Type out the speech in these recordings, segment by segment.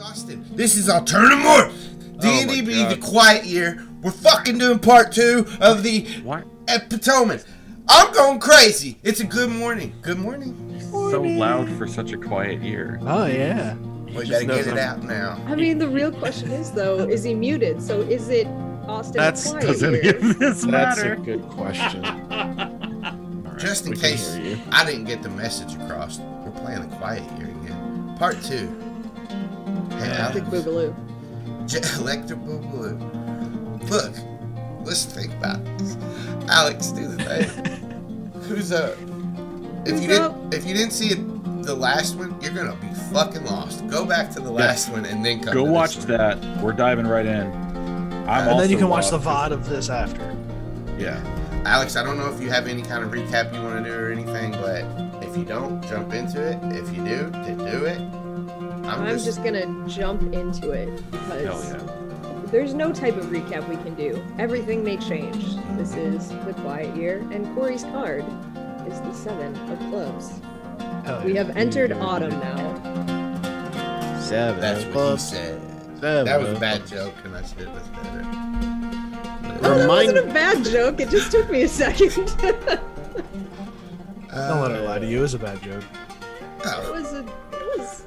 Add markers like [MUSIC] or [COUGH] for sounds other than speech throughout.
Austin. This is Alternamore. Oh my D&D be the God. quiet year. We're fucking doing part two of the Why? Epitomen. I'm going crazy. It's a good morning. Good morning. So loud for such a quiet year. Oh yeah. He We just gotta knows get it I'm- out now. I mean, the real question is though, is he muted? So is it Austin? That's- [LAUGHS] quiet Doesn't [LAUGHS] here? give this That's a matter. good question. All right, Just in we can case. hear you. I didn't get the message across. We're playing a quiet year again. Part two. Hey, I Big think Boogaloo. J- [LAUGHS] Electric Boogaloo. Look, let's think about this. Alex, do the thing. [LAUGHS] Who's up? If Who's you didn't, up? if you didn't see it, the last one, you're gonna be fucking lost. Go back to the last one and then come. Go to this watch one. that. We're diving right in. I'm And then you also can watch the loud. VOD of this after. Yeah. Alex, I don't know if you have any kind of recap you want to do or anything, but if you don't, jump into it. If you do, then do it. I'm, I'm just... gonna jump into it Hell because yeah. there's no type of recap we can do. Everything may change. This is the quiet year, and Corey's card is the seven of clubs. Hell We yeah. have entered autumn now. Seven. That's what of he clubs. said. Seven That was a of bad clubs. joke, and I should have said it. Oh, that Remind- wasn't a bad joke. It just took me a second. [LAUGHS] it Don't let her lie to you. It was a bad joke. Oh, was a. It was.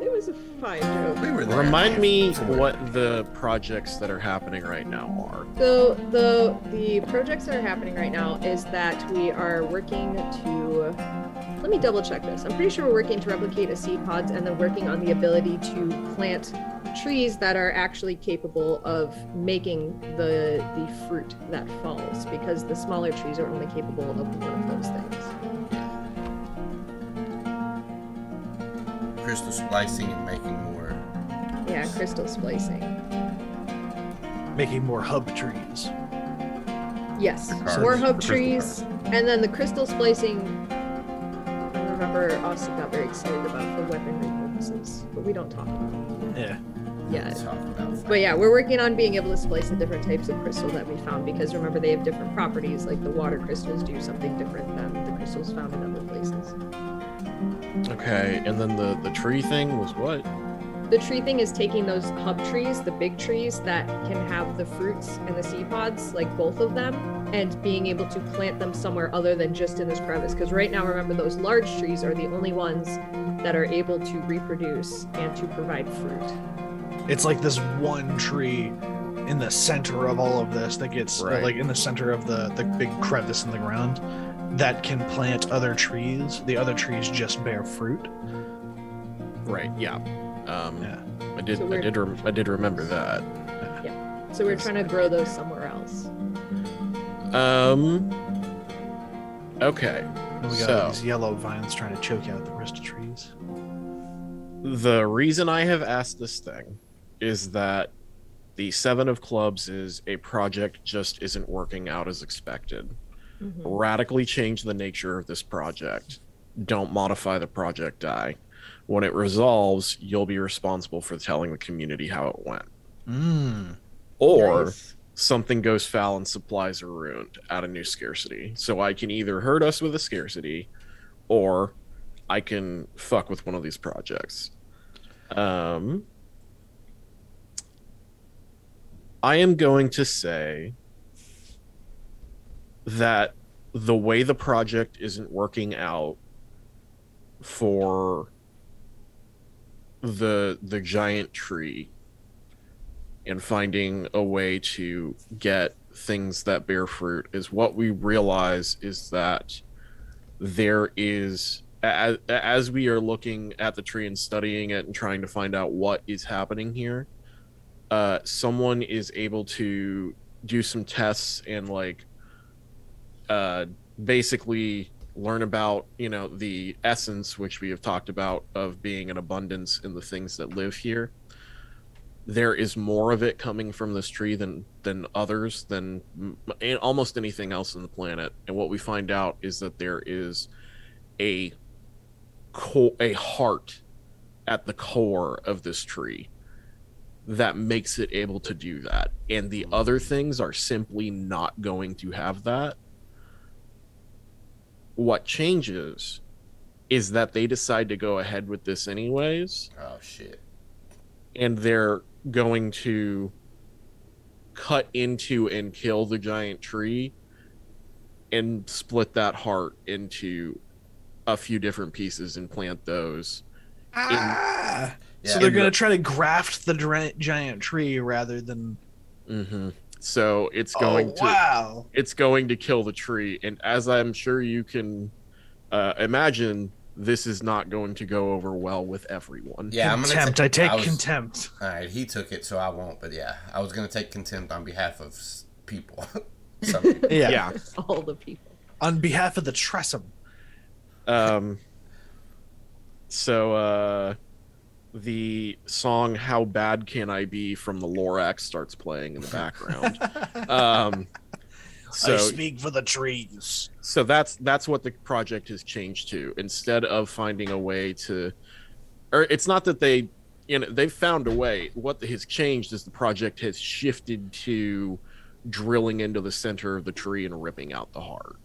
It was a fine joke. we were there. Remind me what the projects that are happening right now are. So the the projects that are happening right now is that we are working to let me double check this. I'm pretty sure we're working to replicate a seed pods and then working on the ability to plant trees that are actually capable of making the the fruit that falls because the smaller trees are only capable of one of those things. crystal splicing and making more. Yeah, crystal splicing. Making more hub trees. Yes, Cards. more hope Crystal trees and then the crystal splicing I remember Austin got very excited about for weaponry purposes, but we don't talk about it. Yeah. Yeah. Let's talk about that. But yeah, we're working on being able to splice the different types of crystal that we found because remember they have different properties. Like the water crystals do something different than the crystals found in other places. Okay, and then the the tree thing was what? The tree thing is taking those hub trees, the big trees that can have the fruits and the seed pods, like both of them, and being able to plant them somewhere other than just in this crevice. Because right now, remember, those large trees are the only ones that are able to reproduce and to provide fruit. It's like this one tree in the center of all of this that gets uh, Right. like in the center of the the big crevice in the ground that can plant other trees. The other trees just bear fruit. Right, yeah. Um, Yeah. I did So I we're- did rem- I did remember that. So we're trying to grow those somewhere else. Um. Okay, And we got So- these yellow vines trying to choke out the crystal trees. the reason I have asked this thing is that the Seven of Clubs is a project just isn't working out as expected. Mm-hmm. radically change the nature of this project. Don't modify the project die. When it resolves, you'll be responsible for telling the community how it went. Mmm. Or Nice. something goes foul and supplies are ruined out of new scarcity. So I can either hurt us with a scarcity or I can fuck with one of these projects. Um I am going to say that the way the project isn't working out for the the giant tree and finding a way to get things that bear fruit is what we realize is that there is as, as we are looking at the tree and studying it and trying to find out what is happening here uh someone is able to do some tests and like uh basically learn about you know the essence which we have talked about of being an abundance in the things that live here there is more of it coming from this tree than than others than m- and almost anything else on the planet and what we find out is that there is a co- a heart at the core of this tree that makes it able to do that and the other things are simply not going to have that what changes is that they decide to go ahead with this anyways Oh shit. and they're going to cut into and kill the giant tree and split that heart into a few different pieces and plant those. Ah! Yeah. so they're In going the- to try to graft the dra- giant tree rather than. Mm-hmm. So it's Going going oh, to wow. it's going to kill the tree, and as I'm sure you can uh, imagine, this is not going to go over well with everyone. Yeah, I'm gonna contempt. take, I take was- contempt. All right, he took it, so I won't. But yeah, I was gonna take contempt on behalf of s- people. [LAUGHS] Some [LAUGHS] people. Yeah. yeah. All the people. On behalf of the Tressum. Um, so uh, the song "How Bad Can I Be" from the Lorax starts playing in the background. um, I so speak for the trees. so that's that's what the project has changed to. Instead of finding a way to, or it's not that they, you know, they've found a way. What has changed is the project has shifted to drilling into the center of the tree and ripping out the heart.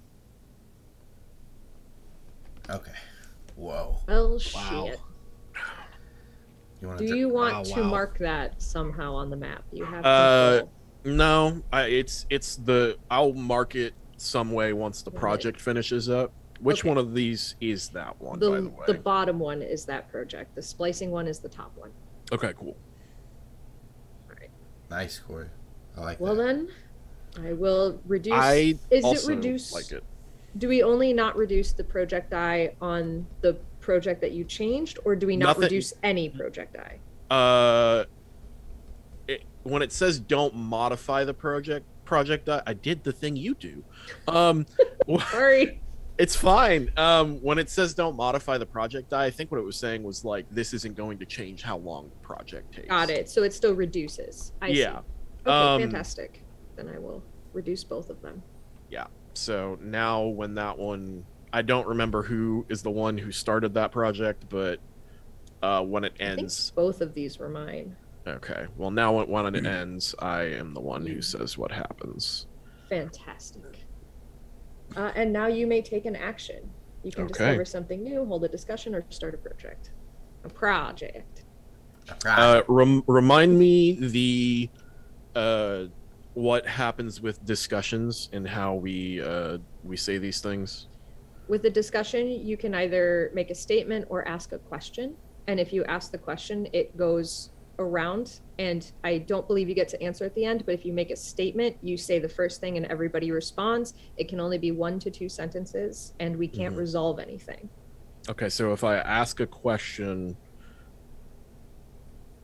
Okay. Whoa. Well, Wow. shit. You want Do you want Oh, to wow. mark that somehow on the map? You have Uh, control. No, I, it's it's the I'll mark it some way once the project finishes up. Which Okay. one of these is that one? by the the, way. the bottom one is that project. The splicing one is the top one. okay, cool. Nice, Corey. I like Well that. then, I will reduce. I is also it reduce? like it. Do we only not reduce the project die on the project that you changed, or do we not Nothing- reduce any project die? Uh, it, when it says don't modify the project project, uh, I, I did the thing you do. Um, Sorry. It's fine. Um, when it says don't modify the project die, I think what it was saying was like this isn't going to change how long the project takes. Got it. So it still reduces. I see. yeah. Okay, Um, fantastic. Then I will reduce both of them. So now when that one, I don't remember who is the one who started that project, but uh, when it I think ends, both of these were mine. okay. Well, now when- when it ends, I am the one Hmm. who says what happens. Fantastic. Uh, and now you may take an action. You can Okay. discover something new, hold a discussion, or start a project. A project. A prize. Uh, rem- remind me the uh, what happens with discussions and how we uh, we say these things. With a discussion, you can either make a statement or ask a question. And if you ask the question, it goes around. And I don't believe you get to answer at the end, but if you make a statement, you say the first thing and everybody responds. It can only be one to two sentences, and we can't Mhm. resolve anything. Okay, so if I ask a question,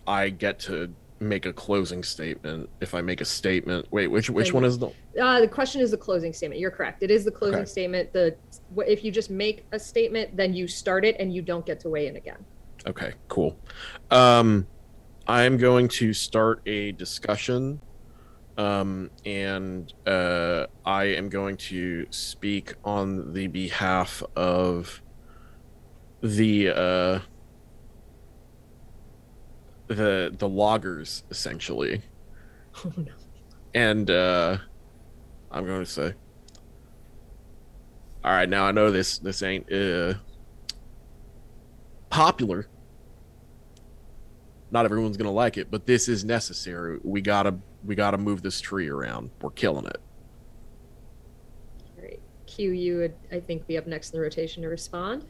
I get to make a closing statement. If I make a statement, wait, which which one is the Uh, the question is the closing statement. You're correct. It is the closing Okay. statement. The wh- if you just make a statement, then you start it and you don't get to weigh in again. Okay, cool. Um, I'm going to start a discussion, um, and uh, I am going to speak on the behalf of the uh, the the loggers, essentially. Oh no! and uh i'm going to say all right now i know this this ain't uh popular not everyone's gonna like it but this is necessary we gotta we gotta move this tree around we're killing it All right, Q, you would I think be up next in the rotation to respond.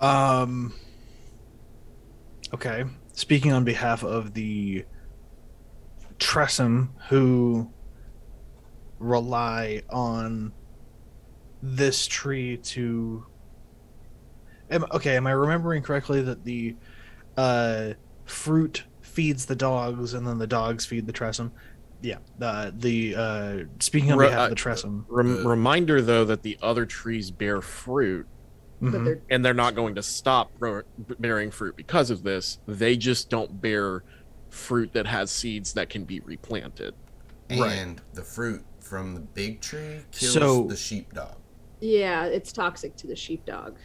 Um. Okay. Speaking on behalf of the Tressum, who rely on this tree to. Am, okay, am I remembering correctly that the uh, fruit feeds the dogs, and then the dogs feed the Tressum? Yeah. Uh, the uh, speaking on Re- behalf uh, of the Tressum, Rem- reminder though that the other trees bear fruit But Mhm. they're and they're not going to stop ro- bearing fruit because of this they just don't bear fruit that has seeds that can be replanted right. and the fruit from the big tree kills So- the sheepdog. yeah, it's toxic to the sheepdog,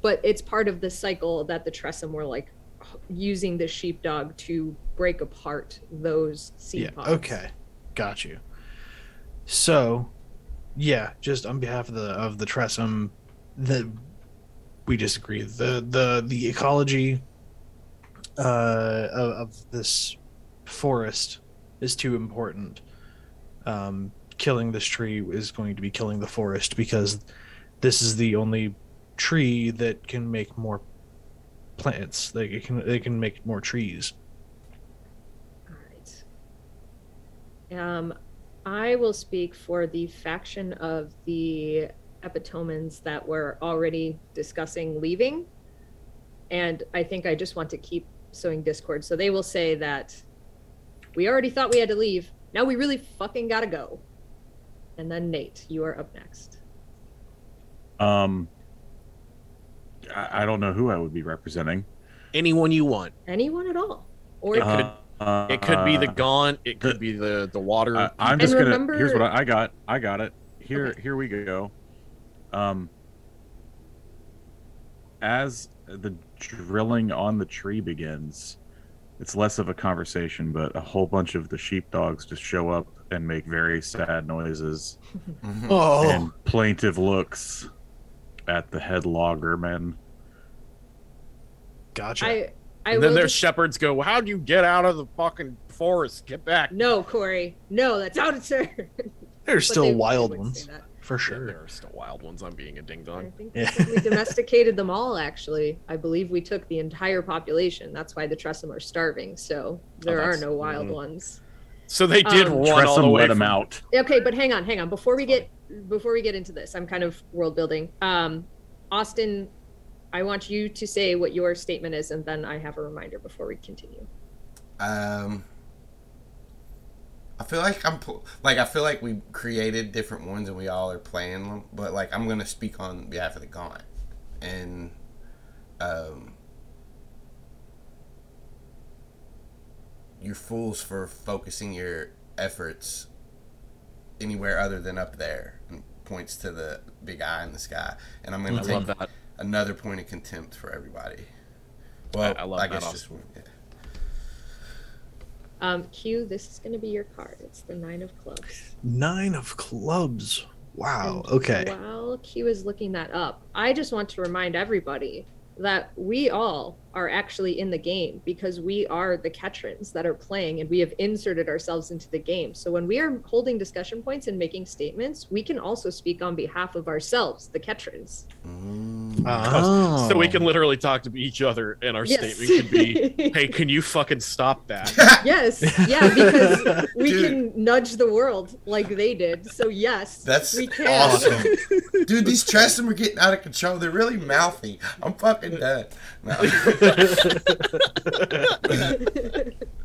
but it's part of the cycle that the Tressum were like using the sheepdog to break apart those seed yeah. pods. Okay. Got you. So, yeah, just on behalf of the of the Tressum, the we disagree. The the the ecology uh, of, of this forest is too important. Um, killing this tree is going to be killing the forest because this is the only tree that can make more plants. Like it can they can make more trees. All right. Um, I will speak for the faction of the epitomans that were already discussing leaving. And I think I just want to keep sowing discord. So they will say that we already thought we had to leave. Now we really fucking gotta go. And then Nate, you are up next. Um, I, I don't know who I would be representing. Anyone you want. Anyone at all? Or It could- Uh-huh. It could be Uh, the gaunt. It could be the the water. I, I'm And just gonna. remember- Here's what I, I got. I got it. Here, Okay. here we go. Um, as the drilling on the tree begins, it's less of a conversation, but a whole bunch of the sheepdogs just show up and make very sad noises Mm-hmm. Oh, and plaintive looks at the head loggerman. gotcha. I I and will then their just- shepherds go, "How do you get out of the fucking forest? Get back!" No, Corey. No, that's out of turn. [LAUGHS] There's But still they- they wild wouldn't ones say that. for Yeah, sure. there are still wild ones. I'm being a ding I dong. think Yeah. we domesticated them all, actually. I believe we took the entire population. That's why the Tressum are starving. So there are Oh, that's- no wild mm. ones. So they did Um, run all the Tressum way let him from- out. Okay, but hang on, hang on. Before we get before we get into this, I'm kind of world building. Um, Austin, I want you to say what your statement is, and then I have a reminder before we continue. Um, I feel like I'm pu- like I feel like we created different ones and we all are playing them, but like I'm gonna speak on behalf of the gaunt, and um, you fools for focusing your efforts anywhere other than up there. And points to the big eye in the sky, and I'm I gonna love take that. another point of contempt for everybody. Well, I, I love that guess also. just one. yeah. Um, Q, this is going to be your card. It's the nine of clubs. Nine of clubs. Wow. And Okay. While Q is looking that up, I just want to remind everybody that we all are actually in the game because we are the Ketrans that are playing and we have inserted ourselves into the game. So when we are holding discussion points and making statements, we can also speak on behalf of ourselves, the Ketrans. Mm. Oh. Uh-huh. So we can literally talk to each other, and our statement could be, [LAUGHS] "Hey, can you fucking stop that?" yes, yeah, because we can nudge the world like they did. So yes, That's we can. awesome. Dude, these Trestem are getting out of control. They're really mouthy. I'm fucking done. [LAUGHS] No. Oh.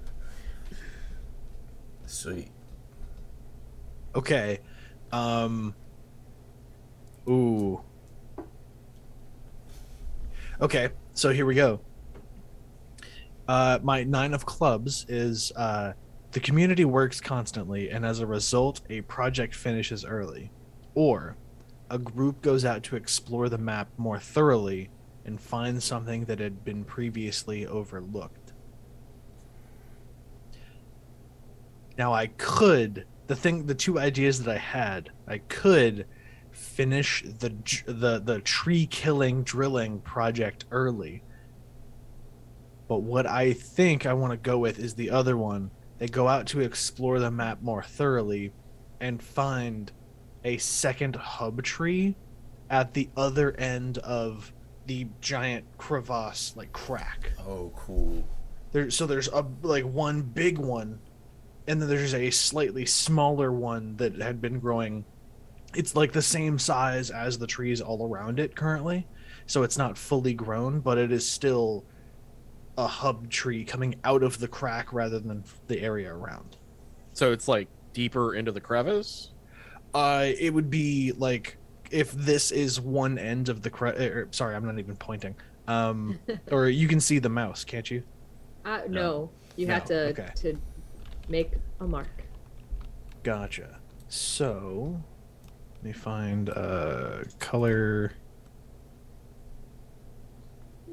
[LAUGHS] Sweet. Okay. Um. Ooh. Okay, so here we go. Uh, my nine of clubs is uh, the community works constantly, and as a result, a project finishes early, or a group goes out to explore the map more thoroughly and find something that had been previously overlooked. Now I could the thing the two ideas that I had I could finish the dr- the the tree killing drilling project early. But what I think I want to go with is the other one. They go out to explore the map more thoroughly and find a second hub tree at the other end of the giant crevasse like crack Oh, cool. there so there's a like one big one and then there's a slightly smaller one that had been growing it's like the same size as the trees all around it currently so it's not fully grown but it is still a hub tree coming out of the crack rather than the area around So it's like deeper into the crevice. uh it would be like if this is one end of the cra- er, sorry i'm not even pointing um or you can see the mouse can't you [LAUGHS] Uh, no, you No, have to okay. to make a mark. Gotcha. So, let me find uh, color.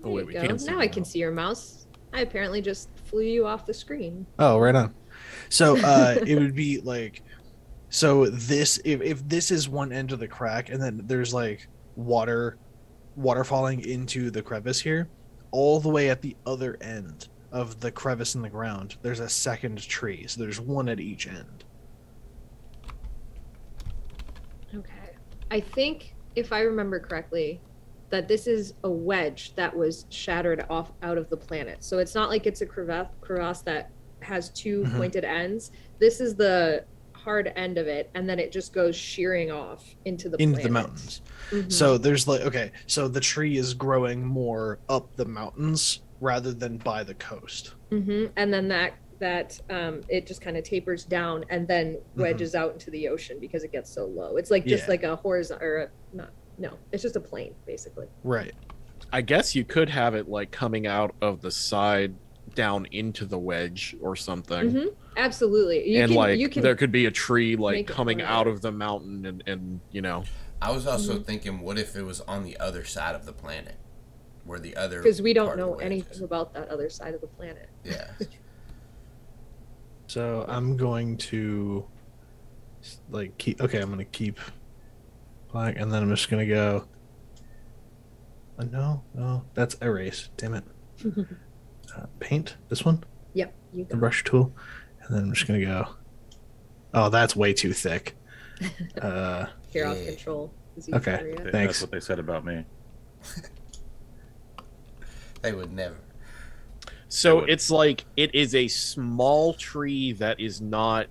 Oh, wait, There we you can go. see Now the I can mouse. see your mouse. I apparently just flew you off the screen. Oh, right on. So [LAUGHS] uh, it would be like, so this if if this is one end of the crack, and then there's like water waterfalling into the crevice here, all the way at the other end of the crevice in the ground, there's a second tree. So there's one at each end. Okay. I think, if I remember correctly, that this is a wedge that was shattered off out of the planet. So it's not like it's a crevasse, crevasse that has 2 Mhm. pointed ends. This is the hard end of it, and then it just goes shearing off into the into planet. the mountains. Mhm. So there's like okay, so the tree is growing more up the mountains rather than by the coast. hmm And then that that um, it just kind of tapers down and then wedges out into the ocean because it gets so low. It's like just Yeah. like a horizontal or a, not no, it's just a plane basically. Right. I guess you could have it like coming out of the side down into the wedge or something. hmm Absolutely, you and can like you can there could be a tree like make it coming further. out of the mountain and, and you know I was also Mm-hmm. thinking, what if it was on the other side of the planet, where the other because we don't part of the know wedge anything is? about that other side of the planet. Yeah, So I'm going to like keep okay, I'm gonna keep black and then I'm just gonna go uh, no, no, that's erase. Damn it. uh, paint this one, Yep, you the got brush tool, and then I'm just gonna go. Oh, that's way too thick. uh, here off Yeah. control. is Okay. easier, yeah. That's Thanks. what they said about me. they would never. So I would- it's like it is a small tree that is not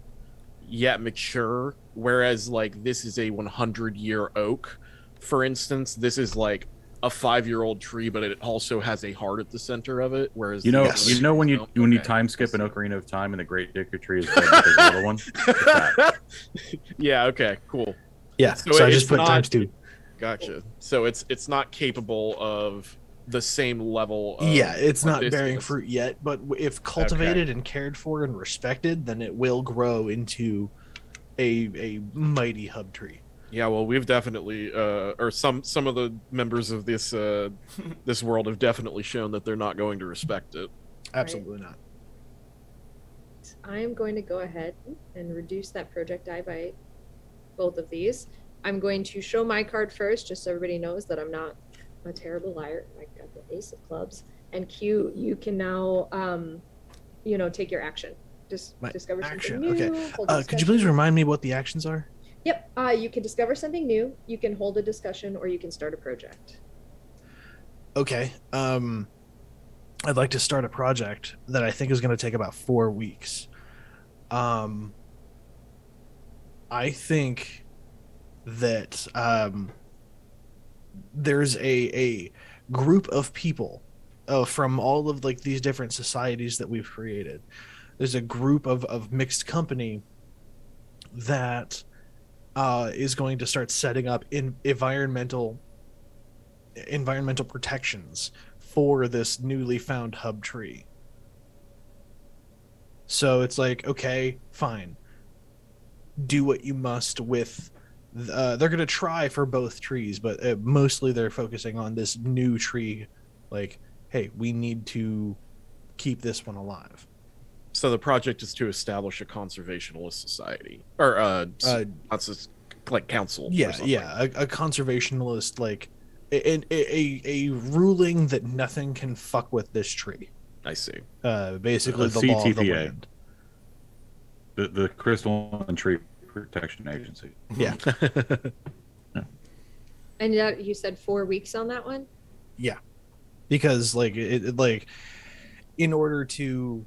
yet mature, whereas like this is a 100 year oak, for instance. This is like a five year old tree, but it also has a heart at the center of it. Whereas You know, the Yes. other you know when you trees don't? when you Okay. time skip an Ocarina of Time and the Great Dicker Tree is dead because the [LAUGHS] little one. yeah. Okay. Cool. yeah, So so, I it's just put not- times two. Gotcha. So it's it's not capable of the same level. Of yeah, it's what not this bearing is. fruit yet, but w- if cultivated and cared for and respected, then it will grow into a a mighty hub tree. Yeah, well, we've definitely, uh, or some some of the members of this uh, this world have definitely shown that they're not going to respect it. Absolutely not. I am going to go ahead and reduce that projectile by both of these. I'm going to show my card first, just so everybody knows that I'm not a terrible liar. I got the ace of clubs. And Q, you can now, um, you know, take your action. Just My discover action, something okay. new. hold a Uh, could you discussion. please remind me what the actions are? Yep. Uh, you can discover something new. You can hold a discussion, or you can start a project. Okay. Um, I'd like to start a project that I think is going to take about four weeks. Um, I think that um, there's a a group of people uh, from all of like these different societies that we've created. There's a group of of mixed company that uh, is going to start setting up in environmental environmental protections for this newly found hub tree. So it's like, okay, fine. Do what you must with. th- Uh, they're going to try for both trees, but uh, mostly they're focusing on this new tree. Like, hey, we need to keep this one alive. So the project is to establish a conservationist society or uh, Uh, not soc- like council. or yeah, something. yeah, a, a conservationist, like a, a, a, a ruling that nothing can fuck with this tree. I see. Uh, basically, A the law of the CTPA. land. The the Crystalline Tree Protection Agency. Yeah. And yet you said four weeks on that one. because like it, it like in order to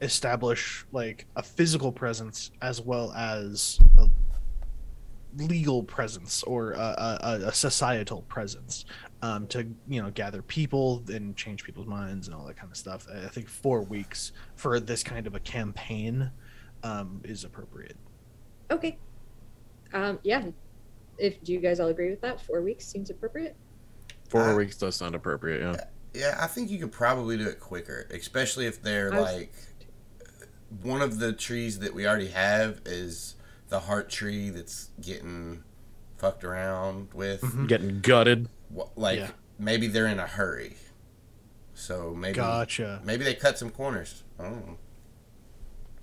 establish like a physical presence as well as a legal presence or a, a, a- a societal presence um, to you know gather people and change people's minds and all that kind of stuff i I think four weeks for this kind of a campaign um, is appropriate Okay. Um, yeah. If do you guys all agree with that? Four weeks seems appropriate. Four Uh, weeks does sound appropriate. Yeah. Yeah, I think you could probably do it quicker, especially if they're I was- like one of the trees that we already have is the heart tree that's getting fucked around with. Mm-hmm. Mhm. Getting gutted. Wh- Like Yeah. maybe they're in a hurry, so maybe gotcha maybe they cut some corners. I don't know.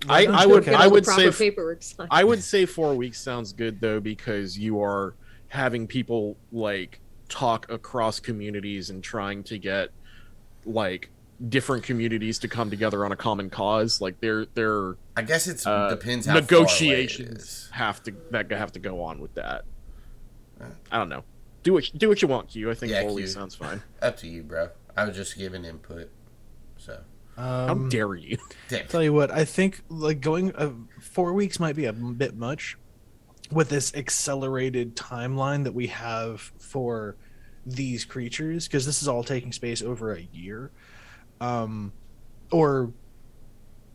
I- [LAUGHS] No, I no, would- okay. Get all I the would proper say f- paperwork signed. I would say four weeks sounds good though because you are having people like talk across communities and trying to get like different communities to come together on a common cause. Like there there are I guess it's uh, depends how Far away it negotiations is. have to that have to go on with that. Right. I don't know. Do what do what you want, Q. I think Yeah, Foley Q. sounds [LAUGHS] fine. Up to you, bro. I was just giving input. So How Um, dare you? Damn. Tell you what, I think like going uh, four weeks might be a m- bit much with this accelerated timeline that we have for these creatures because this is all taking space over a year, um, or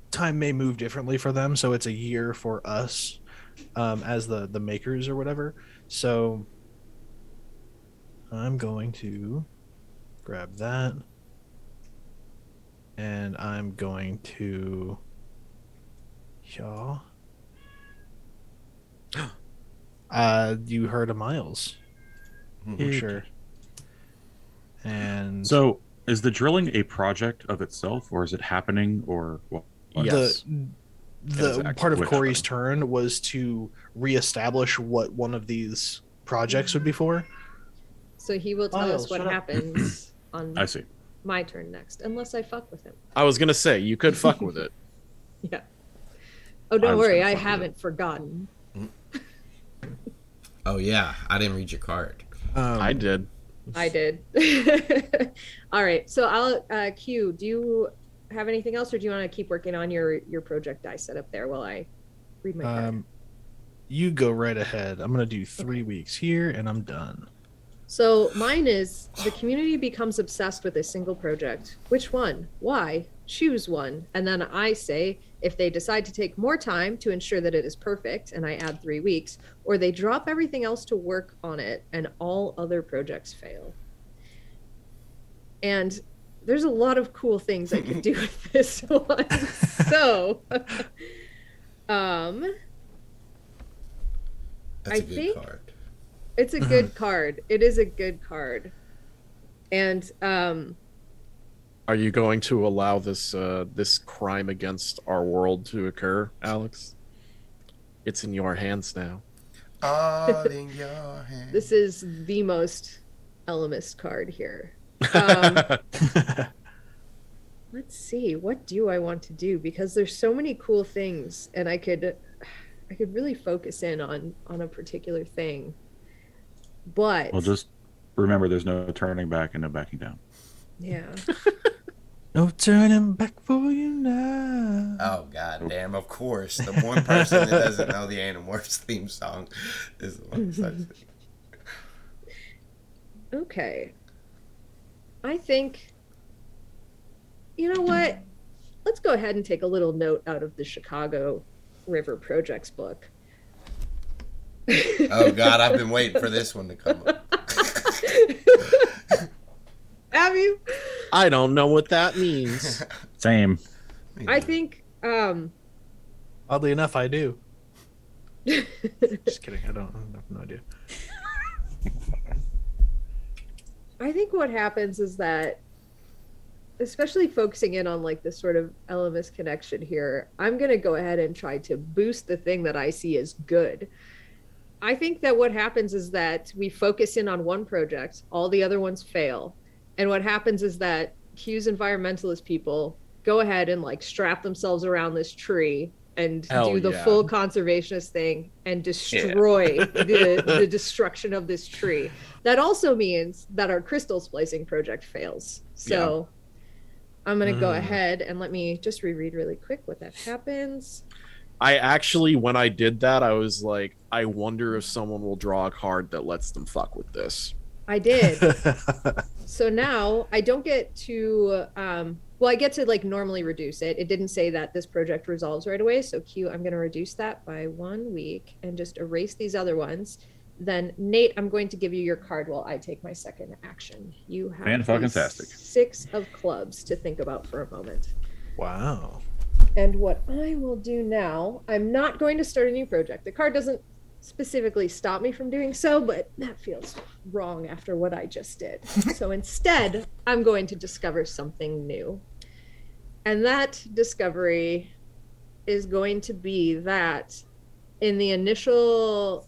time may move differently for them. So it's a year for us um, as the the makers or whatever. So I'm going to grab that and I'm going to y'all. [GASPS] uh, you heard of Miles for Heck. sure, Mm-hmm. and So, is the drilling a project of itself, or is it happening, or what? Yes. [LAUGHS] the It is the actually part of witch Corey's turn was to reestablish what one of these projects would be for. So he will tell Miles, us what shut up. happens [COUGHS] on Oh, I see. my turn next, unless I fuck with him. I was gonna say you could fuck with it. Yeah. Oh, I don't was worry, gonna I fuck with haven't forgotten. Oh yeah, I didn't read your card. [LAUGHS] Um, I did. I did. [LAUGHS] All right. So I'll uh, Q. Do you have anything else, or do you want to keep working on your your project I set up there while I read my card? Um, you go right ahead. I'm gonna do three weeks here, and I'm done. So mine is the community becomes obsessed with a single project. Which one? Why? Choose one. And then I say if they decide to take more time to ensure that it is perfect, and I add three weeks, or they drop everything else to work on it and all other projects fail. And there's a lot of cool things I could do with this [LAUGHS] one. So [LAUGHS] um That's a I good think- card. it's a good card. It is a good card. And um Are you going to allow this uh, this crime against our world to occur, Alex? It's in your hands now. All [LAUGHS] in your hand. This is the most Elemist card here. [LAUGHS] Um, let's see, what do I want to do? Because there's so many cool things, and I could, I could really focus in on on a particular thing. But Well, just remember, there's no turning back and no backing down. yeah, No turning back for you now. Oh god damn! Of course, the one person that doesn't know the Animorphs theme song is the one. That sucks. okay. I think. You know what? Let's go ahead and take a little note out of the Chicago River Projects book. Oh god, I've been waiting for this one to come up. [LAUGHS] Have you? I don't know what that [LAUGHS] means. Same. [LAUGHS] I think um [LAUGHS] Oddly enough, I do. Just kidding. I don't. I have no idea. I think what happens is that especially focusing in on like this sort of LMS connection here, I'm going to go ahead and try to boost the thing that I see as good. I think that what happens is that we focus in on one project, all the other ones fail. And what happens is that Q's environmentalist people go ahead and like strap themselves around this tree and Hell do the yeah. full conservationist thing [LAUGHS] and destroy the, the destruction of this tree. That also means that our crystal splicing project fails. So I'm going to go Mm. ahead and let me just reread really quick what that happens. I actually, when I did that, I was like, I wonder if someone will draw a card that lets them fuck with this. I did. [LAUGHS] [LAUGHS] so now I don't get to um well I get to like normally reduce it. It didn't say that this project resolves right away, so Q I'm going to reduce that by 1 week and just erase these other ones. Then Nate, I'm going to give you your card while I take my second action. You have Fan-fucking-tastic. these 6 of clubs to think about for a moment. wow. And what I will do now, I'm not going to start a new project. The card doesn't specifically stop me from doing so, but that feels wrong after what I [LAUGHS] just did. so instead, I'm going to discover something new. And that discovery is going to be that in the initial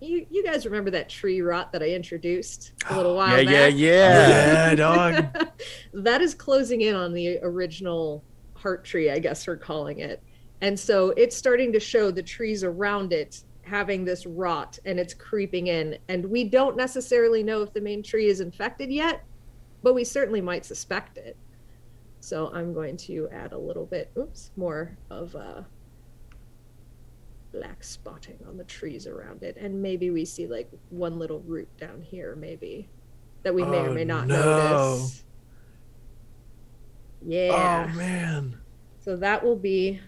you you guys remember that tree rot that I introduced [GASPS] a little while Yeah, back? yeah, yeah. yeah, dog. that is closing in on the original heart tree, I guess we're calling it. And so it's starting to show the trees around it having this rot and it's creeping in. And we don't necessarily know if the main tree is infected yet, but we certainly might suspect it. So I'm going to add a little bit, oops, more of uh, black spotting on the trees around it. And maybe we see like one little root down here, maybe that we may Oh, or may not no. notice. Yeah. Um, Oh man. So that will be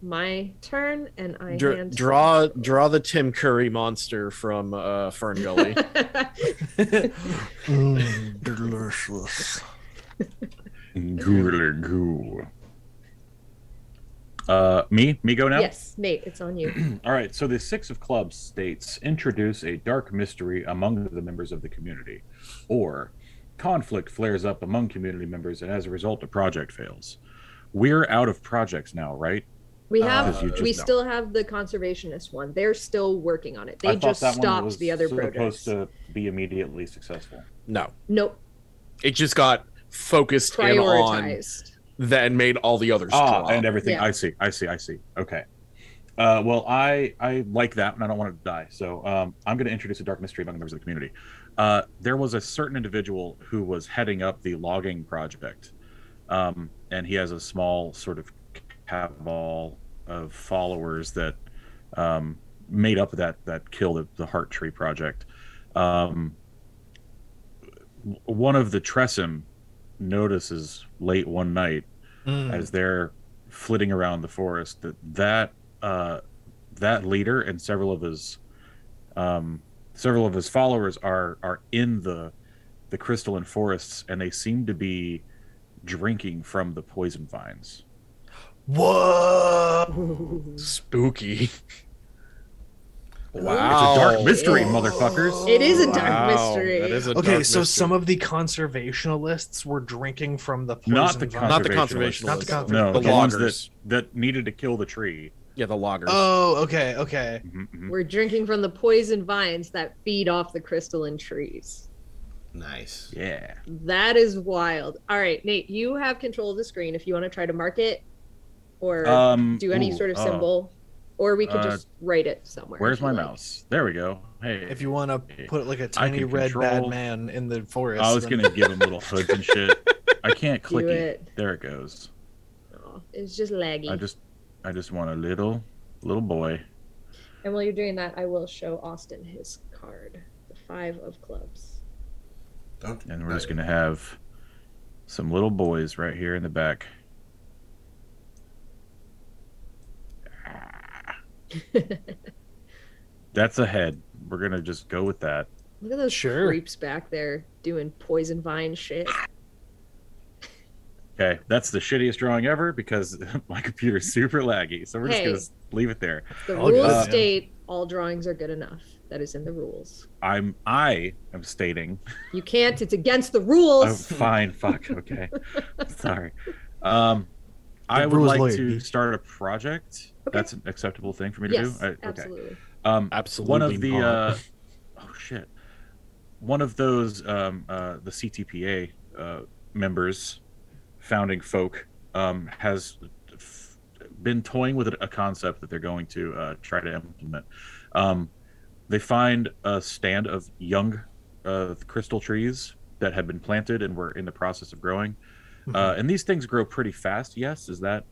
my turn, and I Dr- hand draw draw the Tim Curry monster from uh, Fern [LAUGHS] Gully. [LAUGHS] Mm, delicious. Gooler Mm-hmm. goo. Uh, me? Me go now? Yes, Nate, it's on you. All right, so the Six of Clubs states introduce a dark mystery among the members of the community, or conflict flares up among community members, and as a result, the project fails. We're out of projects now, right? We Uh, have, 'Cause you just we know. still have the conservationist one. They're still working on it. They I thought just that one stopped was the other projects. supposed to be immediately successful. no, Nope, it just got focused in on prioritized. that and made all the others Ah, drop. and everything. Yeah. I see. I see. I see. Okay. Uh, well, I I like that, and I don't want to die. So um, I'm going to introduce a dark mystery among members of the community. Uh, there was a certain individual who was heading up the logging project, um, and he has a small sort of cabal of followers that um, made up that that kill the, the heart tree project. Um, w- one of the Tressim notices late one night Mm. as they're flitting around the forest that that uh, that leader and several of his um, several of his followers are are in the the crystalline forests and they seem to be drinking from the poison vines. Whoa. Spooky. It's a dark Wow. mystery, It is. motherfuckers. It is a dark Wow, mystery. That is a Okay, dark so mystery. some of the conservationalists were drinking from the poison Not the vine. Not the conservationists. conservationalists. Not the No, The the, ones that, loggers. that needed to kill the tree. yeah, the loggers. Oh, okay, okay. Mhm, mhm. We're drinking from the poison vines that feed off the crystalline trees. [LAUGHS] Nice. Yeah. That is wild. All right, Nate, you have control of the screen if you want to try to mark it or Um, do any ooh, sort of uh, symbol, or we could uh, just write it somewhere. where's if you my like. mouse? There we go. Hey. If you want to put like a tiny can red bad control- man in the forest, I was then- gonna give him little hoods and shit. I can't click [LAUGHS] Do it. it. There it goes. Aw, it's just laggy. I just, I just want a little, little boy. And while you're doing that, I will show Austin his card, the five of clubs. [LAUGHS] Don't. And we're just gonna have some little boys right here in the back. That's a head. We're gonna just go with that. Look at those Sure. creeps back there doing poison vine shit. Okay, that's the shittiest drawing ever because [LAUGHS] my computer's super laggy. So we're Hey. just gonna leave it there. The All rules good. state all drawings are good enough. That is in the rules. I'm I am stating You can't. It's against the [LAUGHS] Oh, rules. fine. Fuck. [LAUGHS] Okay. Sorry. Um, I The would rules like lawyer, to bitch. start a project. Okay. That's an acceptable thing for me to yes, do. I, okay. absolutely. Um, Absolutely. one of the not. [LAUGHS] uh, oh shit, one of those um, uh, the CTPA uh, members, founding folk, um, has f- been toying with a concept that they're going to uh, try to implement. Um, they find a stand of young uh, crystal trees that had been planted and were in the process of growing. Mm-hmm. Uh, and these things grow pretty fast. Yes, is that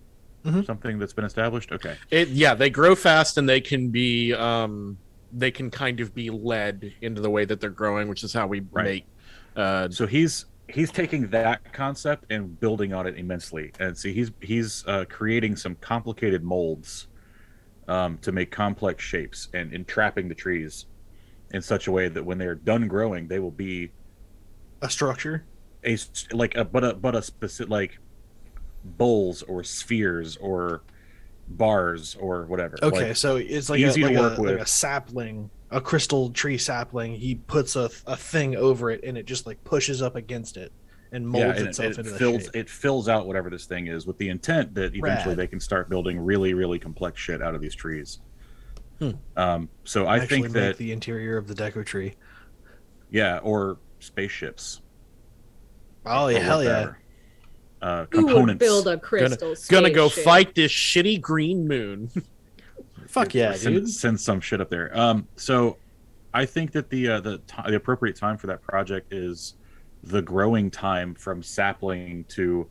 Mhm. something that's been established? Okay. It, yeah, they grow fast and they can be um they can kind of be led into the way that they're growing, which is how we Right. make uh so he's he's taking that concept and building on it immensely and see he's he's uh, creating some complicated molds um, to make complex shapes and entrapping the trees in such a way that when they're done growing they will be a structure. a s- like a but a but a specific like bowls or spheres or bars or whatever Okay, Like, so it's like easy a, to like, work a, like with. a sapling, a crystal tree sapling. He puts a, a thing over it, and it just like pushes up against it and molds and it- itself it, into fills the shape. it fills out whatever this thing is with the intent that eventually Rad. they can start building really really complex shit out of these trees Hmm. Um, so I Actually think make that the interior of the deco tree. yeah, or spaceships. Oh or yeah, hell yeah! whatever. Uh, Who would components. build a crystal? Gonna go spaceship? fight this shitty [LAUGHS] green moon. Fuck yeah, send, dude. send some shit up there. Um, so I think that the uh, the ti the appropriate time for that project is the growing time from sapling to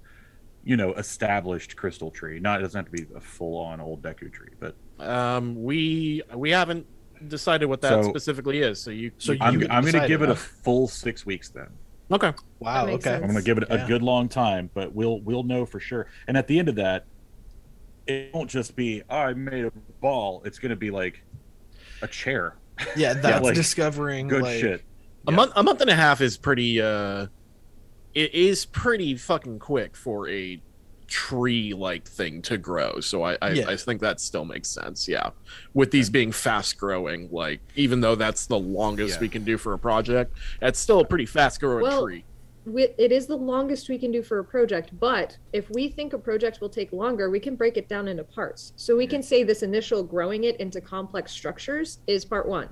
you know established crystal tree. Not it doesn't have to be a full on old Deku tree, but Um, we we haven't decided what that So- specifically is. So you, So you- I'm, can I'm gonna decide give it it. a full six weeks then. okay. Wow. That makes Okay. sense. I'm gonna give it Yeah. a good long time, but we'll we'll know for sure. And at the end of that, it won't just be "Oh, I made a ball. It's gonna be like a chair. Yeah, that's like, discovering Good like, shit. A Yeah. month a month and a half is pretty uh it is pretty fucking quick for a tree like thing to grow. So I I, Yeah. I think that still makes sense. Yeah. With these being fast growing, like even though that's the longest Yeah. we can do for a project, that's still a pretty fast growing Well- tree. we, it is the longest we can do for a project but if we think a project will take longer we can break it down into parts so we can say this initial growing it into complex structures is part one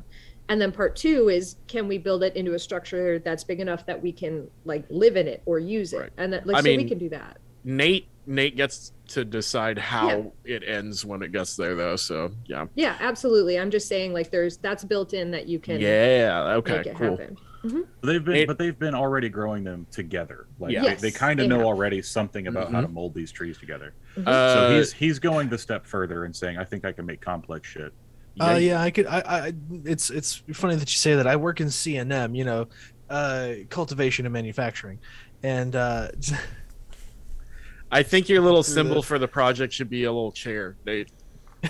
and then part two is can we build it into a structure that's big enough that we can like live in it or use it Right. and that like I so we mean- can do that Nate Nate gets to decide how it ends when it gets there though. So yeah. yeah absolutely i'm just saying like there's that's built in that you can yeah, make okay, it cool. happen They've been, It- but they've been already growing them together. Like Yeah. they, Yes, they kind they of know have. already something about how to mold these trees together. Uh, so he's he's going the step further and saying, "I think I can make complex [LAUGHS] shit." Oh yeah, I could. I, I, it's it's funny that you say that. I work in CNM, you know, uh, cultivation and manufacturing, and uh, [LAUGHS] I think your little Through symbol the- for the project should be a little chair, Nate.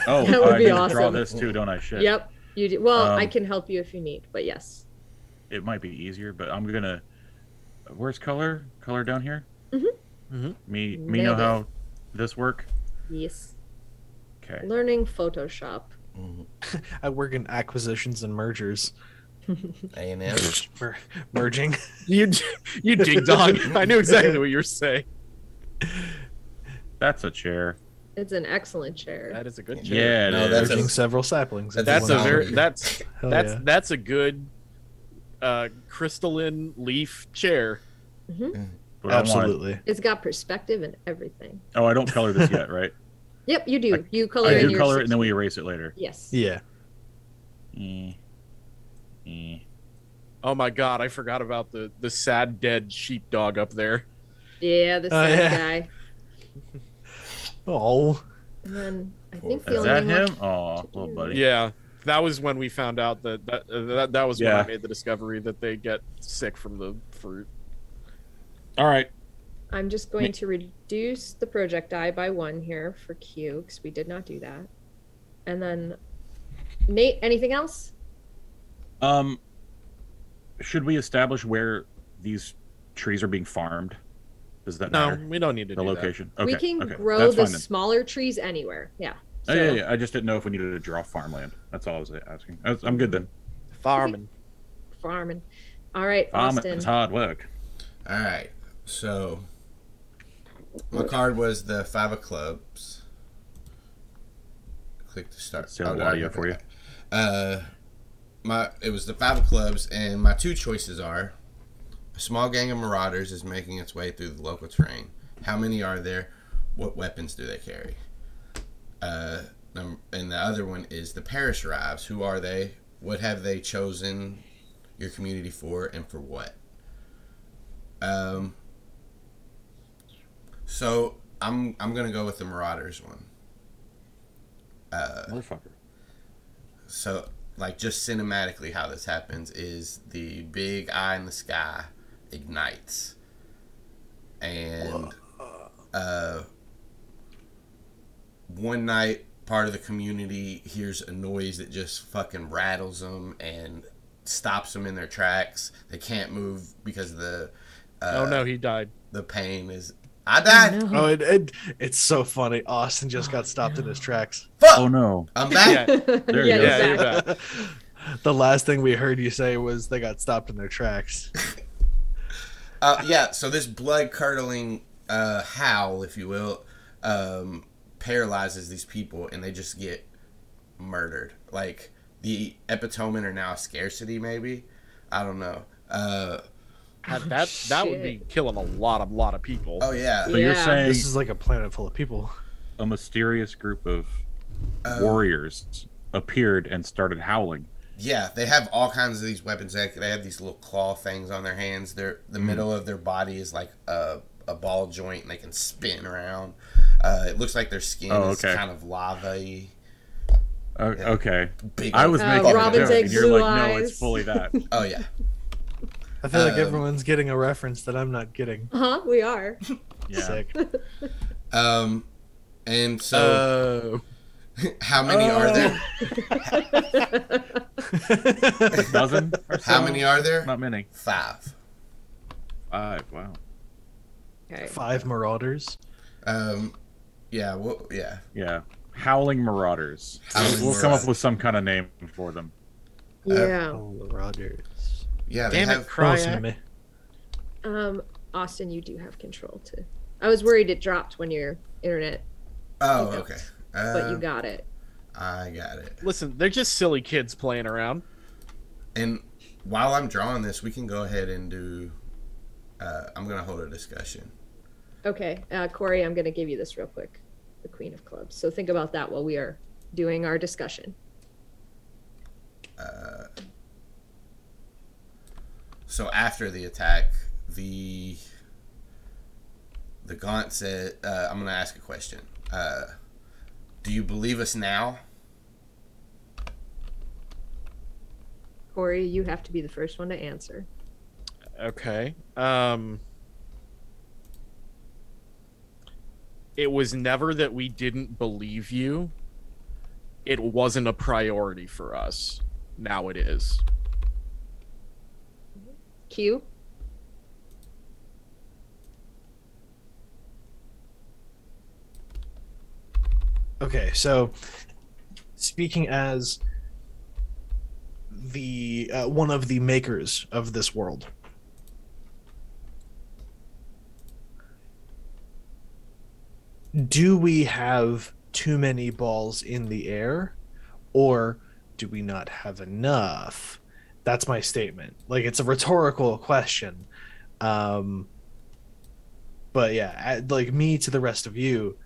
Oh, That would I be need to draw awesome. this too, don't I? Shit. yep you do well i Um, can help you if you need but yes It might be easier, but I'm gonna. Where's color? Color down here. Mhm. Mhm. Me me Nailed know it. how this work. yes Okay. learning photoshop Mhm. I work in acquisitions and mergers, A and M. [LAUGHS] mer- merging. You, d- you ding dong. [LAUGHS] I knew exactly what you were saying. That's a chair. It's an excellent chair. That is a good chair. chair. Yeah, it No, is. that's merging several saplings. into That's That's a one one very Oh, option. tree. [LAUGHS] that's Hell that's yeah. that's a good uh crystalline leaf chair. But I want- absolutely. It's got perspective and everything. Oh, I don't color this yet, [LAUGHS] right? Yep, you do. You color I in do your color it and then we erase it later. Yes. Yeah. Eh. Eh. Oh my god, I forgot about the the sad dead sheepdog up there. Yeah, the Oh, sad yeah. guy. Oh, And then I Cool. think the Is only that one- him? Oh, little buddy. Yeah. That was when we found out that that uh, that, that was when Yeah. I made the discovery that they get sick from the fruit. All right. I'm just going to reduce the projectile by one here for Q because we did not do that. And then Nate, anything else? Um, should we establish where these trees are being farmed? Does that No, matter? we don't need to The do that. location. Okay. we can okay. grow That's the fine then. smaller trees anywhere. Yeah. Oh, So yeah, yeah, yeah. I just didn't know if we needed to draw farmland. That's all I was asking. That's- I'm good then. Farming. farming. All right, Farming Austin. [LAUGHS] is Um, hard work. All right. So my card was the five of clubs. Click to start. Oh, Still have no, audio I for you. forgot. Uh, my it was the five of clubs, and my two choices are: a small gang of marauders is making its way through the local terrain. How many are there? What weapons do they carry? Uh, num- and the other one is the parish arrives. Who are they? What have they chosen your community for, and for what? Um. So I'm I'm gonna go with the Marauders one. Motherfucker. So like just cinematically, how this happens is the big eye in the sky ignites, and uh, one night part of the community hears a noise that just fucking rattles them and stops them in their tracks. They can't move because the uh, oh no, he died. the pain is. I died. oh, it, it, it's so funny. Austin just got stopped in his tracks. Fuck. Oh no. I'm back. [LAUGHS] Yeah. There yeah, you go. Yeah, you're [LAUGHS] exactly. back. the last thing we heard you say was they got stopped in their tracks. uh, yeah, so this blood curdling uh, howl, if you will, um, paralyzes these people, and they just get murdered. Like the epitomen are now a scarcity, maybe. I don't know. Uh, That that, that would be killing a lot, a lot of people. oh yeah, So you're Yeah. saying This is like a planet full of people. a mysterious group of uh, warriors appeared and started howling. yeah. They have all kinds of these weapons. They they have these little claw things on their hands. Their the Mm-hmm. middle of their body is like a a ball joint, and they can spin around. Uh, it looks like their skin Oh, is okay. kind of lava-y. O- Yeah. Okay, Big I old- was Uh, making a Robin's joke, and eggs, you're blue like, no, it's eyes." fully [LAUGHS] that. oh yeah. I feel like Um, everyone's getting a reference that I'm not getting. huh? Uh-huh, [LAUGHS] We are. Yeah. Sick. Um, and so Uh, Oh. [LAUGHS] how many are there? Dozen or so? How many are there? Not many. Five. Five. Wow. okay. Five marauders. Um, yeah. Well, yeah. Yeah. Howling marauders. Howling we'll come up marauders. with some kind of name for them. Yeah. Oh, marauders. Yeah. They Damn have. it, Oh, listen to Cryak. me. Um, Austin, you do have control too. I was worried it dropped when your internet, Oh, You don't. okay. but Uh, you Um, got it. I got it. Listen, they're just silly kids playing around. And while I'm drawing this, we can go ahead and do. Uh, I'm gonna hold a discussion. Okay, uh, Corey, I'm going to give you this real quick. The Queen of Clubs. So think about that while we are doing our discussion. So after the attack, the the Gaunt said, uh, "I'm gonna ask a question. Uh, do you believe us now?" Corey, you have to be the first one to answer. Okay. Um It was never that we didn't believe you. It wasn't a priority for us. Now it is. Q. Okay, so speaking as the uh, one of the makers of this world, do we have too many balls in the air, or do we not have enough? That's my statement. Like it's a rhetorical question, um, but yeah, I- like me to the rest of you.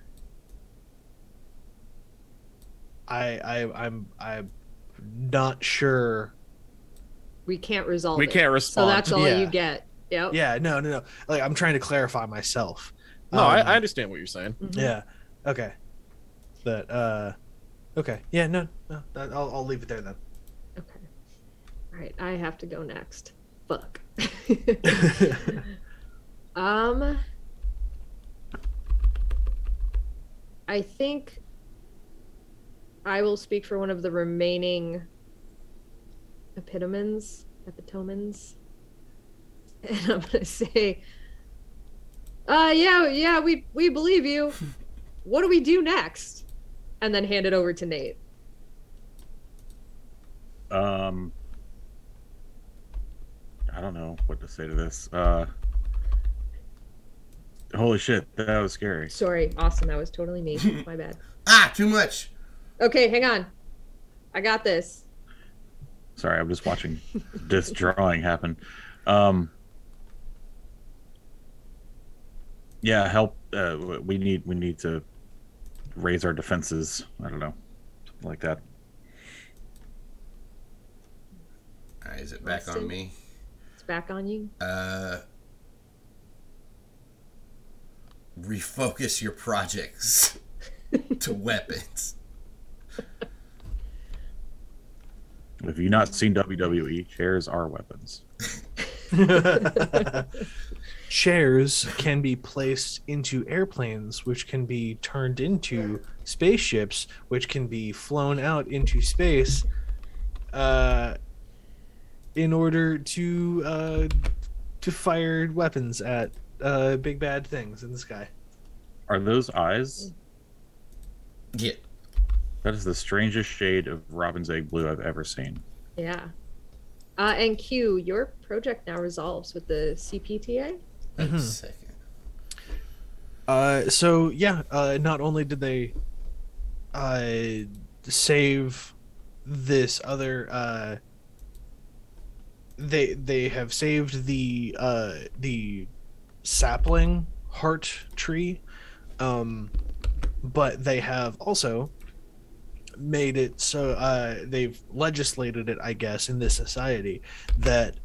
I, I I'm I'm not sure. We can't resolve We it. can't So respond. that's all Yeah. you get. Yep. Yeah, no, no, no. Like I'm trying to clarify myself. no, I, Um, I understand what you're saying. Mhm. Yeah. Okay. That. Uh. Okay. Yeah. No. No. That, I'll I'll leave it there then. Okay. All right, I have to go next. [LAUGHS] Fuck. [LAUGHS] [LAUGHS] um I think I will speak for one of the remaining epitomens, epitomens. [LAUGHS] And I'm gonna say uh yeah, yeah, we we believe you. What do we do next? And then hand it over to Nate. Um, I don't know what to say to this. Uh, holy shit, that was scary. Sorry, Austin, that was totally me. My bad. Ah, too much. Okay, hang on. I got this. Sorry, I'm just watching this drawing happen. Um, yeah, help. Uh, w- we need we need to raise our defenses. I don't know, something like that. All right, is it back on Austin. me? It's back on you. Uh, refocus your [LAUGHS] projects to weapons. Have you not seen WWE? Chairs are weapons. [LAUGHS] Chairs can be placed into airplanes, which can be turned into spaceships, which can be flown out into space, uh, in order to uh, to fire weapons at uh, big bad things in the sky. Are those eyes? Yeah. That is the strangest shade of robin's egg blue I've ever seen. Yeah. Uh, and Q, your project now resolves with the CPTA. Wait a Mhm. second. Uh, so yeah, uh, not only did they uh, save this other uh they they have saved the uh the sapling heart tree um but they have also made it so uh they've legislated it i guess in this society that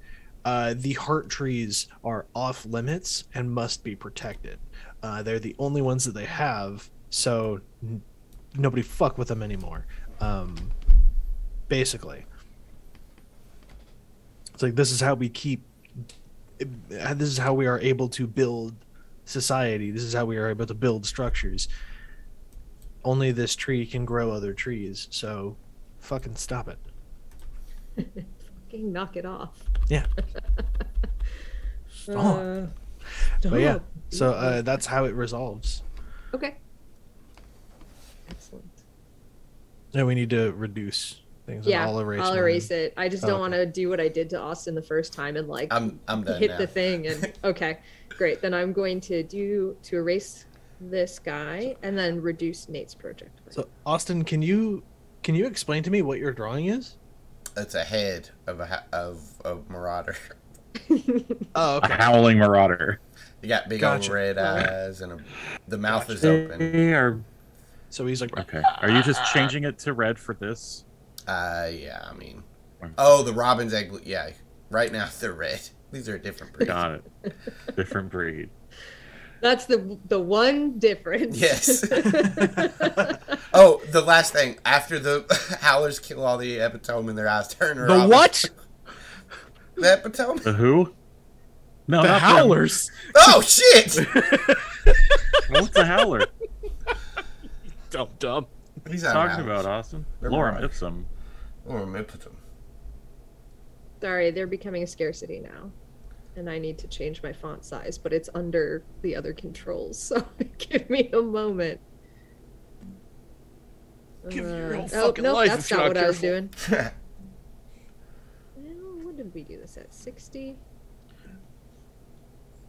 uh the heart trees are off limits and must be protected uh they're the only ones that they have so n- nobody fuck with them anymore um basically it's like this is how we keep uh, this is how we are able to build society this is how we are able to build structures only this tree can grow other trees so fucking stop it Fucking knock it off. [LAUGHS] Yeah. Stop. Uh, but yeah stop. so uh, that's how it resolves Okay. Excellent. and we need to reduce things Yeah, and all erase I'll mine. erase it. I just Oh, don't okay. want to do what I did to Austin the first time and like I'm I'm done hit now. the [LAUGHS] thing and okay, great. Then I'm going to do to erase this guy and then reduce Nate's project. so austin can you can you explain to me what your drawing is It's a head of a ha- of of marauder. [LAUGHS] oh A howling marauder. You got big Gotcha. old red eyes and a, the mouth is open. They are- so he's like Okay. Are you just changing it to red for this? Uh, yeah, I mean, oh, the robin's egg. blue- Yeah, right now [LAUGHS] they're red. These are different breeds. Got [LAUGHS] it. Different breed. That's the the one difference. [LAUGHS] Yes. Oh, the last thing after the [LAUGHS] howlers kill all the epitome and their eyes turn. the robins- what The epitome. [LAUGHS] The who? No, the not them. howlers Oh shit! [LAUGHS] What's the howler? Dumb, dumb. [LAUGHS] He's not talking around. about Austin? They're Lorem marauder. ipsum. Or an [LAUGHS] epitome. Sorry, they're becoming a scarcity now. And I need to change my font size, but it's under the other controls. [LAUGHS] So give me a moment. Give Uh, your own oh, fucking no, life that's if you're not not what I was careful. doing. Well, what did we do this at? 60?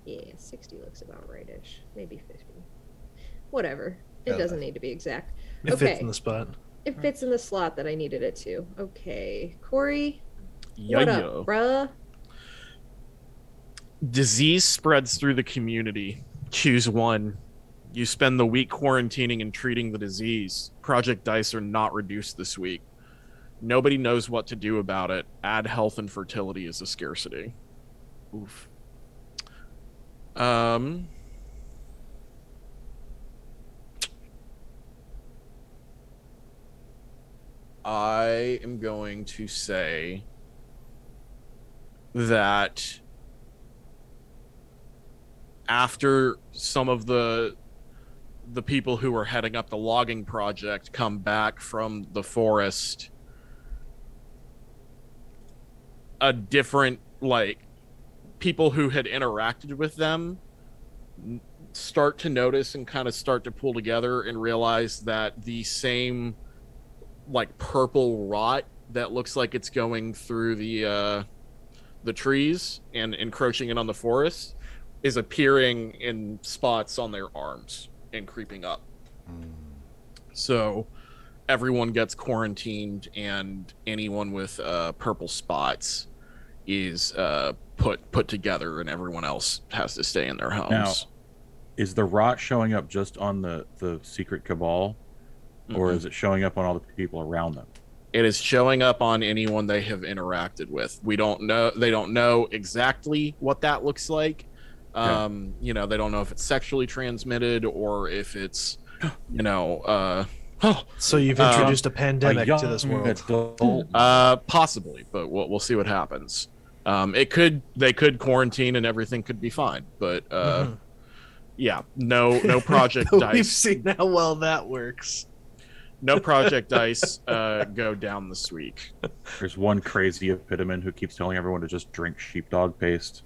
Yeah, 60 looks about rightish. Maybe 50. Whatever. It Yeah. doesn't need to be exact. it Okay. fits in the spot It fits in the slot that I needed it to. Okay. Corey, Yeah, what yeah. up, bruh? Disease spreads through the community. Choose one. You spend the week quarantining and treating the disease. Project dice are not reduced this week. Nobody knows what to do about it. Add health and fertility as a scarcity. Oof. Um. I am going to say that after some of the the people who were heading up the logging project come back from the forest a different like people who had interacted with them n- start to notice and kind of start to pull together and realize that the same like purple rot that looks like it's going through the uh the trees and encroaching in on the forest is appearing in spots on their arms and creeping up. So everyone gets quarantined, and anyone with uh, purple spots is uh, put put together, and everyone else has to stay in their homes. Now, Is the rot showing up just on the, the secret cabal, or Mhm. is it showing up on all the people around them? it is showing up on anyone they have interacted with. We don't know they don't know exactly what that looks like. Um, you know, they don't know if it's sexually transmitted or if it's you know, uh so you've Um, introduced Uh, a A pandemic young to this world adult- uh possibly, but we'll we'll see what happens. Um it could they could quarantine and everything could be fine, but uh Mhm. yeah, no no project But [LAUGHS] We've dice. seen how well that works. No project dice uh go down this week. There's one crazy epitomen who keeps telling everyone to just drink sheepdog paste.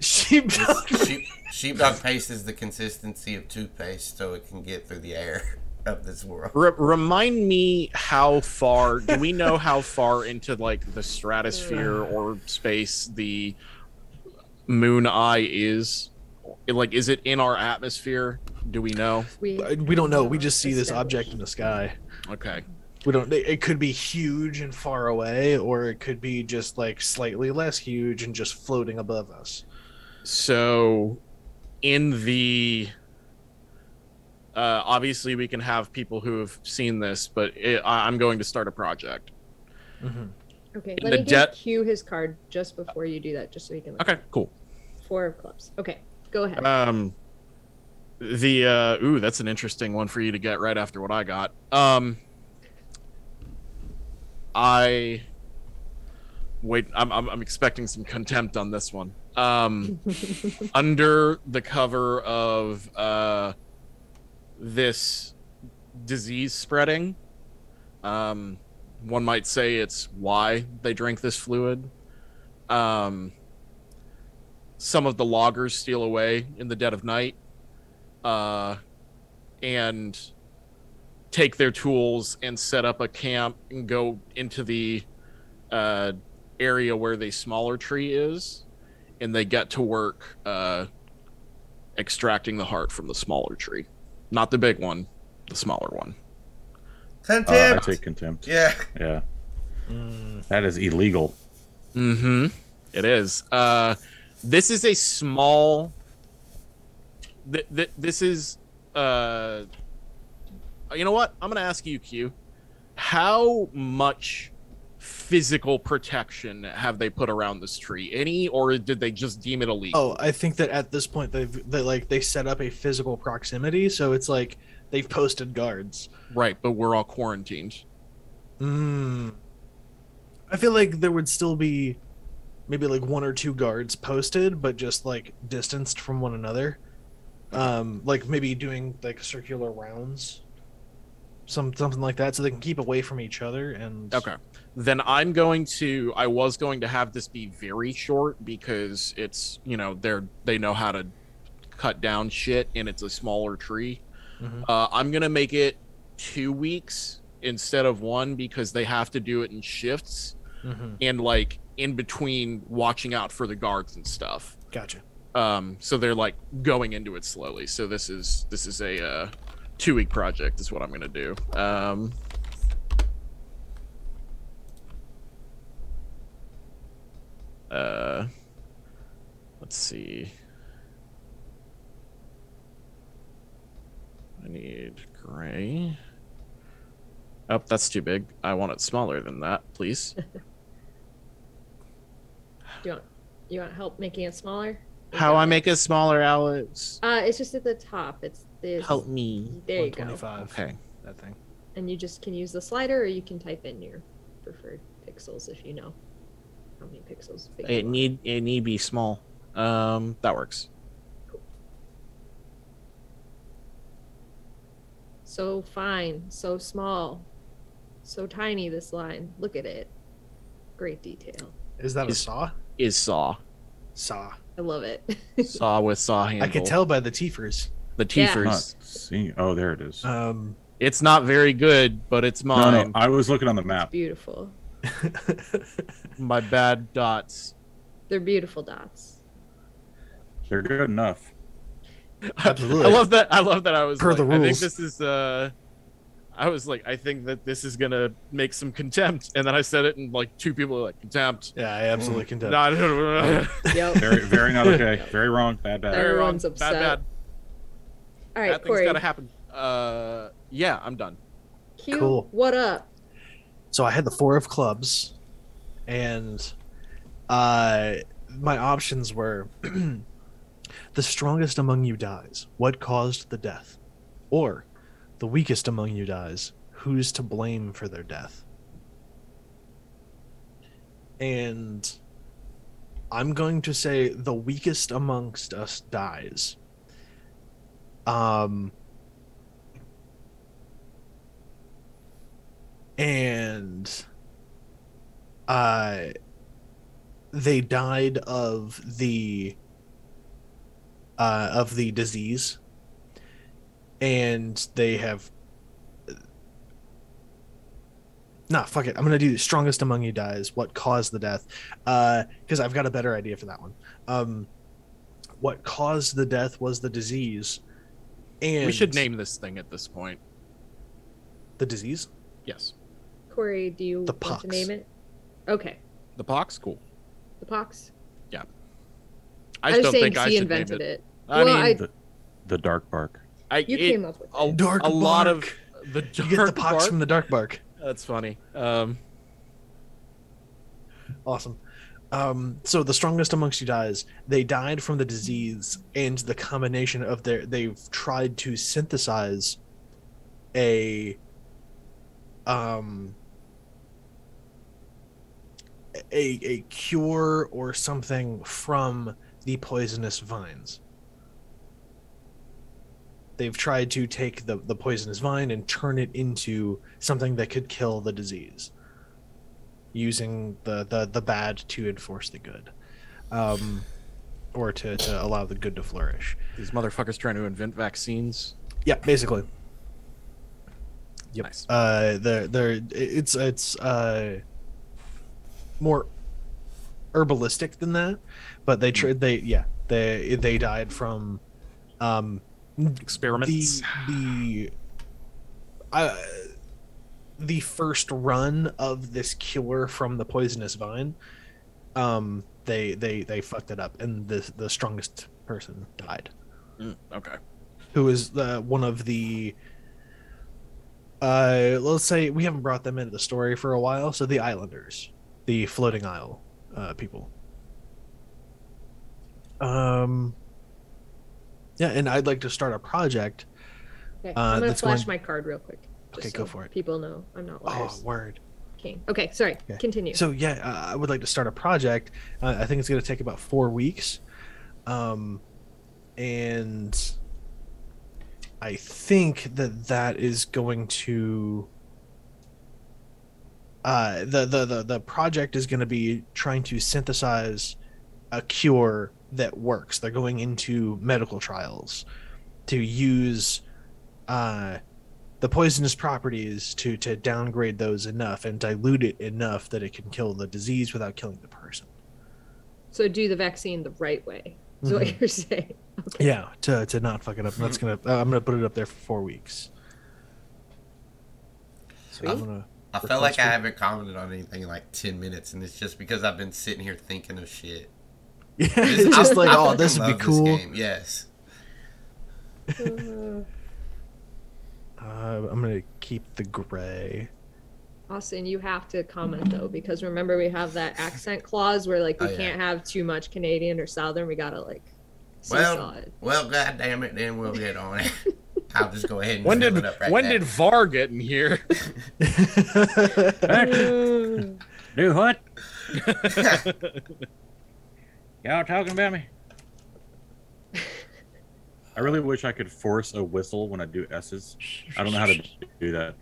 Sheepdog. Sheep, sheepdog paste is the consistency of toothpaste, so it can get through the air [LAUGHS] of this world. Re- remind me how far do we know how far into like the stratosphere or space the moon eye is? Like, is it in our atmosphere? Do we know? We We don't know. We just see this Established. object in the sky. Okay. we don't it it could be huge and far away or it could be just like slightly less huge and just floating above us So, in the uh, obviously we can have people who have seen this, but it, I, I'm going to start a project. Mm-hmm. Okay, In let the me jet- just cue his card just before you do that, just so he can. look. Okay, cool. Four of clubs. Okay, go ahead. Um, the uh, ooh, that's an interesting one for you to get right after what I got. Um, I wait. I'm I'm, I'm expecting some contempt on this one. Um, under the cover of uh, this disease spreading, um, one might say it's why they drink this fluid. Um some of the loggers steal away in the dead of night uh, and take their tools and set up a camp and go into the uh, area where the smaller tree is and they get to work uh, extracting the heart from the smaller tree not the big one the smaller one Uh, I Contempt. take contempt. yeah. Yeah, Mm. that is illegal. Mm-hmm. It is. Uh, this is a small. Th- th- this is. Uh, you know what? I'm gonna ask you, Q. How much physical protection have they put around this tree? Any, or did they just deem it illegal? oh i think that at this point they've they like they set up a physical proximity so it's like they've posted guards Right, but we're all quarantined. mm. i feel like there would still be maybe like one or two guards posted but just like distanced from one another um like maybe doing like circular rounds some something like that so they can keep away from each other and Okay. Then I'm going to I was going to have this be very short because it's, you know, they're they know how to cut down shit and it's a smaller tree. Mhm. Uh, I'm going to make it 2 weeks instead of 1 because they have to do it in shifts Mhm. and like in between watching out for the guards and stuff. gotcha Um so they're like going into it slowly. So this is this is a uh 2 week project is what I'm going to do. Um uh let's see i need gray oh that's too big i want it smaller than that please Do you want you want help making it smaller? how i make it smaller alex Uh, it's just at the top. It's the help me There you go. 125 okay that thing And you just can use the slider, or you can type in your preferred pixels if you know how many pixels. big you it want. need it need be small um that works So fine, so small, so tiny. This line. Look at it. Great detail. is that a Is- saw [LAUGHS] is saw saw I love it. [LAUGHS] saw with saw handle i could tell by the teethers the Yeah. teethers Not see. Oh, there it is. um it's not very good but it's no, mine no. I was looking on the it's map. beautiful. my bad dots They're [LAUGHS] beautiful dots. They're good enough. Absolutely. [LAUGHS] I love that. I love that. I was. Per like, the I think rules. this is. Uh, I was like, I think that this is gonna make some contempt, and then I said it, and like two people were like contempt. yeah i absolutely can Mm. [LAUGHS] No, tell I don't- Yep. Very, very not okay. Very wrong. Bad, bad. Very wrong. Everyone's Bad, upset. bad. All That right, thing's Corey. gotta happen. Uh, yeah, I'm done. Q, Cool. what up? so I had the four of clubs, and uh, my options were [CLEARS THROAT] the strongest among you dies. What caused the death? Or the weakest among you dies. Who's to blame for their death? And I'm going to say the weakest amongst us dies. Um, and uh they died of the uh of the disease and they have nah fuck it i'm gonna do strongest among you dies what caused the death uh because i've got a better idea for that one um what caused the death was the disease and We should name this thing at this point. the disease Yes. Corey, do you The want pox. to name it? Okay, The pox? Cool. the pox. I just was don't saying think I she should name invented it. it. I Well, mean, the dark bark. I, You it- Uh, came up with it. a, Dark a lot of bark. [LAUGHS] the You dark get the pox bark. from the dark bark. That's funny. Um, Awesome. Um, so the strongest amongst you dies. They died from the disease and the combination of their. They've tried to synthesize a um a a cure or something from the poisonous vines. They've tried to take the, the poisonous vine and turn it into something that could kill the disease using the, the, the bad to enforce the good um, or to, to allow the good to flourish these motherfuckers trying to invent vaccines. yeah basically Yep. Nice. uh they're, they're it's it's uh more herbalistic than that but they tried they yeah they they died from um Experiments. The the uh, the first run of this cure from the poisonous vine, um, they they they fucked it up, and the the strongest person died, Mm, okay. who was uh, one of the. Uh, let's say we haven't brought them into the story for a while, so the Islanders, the floating isle uh, people. Um. Yeah, and I'd like to start a project Okay, uh, I'm gonna that's flash going- my card real quick. just Okay, go for it. People know I'm not Oh, liars. word. King. Okay, sorry. Yeah. Continue. So yeah, uh, I would like to start a project. Uh, I think it's going to take about four weeks, um, and I think that that is going to uh, the, the the the project is going to be trying to synthesize a cure that works. They're going into medical trials to use. Uh, the poisonous properties to to downgrade those enough and dilute it enough that it can kill the disease without killing the person. So do the vaccine the right way. Is Mm-hmm. Mhm. what [LAUGHS] you're [LAUGHS] saying. Yeah, to to not fuck it up. That's gonna uh, I'm gonna put it up there for four weeks. So [LAUGHS] I'm gonna [LAUGHS] I felt Request like I for- haven't commented on anything in like ten minutes, and it's just because I've been sitting here thinking of [LAUGHS] shit. yeah, it's just like I oh fucking this would be love cool. game. Yes. Uh, Uh, I'm gonna keep the [LAUGHS] gray. Austin, you have to comment though, because remember we have that accent clause where like we Oh, yeah. can't have too much Canadian or Southern. We gotta like seesaw Well, [LAUGHS] it. well, god damn it, then we'll get on [LAUGHS] it. I'll just go ahead and When fill did it up right when [LAUGHS] now. did Var get in here? [LAUGHS] Mm. Do what? Y'all talking about me? I really wish I could force a whistle when I do S's. I don't know how to do that.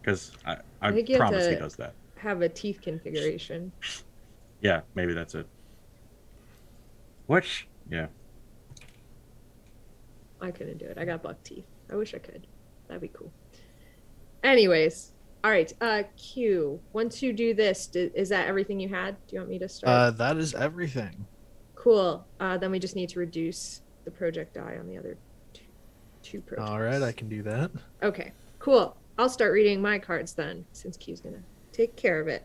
Because I, I, I think you have promise he to- does that. have a teeth configuration. Yeah, maybe that's it. Which? [LAUGHS] Yeah. I couldn't do it. I got buck teeth. I wish I could. That'd be cool. Anyways, all right. Uh, Q. Once you do this, d- is that everything you had? Do you want me to start? uh, that is everything. cool. Uh, then we just need to reduce the projectile on the other t- two projects. All right, I can do that. Okay, cool. I'll start reading my cards then, since Q's gonna take care of it.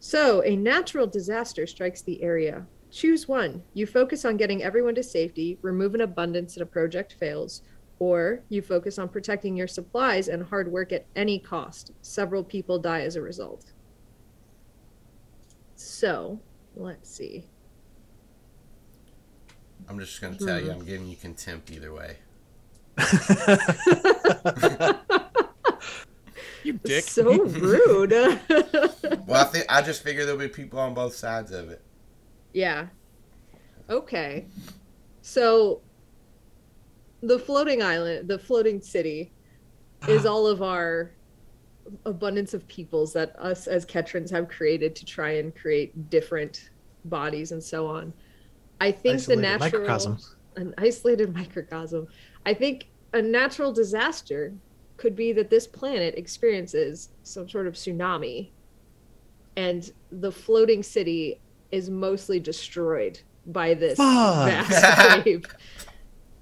So, a natural disaster strikes the area. Choose one. You focus on getting everyone to safety, remove an abundance, and a project fails, or you focus on protecting your supplies and hard work at any cost. Several people die as a result. So, let's see. I'm just gonna tell you, I'm giving you contempt either [LAUGHS] way. you dick. [LAUGHS] So rude. [LAUGHS] Well, I think I just figure there'll be people on both sides of it. Yeah. Okay. So the floating island, the floating city is all of our abundance of peoples that us as Ketrans have created to try and create different bodies and so on. I think Isolated the natural microcosm. an isolated [LAUGHS] microcosm. I think a natural disaster could be that this planet experiences some sort of tsunami and the floating city is mostly destroyed by this Fuck. vast wave.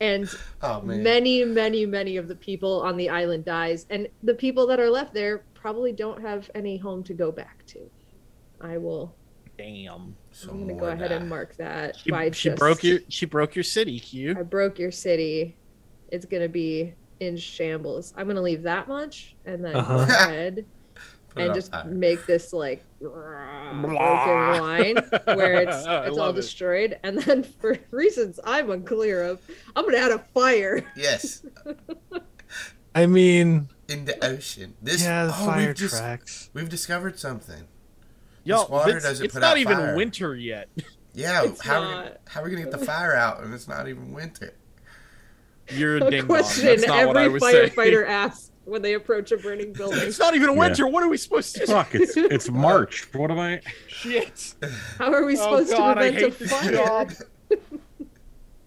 And Oh man. many, many, many of the people on the island dies, and the people that are left there probably don't have any home to go back to. I will. Damn. So I'm gonna more go ahead die. and mark that. She, by she just- broke your she broke your city, I Q. broke your city. It's gonna be in shambles. I'm gonna leave that much and then Uh-huh. [LAUGHS] go ahead Put it and on just fire. make this like broken line where [LAUGHS] it's I it's all love it. destroyed. And then for [LAUGHS] reasons I'm unclear of, I'm gonna add a [LAUGHS] fire. yes I mean, in the ocean. This yeah, the oh, fire we've just- tracks. we've discovered something. [LAUGHS] Y'all, This water it's, doesn't it's put not out even fire. [LAUGHS] winter yet. Yeah, It's how are we gonna, not. how are we gonna get the fire out and it's not even winter? You're a A ding dong. question That's not what I every was saying. firefighter asks when they approach a burning building. [LAUGHS] It's not even Yeah. winter. What are we supposed to? Fuck, it's it's March. What am I? [LAUGHS] Shit. How are we supposed Oh, God, I to hate prevent a this fire? job.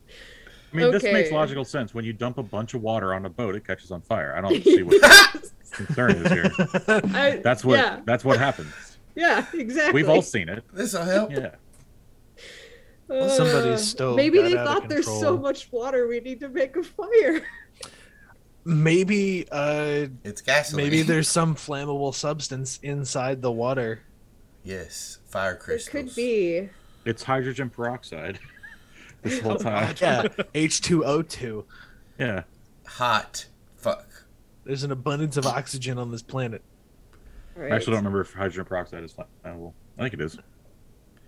I mean, this makes Okay. logical sense. When you dump a bunch of water on a boat, it catches on fire. I don't see what the [LAUGHS] concern is here. [LAUGHS] I- That's what Yeah, that's what happens. yeah, exactly. We've all seen it. This'll help. Yeah. Uh, Somebody's stove Maybe got they out of thought there's so control. much water we need to make a fire. [LAUGHS] Maybe uh It's gasoline. maybe there's some flammable substance inside the water. [LAUGHS] yes fire It crystals. could be. It's hydrogen peroxide. [LAUGHS] This whole time. [LAUGHS] Yeah, H2O2. Oh, Yeah. hot. Fuck. There's an abundance of oxygen on this planet. All I right. actually don't remember if hydrogen peroxide is flammable. I think it is.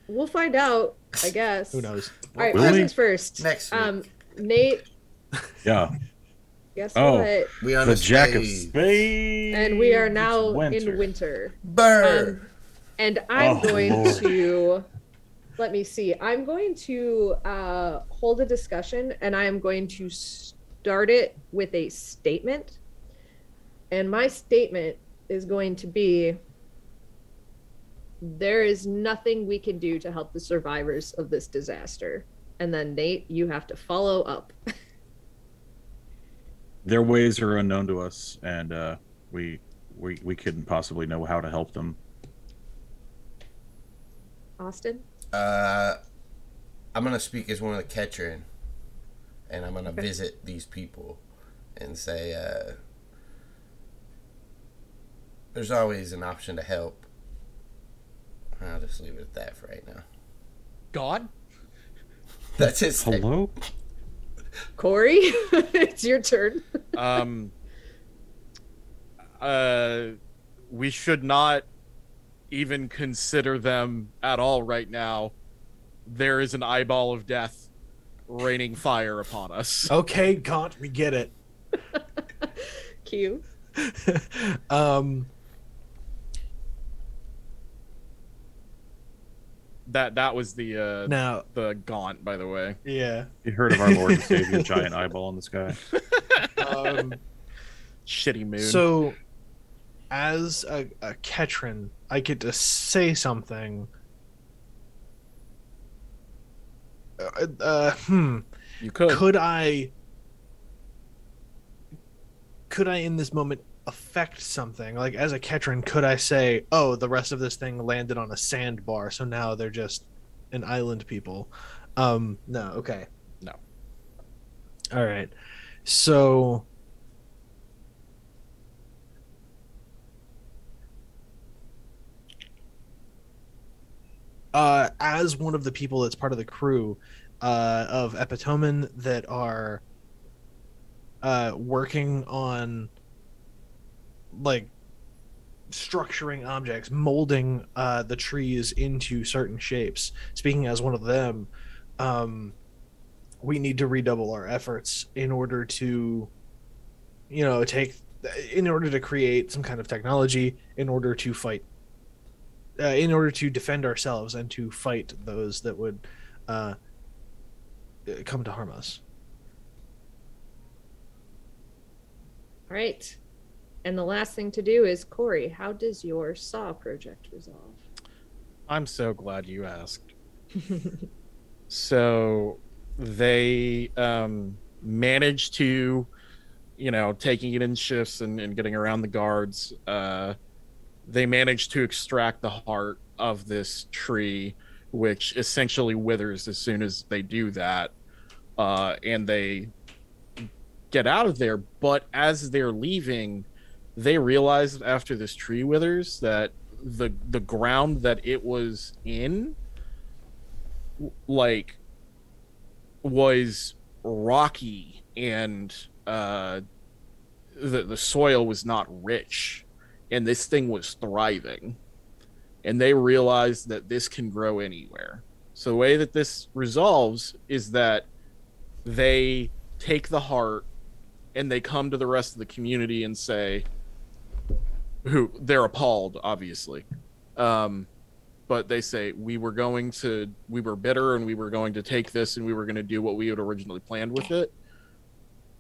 We'll find out, [LAUGHS] I guess. Who knows? All right, Will first we? things first. Next week. Um, Nate, Yeah. guess Oh. what? we on The a Jack of stage. Spades. And we are now It's in winter. Burr. Um, and I'm Oh, going Lord. to let me see. I'm going to uh, hold a discussion, and I am going to start it with a statement. And my statement is going to be: there is nothing we can do to help the survivors of this disaster. And then Nate, you have to follow up. Their ways are unknown to us, and uh, we we we couldn't possibly know how to help them. Austin, Uh, I'm gonna speak as one of the catcher, in, and I'm gonna visit these people, and say, uh, "There's always an option to help." I'll just leave it at that for right now. [LAUGHS] God. That's it. Hello. Corey, [LAUGHS] it's your turn. [LAUGHS] um uh we should not even consider them at all right now there is an eyeball of death raining fire upon us Okay, Gaunt, we get it. [LAUGHS] Q. um that that was the uh now the gaunt by the way yeah. You heard of our Lord and Savior, giant eyeball in the sky? Um shitty mood So, as a, a Ketrin, I get to say something. Uh, uh, hmm. you could, Could I? Could I, in this moment, affect something? Like, as a Ketrin, could I say, "Oh, the rest of this thing landed on a sandbar, so now they're just an island people"? Um, no. Okay. No. All right. So. uh, as one of the people that's part of the crew uh, of Epitomen that are uh, working on like structuring objects, molding uh, the trees into certain shapes. Speaking as one of them, um, we need to redouble our efforts in order to, you know, take in order to create some kind of technology in order to fight uh, in order to defend ourselves and to fight those that would uh, uh, come to harm us. All right. And the last thing to do is Corey, how does your saw project resolve? i'm so glad you asked so they um managed to you know taking it in shifts and, and getting around the guards uh they managed to extract the heart of this tree which essentially withers as soon as they do that uh and they get out of there but as they're leaving they realized after this tree withers that the the ground that it was in w- like was rocky and uh the the soil was not rich and this thing was thriving and they realized that this can grow anywhere so the way that this resolves is that they take the heart and they come to the rest of the community and say who they're appalled obviously um but they say we were going to we were bitter and we were going to take this and we were going to do what we had originally planned with it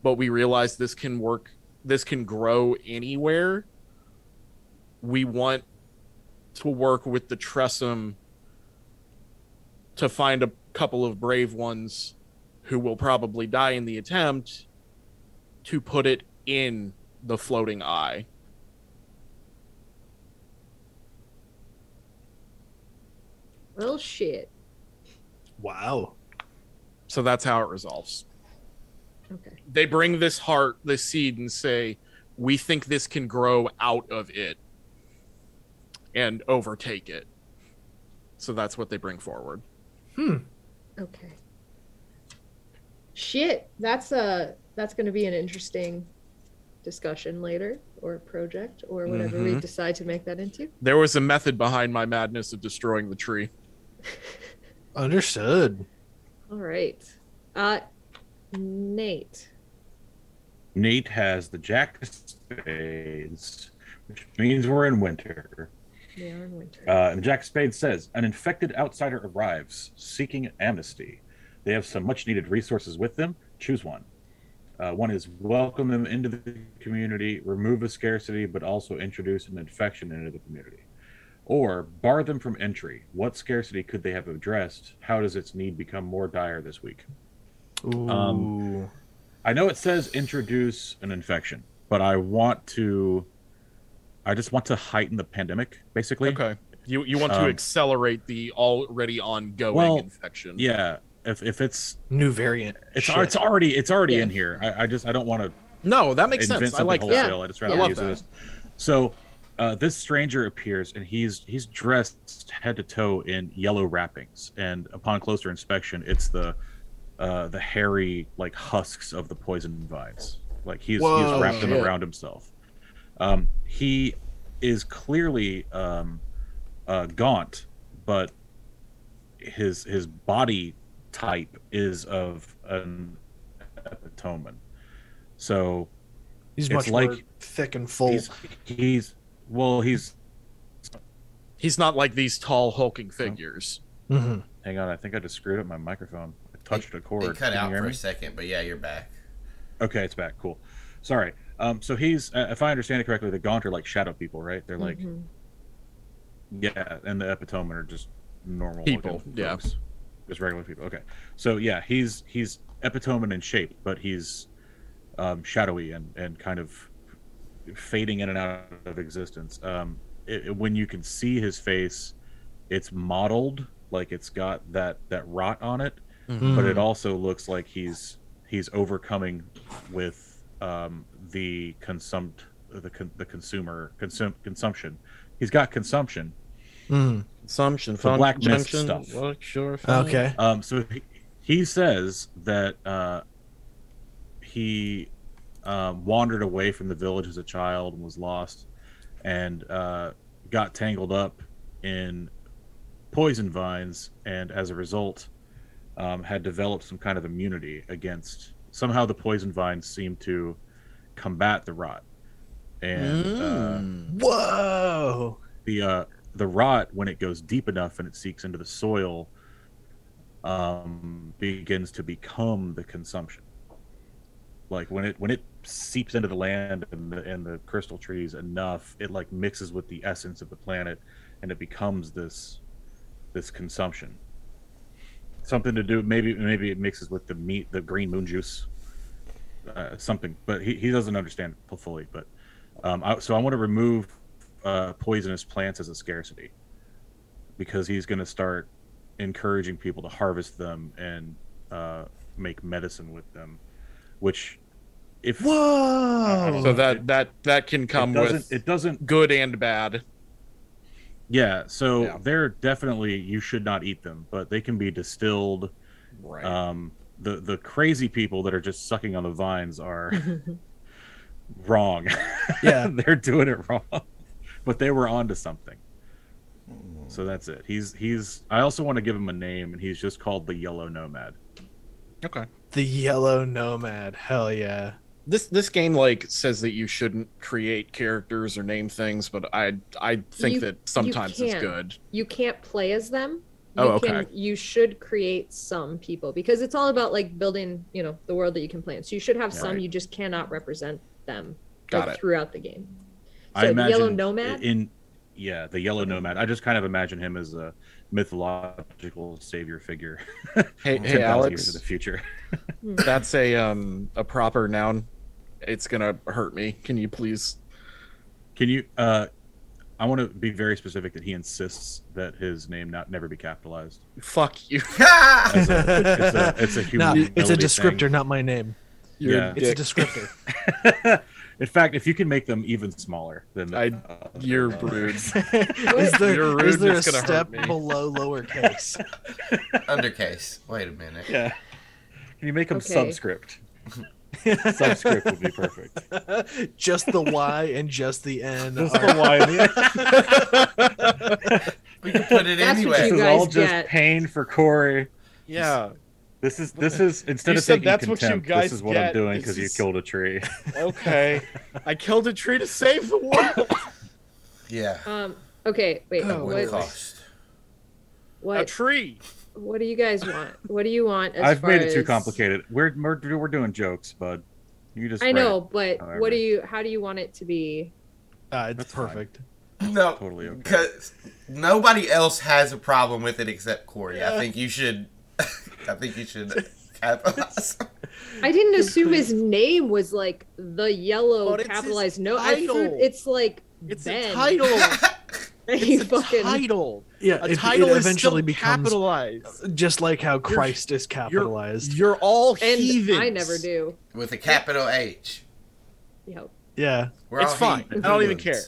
but we realized this can work this can grow anywhere we want to work with the tressum to find a couple of brave ones who will probably die in the attempt to put it in the floating eye Well, shit. Wow. so that's how it resolves Okay. they bring this heart, this seed, and say, "We think this can grow out of it and overtake it." So that's what they bring forward. Okay. Shit. That's uh that's gonna be an interesting discussion later or project or whatever we Mm-hmm. Mhm. decide to make that into. There was a method behind my madness of destroying the tree. Understood. All right. Uh Nate. Nate has the Jack of Spades, which means we're in winter. We are in winter. Uh, and Jack Spade says an infected outsider arrives seeking amnesty. They have some much needed resources with them. Choose one. Uh, one is welcome them into the community, remove a scarcity, but also introduce an infection into the community. Or bar them from entry. What scarcity could they have addressed? How does its need become more dire this week? Ooh. Um, I know it says introduce an infection, but I want to. I just want to heighten the pandemic, basically. Okay, you you want to Um, accelerate the already ongoing Well, infection? Yeah. If, if it's New variant. it's Shit. it's already it's already Yeah. in here. I, I just I don't want to No, that makes invent sense. I something like that. wholesale. I just rather Yeah. I love use that. this. So uh, this stranger appears and he's he's dressed head to toe in yellow wrappings. And upon closer inspection, it's the uh, the hairy like husks of the poison vines. Like he's Whoa, he's wrapped them shit. around himself. Um, he is clearly um, uh, gaunt, but his his body type is of an epitomen. So He's it's much more like- thick and full. He's, he's well, he's He's not like these tall hulking figures. Mhm. hang on. I think I just screwed up my microphone. I touched a cord. It cut Can you out hear for me? a second, but yeah, you're back. Okay, it's back. Cool. Sorry. Um, so he's, uh, if I understand it correctly, the Gaunt are like shadow people, right? They're Mm-hmm. like, Mhm. yeah, and the Epitomen are just normal People, looking yeah. folks. just regular people. Okay, so yeah, he's he's Epitomen in shape, but he's um, shadowy and and kind of fading in and out of existence. Um, it, it- when you can see his face, it's modeled like it's got that that rot on it, but Mm. it also looks like he's he's overcoming with um, the consumed the con- the consumer consum- consumption. He's got consumption. Mm. Consumption, The black mist stuff. sure. Okay. Um, so he, he says that uh, he uh, wandered away from the village as a child and was lost, and uh, got tangled up in poison vines, and as a result, um, had developed some kind of immunity against. Somehow, the poison vines seem to combat the rot, and Mm. uh, Whoa. the uh, the rot when it goes deep enough and it seeks into the soil um, begins to become the consumption like when it when it seeps into the land and the, and the crystal trees enough it like mixes with the essence of the planet and it becomes this this consumption something to do maybe maybe it mixes with the meat the green moon juice uh, something but he, he doesn't understand it fully but um, I, so i want to remove uh, poisonous plants as a scarcity because he's going to start encouraging people to harvest them and uh, make medicine with them, which if Whoa! So that that that can it come doesn't, with it doesn't. good and bad. Yeah, so Yeah. they're definitely you should not eat them, but they can be distilled. Right. Um, the the crazy people that are just sucking on the vines [LAUGHS] are wrong. [LAUGHS] yeah. [LAUGHS] they're doing it wrong, but they were onto something. Mm. So that's it. He's he's. I also want to give him a name, and he's just called the Yellow Nomad. okay. The yellow nomad. Hell yeah. This this game like says that you shouldn't create characters or name things, but I I think You- you that sometimes it's can. good. you can't play as them. You Oh, Can, you should create some people because it's all about like building, you know, the world that you can play in. So you should have some. Right. You just cannot represent them Got like, it. throughout the game. [LAUGHS] I So the imagine Yellow Nomad? in yeah, the Yellow Nomad. I just kind of imagine him as a mythological savior figure. Hey, [LAUGHS] Ten hey thousand years Alex, into the future. that's a um a proper noun. It's gonna hurt me. Can you please? Can you? uh I want to be very specific that he insists that his name not never be capitalized. [LAUGHS] Fuck you. [LAUGHS] As a- it's a- it's a Nah, humility it's a thing. descriptor, not my name. You're Yeah. a It's dick. a [LAUGHS] descriptor. in fact, if you can make them even smaller, then I- uh, You're [LAUGHS] [LAUGHS] rude. is Your there, is there a rudeness gonna hurt step me. below lowercase? Undercase. Wait a minute. [LAUGHS] Yeah. Can you make them Okay. subscript? [LAUGHS] subscript would be [LAUGHS] perfect. [LAUGHS] just the Y and just the N. Just are- the [LAUGHS] [LAUGHS] Y and We can put it That's what This anyway. you- is all guys just get- pain for Corey. Yeah. This is this is instead You of said taking that's what you contempt, guys this is what get. I'm doing This because you is- killed a tree. Okay. I killed a tree to save the [LAUGHS] world. yeah. Um. Okay. Wait. At Oh, what what? cost? a What? tree. What do you guys want? What do you want? As I've far made it too as- complicated. We're, we're we're doing jokes, bud. You just I write know, it. but However. what do you? How do you want it to be? Uh, it's That's fine. perfect. [LAUGHS] No. Totally okay. Because nobody else has a problem with it except Corey. I think you should. [LAUGHS] I think you should capitalize. [LAUGHS] I didn't assume his name was like the yellow But it's his capitalized no. I title. figured it's like It's ben. a [LAUGHS] title. You It's a fucking- title. Yeah, A it, title it is eventually still becomes capitalized. just like how Christ is capitalized. You're all and heathens. I never do. with a capital H. Yep. yeah, We're It's all fine. heathens. I don't even care.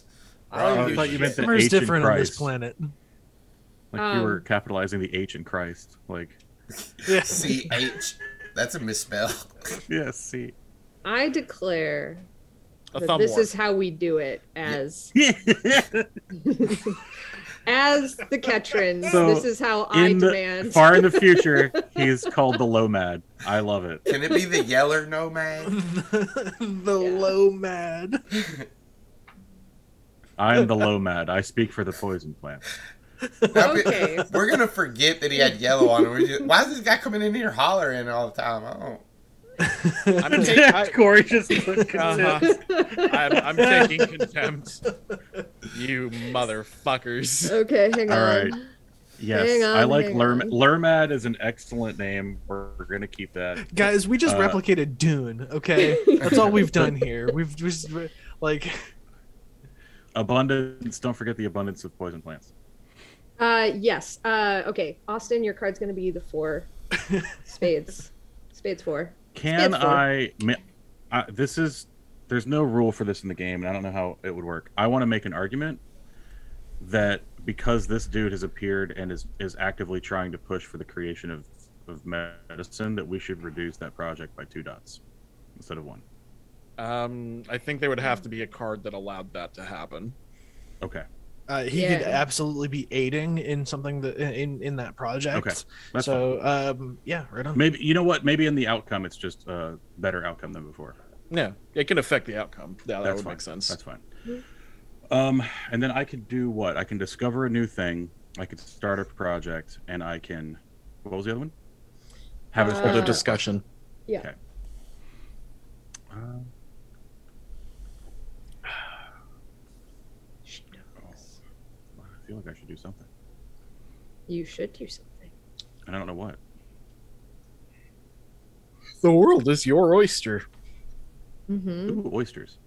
We're all I huge thought you meant shit. The summer is H in different on this Christ. planet. Like you were Um, capitalizing the H in Christ. Like [LAUGHS] Yeah. [LAUGHS] C H. That's a misspell. [LAUGHS] yeah, see. I declare A that thumb this war. is how we do it as in as [LAUGHS] the Ketrins. So, this is how I the [LAUGHS] demand. far in the future, he's called the Lomad. I love it. Can it be the Yeller [LAUGHS] Nomad? the Yeah. low mad. I am the Lomad. I speak for the poison [LAUGHS] plant. Okay. We're gonna forget that he had yellow on. him. We're just, why is this guy coming in here hollering all the time? I don't. [LAUGHS] I'm, ta- [LAUGHS] I, Corey just uh-huh. I'm, I'm taking contempt. You motherfuckers. [LAUGHS] okay, hang All on. right. Yes, Hang on, I like hang Lerm- on. Lermad is an excellent name. We're, we're gonna keep that. [LAUGHS] Guys, we just Uh, replicated Dune. [LAUGHS] Okay, that's all we've done here. We've just like Abundance. Don't forget the abundance of poison plants. Uh, yes. Uh, okay, Austin, your card's gonna be [LAUGHS] the four spades. Spades four. Can Stand for- I, ma- I? This is. There's no rule for this in the game, and I don't know how it would work. I want to make an argument that because this dude has appeared and is is actively trying to push for the creation of of medicine, that we should reduce that project by two dots instead of one. Um, I think there would have to be a card that allowed that to happen. Okay, uh, he could Yeah. absolutely be aiding in something that in in that project. Okay, that's so um, yeah, right on. fine. maybe you know what? Maybe in the outcome, it's just a better outcome than before. Yeah, it can affect the outcome. Yeah, that That's would fine. make sense. That's fine. Mhm. Um, and then I could do what? I can discover a new thing. I could start a project, and I can. What was the other one? Have Uh, a The the dis- discussion. uh, Oh, I feel like I should do something, You should do something. and I don't know what. The world is your oyster. Mm-hmm. Ooh, oysters.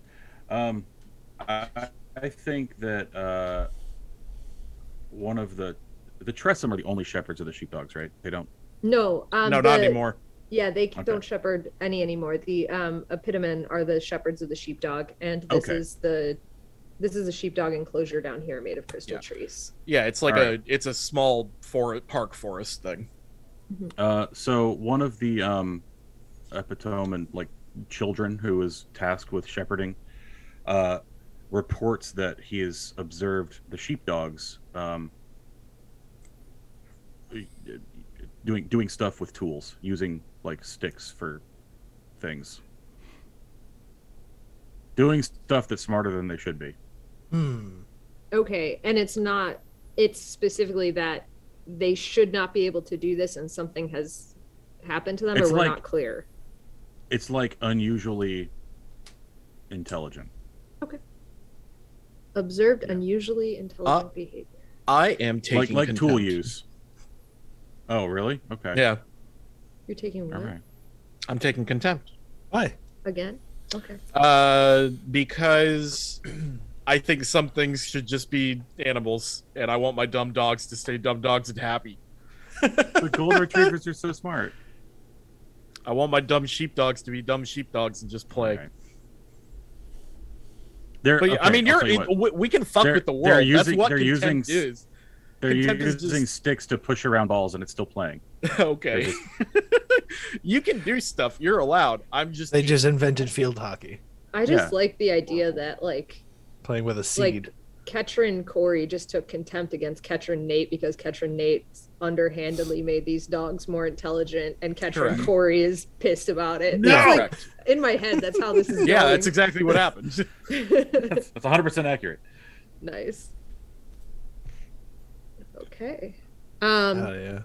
Um, I, I think that uh, one of the the Tressum are the only shepherds of the sheepdogs, right? They don't. No. Um, no, the, not anymore. Yeah, they c Okay. don't shepherd any anymore. The um, epitomen are the shepherds of the sheepdog, and this Okay. is the this is a sheepdog enclosure down here made of crystal Yeah. trees. Yeah, it's like All a it's a small forest park forest thing. Uh, so one of the um, epitome like children who is tasked with shepherding uh, reports that he has observed the sheepdogs um, doing doing stuff with tools, using like sticks for things, doing stuff that's smarter than they should be. Hmm. Okay, and it's not. It's specifically that they should not be able to do this, and something has happened to them, It's or we're like- not clear. It's like unusually intelligent. Observed Yeah. Uh, unusually intelligent behavior. I am taking like like tool contempt. use. Oh, really? Okay. Yeah, You're taking what All right. I'm taking contempt. Why? again? Okay. Uh, because I think some things should just be animals, and I want my dumb dogs to stay dumb dogs and happy. The golden retrievers are so smart. I want my dumb sheepdogs to be dumb sheepdogs and just play. Okay. They're. But yeah, I okay, mean, I'll you're tell you in, what. we, we can fuck They're- with the world. they're That's using- what they're contempt using is. [LAUGHS] they're contempt is using just- sticks to push around balls, and it's still playing. okay, [LAUGHS] you can do stuff. You're allowed. I'm just They just invented field hockey, I just Yeah. like the idea that like playing with a seed. Ketcher and Corey just took contempt against Ketcher and Nate because Ketcher and Nate underhandedly made these dogs more intelligent, and Ketcher and Correct. Corey is pissed about it. Yeah, That's like, correct. in my head, that's how [LAUGHS] this is [LAUGHS] yeah, going. that's exactly what happened. [LAUGHS] exactly. That's 100 percent accurate. nice. Okay. Um, oh yeah.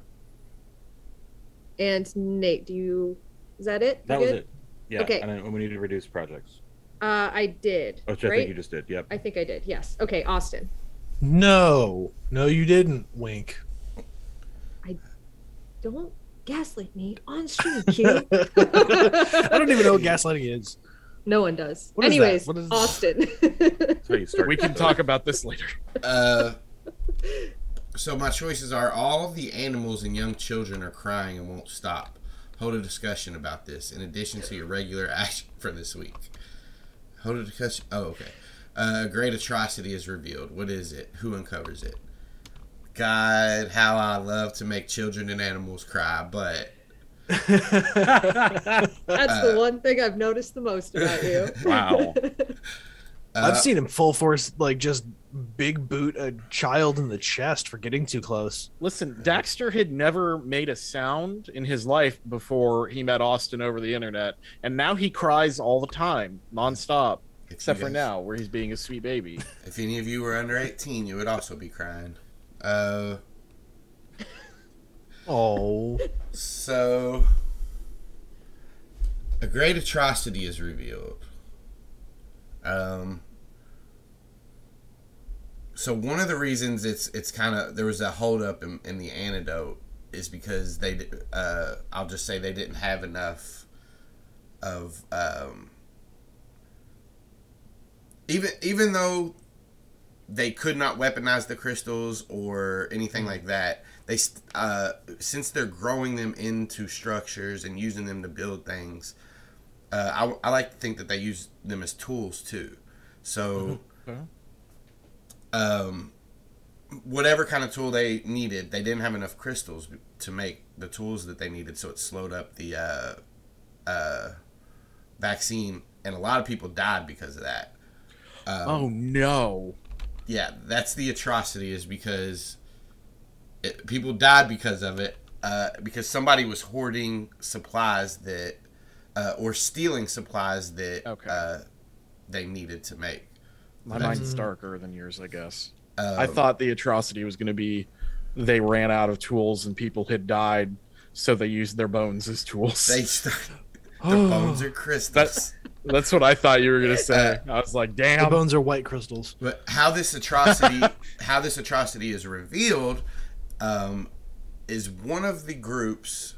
and Nate, do you? Is that it? That You was good? it. Yeah. Okay. And then we need to reduce projects, Uh, I did. which Oh, I right? think you just did. Yep. I think I did. Yes. Okay, Austin. No, no, you didn't. Wink. Don't gaslight me on [LAUGHS] stream, Q. I don't even know [LAUGHS] what gaslighting is. No one does. What is that? Anyways, What is- Austin. [LAUGHS] That's how you start. we [LAUGHS] can talk about this later. [LAUGHS] Uh, so my choices are all of the animals and young children are crying and won't stop. Hold a discussion about this in addition to your regular [LAUGHS] action for this week. Hold a discussion. Oh, okay. Uh, a great atrocity is revealed. What is it? Who uncovers it? God, how I love to make children and animals cry, but That's Uh, the one thing I've noticed the most about [LAUGHS] you. Wow. uh, I've seen him full force, like just big boot a child in the chest for getting too close. Listen, Daxter had never made a sound in his life before he met Austin over the internet, and now he cries all the time, nonstop, if you except for guys- now where he's being a sweet [LAUGHS] baby. If any of you were under 18, you would also be crying. Uh, [GASPS] Oh, So, a great atrocity is revealed. Um, so one of the reasons it's it's kind of there was a holdup in, in the antidote is because they di- uh, I'll just say they didn't have enough of um, even even though they could not weaponize the crystals or anything like that. They st- uh, since they're growing them into structures and using them to build things. Uh, I, I like to think that they use them as tools too. So, Mhm. um, whatever kind of tool they needed, they didn't have enough crystals to make the tools that they needed. So it slowed up the uh, uh, vaccine, and a lot of people died because of that. Um, oh no. yeah, that's the atrocity is because it, people died because of it. Uh, because somebody was hoarding supplies that, uh, or stealing supplies that Okay. uh, they needed to make. My mind's darker than yours, I guess. Um, I thought the atrocity was going to be they ran out of tools and people had died, so they used their bones as tools. [GASPS] they st- the bones are crystals. [LAUGHS] That's what I thought you were going to [LAUGHS] say. I was like, the damn. bones are white crystals. But how this atrocity, how this atrocity is revealed, um, is one of the groups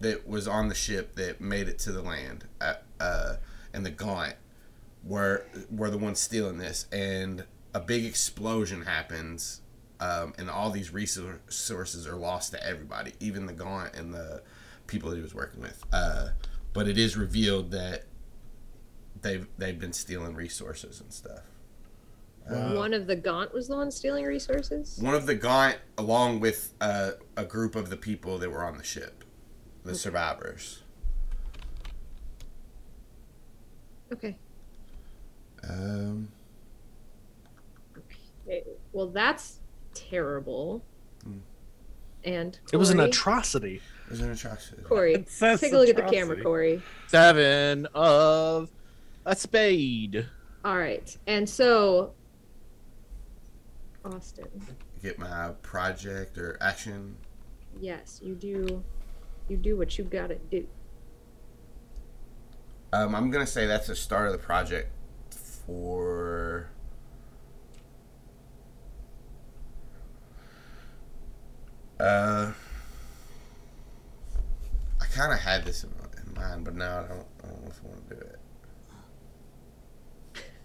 that was on the ship that made it to the land, uh, uh, and the Gaunt were were the ones stealing this, and a big explosion happens, um, and all these resources are lost to everybody, even the Gaunt and the people that he was working with. Uh, but it is revealed that they've they've been stealing resources and stuff. [LAUGHS] One of the Gaunt was the one stealing resources. Mm. One of the Gaunt, along with uh, a group of the people that were on the ship, the survivors. Okay. Um, Okay. Well, that's terrible. Hmm. And Mm. It was an Corey- atrocity. it was an atrocity. Corey, It says take a look at the atrocity. camera, Corey. Seven of a spade. All right. And so, Austin, Get my project or action. yes, you do. You do what you gotta do. [LAUGHS] Um, I'm gonna say that's the start of the project for. Uh, I kind of had this in, in mind, but now I don't. I don't know if I want to do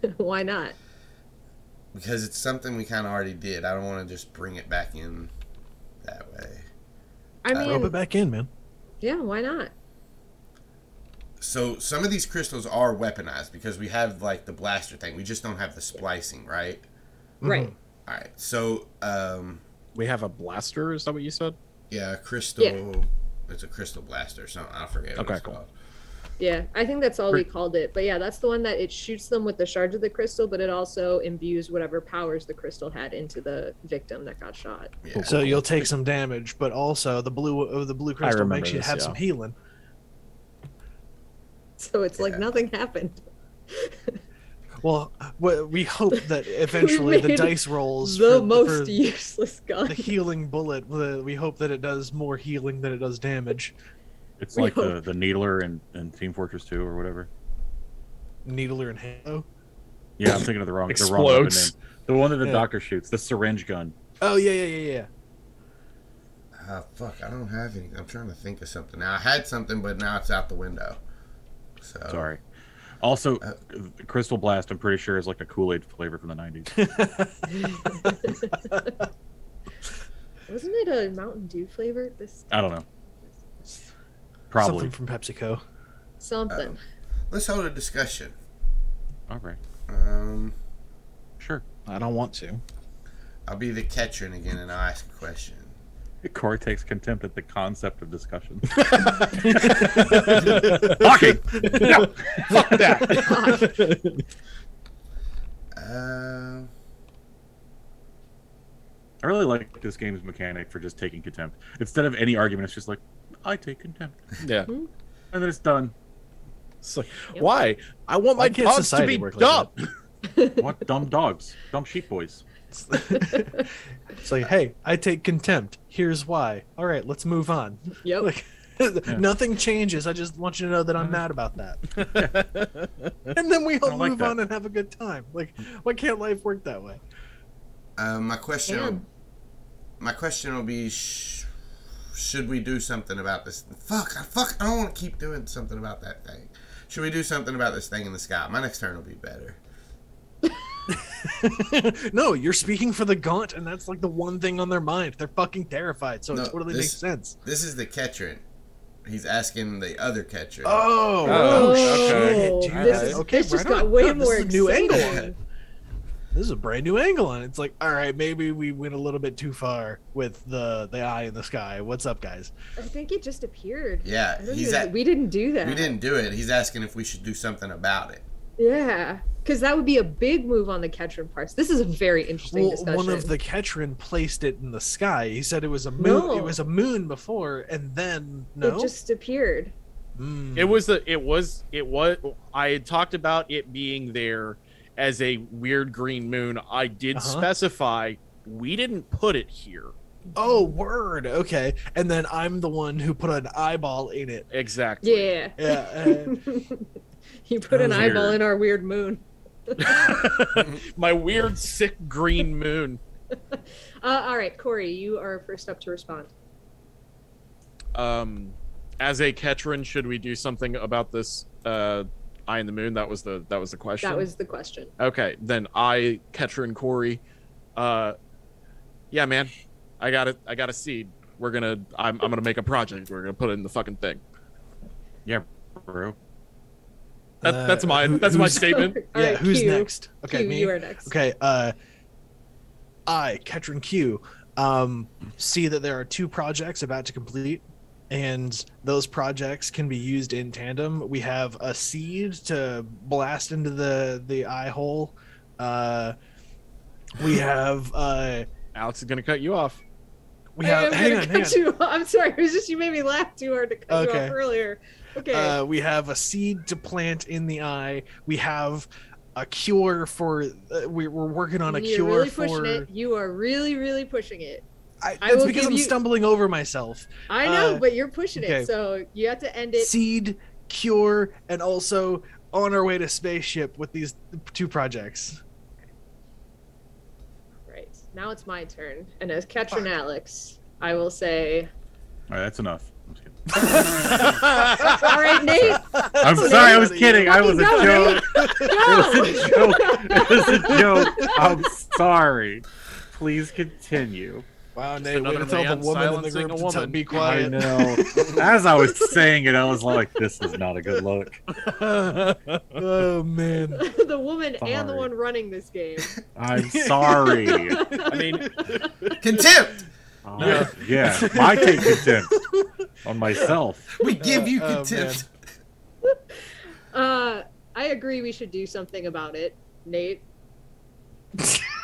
it Why not? because it's something we kind of already did. I don't want to just bring it back in that way. I Uh, Rub it mean, back in, man. yeah, why not? So some of these crystals are weaponized because we have like the blaster thing. We just don't have the splicing, right? Mm-hmm. Right. All right. So um, We have a blaster. Is that what you said? Yeah, crystal. It's a crystal blaster. So I forget. What Okay, it's cool. called. Yeah, I think that's all we called it. But yeah, that's the one that it shoots them with the shards of the crystal, but it also imbues whatever powers the crystal had into the victim that got shot. [LAUGHS] Yeah. So you'll take some damage, but also the blue of the blue crystal remember makes you this, have yeah. some healing. So it's like Yeah. nothing happened. Well, we we hope [LAUGHS] that eventually the made dice rolls the for- most for [LAUGHS] useless gun. the healing bullet. the- We hope that it does more healing than it does damage. It's We [LAUGHS] like the, hope. the needler and, and Team Fortress 2 or whatever. Needler and Halo. Yeah, I'm thinking of the wrong the wrong weapon name. Explodes. The one that the Yeah. doctor shoots, the syringe gun. Oh yeah, yeah, yeah, yeah. Ah, fuck! I don't have any. I'm trying to think of something. Now I had something, but now it's out the window. So Oh. Sorry. Also, Uh, Crystal Blast, I'm pretty sure is like a Kool Aid flavor from the 90s. [LAUGHS] Wasn't it a Mountain Dew flavor? This I don't know. Probably. Something from PepsiCo. [LAUGHS] [LAUGHS] something. Um, let's hold a discussion. All right. Um, Sure. I don't want [LAUGHS] to. I'll be the catcher and again, and I'll ask a question. Corey takes contempt at the concept of discussion. [LAUGHS] Hockey! No! Fuck that! Um, I really like this game's mechanic for just taking contempt. Instead of any argument, it's just like, I take contempt. [LAUGHS] Yeah. And then it's done. It's like, Yep. why? I want my Why can't dogs to society be work dumb. [LAUGHS] like What dumb dogs? Dumb sheep boys. Oh. It's like, hey, I take contempt. Here's why. All right, let's move on. [LAUGHS] yep. [LAUGHS] Like, nothing changes. I just want you to know that I'm mad about [LAUGHS] that. [LAUGHS] and then we all don't like move that. on and have a good time. Like, why can't life work that way? [LAUGHS] um, my question. Damn. My question will be: sh- Should we do something about this? Fuck! I fuck! I don't want to keep doing something about that thing. Should we do something about this thing in the sky? My next turn will be better. no, you're speaking for the gaunt, and that's like the one thing on their mind. They're fucking terrified, so No, it totally this- makes sense. This is the catcher. He's asking the other catcher. Oh, Oh, okay. shit, dude. This, is, okay, this just right got on. way No, more this is a new angle [LAUGHS] on exciting. it. This is a brand new angle on it. It's like, all right, maybe we went a little bit too far with the the eye in the sky. What's up, guys? I think it just appeared. I Yeah, don't he's even- at, we didn't do that. we didn't do it. He's asking if we should do something about it. [LAUGHS] Yeah, because that would be a big move on the Ketron parts. This is a very interesting Well, discussion. one of the Ketrin placed it in the sky. He said it was a moon. No. It was a moon before, and then no. It just appeared. Hmm. It was the it was it was I had talked about it being there as a weird green moon. I did Uh-huh. specify we didn't put it here. Oh, word. Okay, and then I'm the one who put an eyeball in it. Exactly. Yeah. [LAUGHS] Yeah. uh, you put an That was eyeball weird. in our weird moon. [LAUGHS] My weird sick green moon. Uh, all right, Corey, you are first up to respond. Um as a Ketron, should we do something about this uh eye in the moon? That was the that was the question. That was the question. Okay, then I Ketron Corey. Uh yeah, man. I got it I got a seed. We're gonna. I'm. I'm gonna make a project. We're gonna put it in the fucking thing. Yeah, bro. That, Uh, that's my. who- that's my who's- [LAUGHS] statement. [LAUGHS] All yeah, right, who's Q. next? Okay, Q, me. you are next. Okay, uh I, Ketrin Q, um, see that there are two projects about to complete, and those projects can be used in tandem. We have a seed to blast into the the eye hole. Uh, we have uh, Alex is gonna cut you off. we I have am hang gonna on, hang on. cut you. I'm sorry. It was just you made me laugh too hard to cut you Okay. off earlier. Okay. Uh, we have a seed to plant in the eye. We have a cure for. Uh, we, we're working on a You're cure really for. pushing it. You are really, really pushing it. I, I that's will because give I'm you- stumbling over myself. I know, Uh, but you're pushing okay. it, so you have to end it. seed cure and also on our way to spaceship with these [LAUGHS] two projects Right. Now it's my turn. And as Ketrin Alex, I will say, All right, that's enough. I'm, just kidding. All [LAUGHS] right, Nate, I'm sorry, I was kidding. I was a Fucking joke. [LAUGHS] [LAUGHS] go, go! joke. It was a joke. I'm sorry. Please continue. wow Nate, way to another tell the man woman in the silencing group a to tell- woman. be be I quiet know. As I was saying it, I was like, "This is not a good look." [LAUGHS] oh man [LAUGHS] the woman and the Sorry. one running this game. I'm [LAUGHS] sorry. I mean, Contempt. Uh, yeah, I take contempt on myself. We give you oh, man. [LAUGHS] contempt. Uh, I agree we should do something about it, [LAUGHS] Nate. Uh,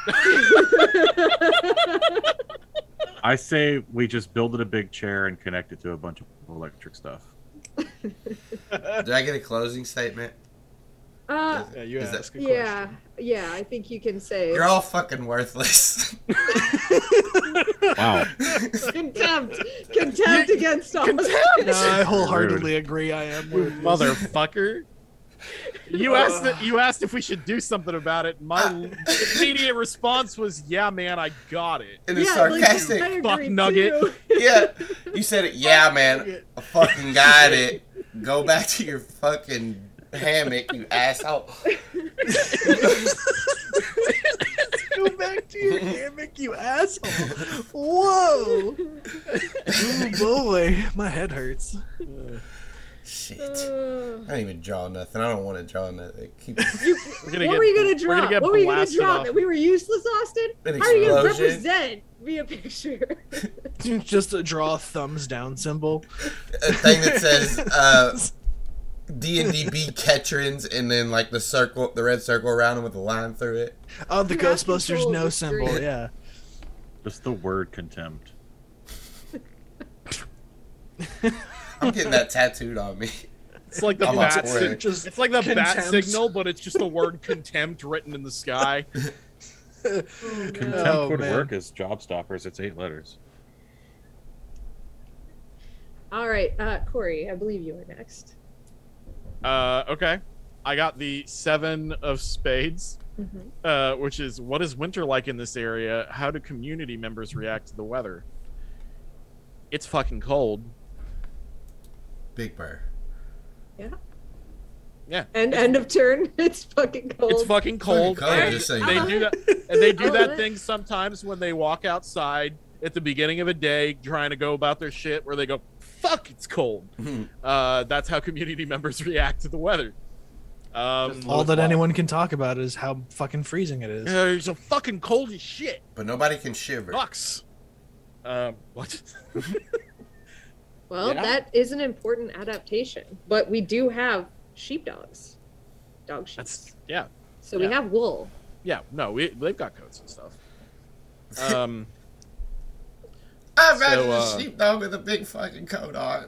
I say we just build it a big chair and connect it to a bunch of electric stuff. Did I get a closing statement? uh, yeah you Is that- ask a yeah, yeah, I think you can say You're all fucking worthless. [LAUGHS] Wow. [LAUGHS] [LAUGHS] contempt, contempt against all of us. question no, i wholeheartedly Rude. agree i am you worthless. motherfucker. You asked. that you asked if we should do something about it. My [LAUGHS] immediate response was, "Yeah, man, I got it." It is like, sarcastic. I agree Fuck [LAUGHS] too. nugget. yeah. You said it. Yeah, man. I fucking [LAUGHS] got it. Go back to your fucking hammock, you asshole. [LAUGHS] go back to your hammock you asshole [LAUGHS] whoa oh boy my head hurts Shit. Uh, I don't even draw nothing. I don't want to draw nothing. Keep We're what gonna get- were you gonna we're draw? get what were you gonna blasted draw? off. That we were useless, Austin. an How are you gonna explosion. represent [LAUGHS] via picture? just to draw a thumbs down symbol A thing that says uh, D and D B Ketrins, and then like the circle, the red circle around them with a line through it. Oh, the You have Ghostbusters control of no the symbol. screen. Yeah. Just the word contempt. I'm getting that tattooed on me. It's like the I'm bat. on board. sig- Just It's like the bat Contempt. signal, but it's just the word contempt written in the sky. Contempt Oh, would man. work as job stoppers. It's eight letters. All right, uh, Corey, I believe you are next. Uh, okay, I got the seven of spades, Mm-hmm. Mhm. uh, which is what is winter like in this area? How do community members react to the weather? It's fucking cold. Big Bird. Yeah, And end of turn. [LAUGHS] It's fucking cold. it's fucking cold. cold, and just so you they know. do that. And they do I love that it. thing sometimes when they walk outside at the beginning of a day, trying to go about their shit, where they go, "Fuck, it's cold." Uh, that's how community [LAUGHS] members react to the weather. Um, all that anyone can talk about is how fucking freezing it is. Yeah, it's so fucking cold as shit. But nobody can shiver. Sucks. Um, what? Well, Yeah. that is an important adaptation, but we do have sheepdogs, dog sheep. That's yeah, so we yeah. have wool. yeah. No, we they've got coats and stuff. Um, I've had So, a uh, sheepdog with a big fucking coat on.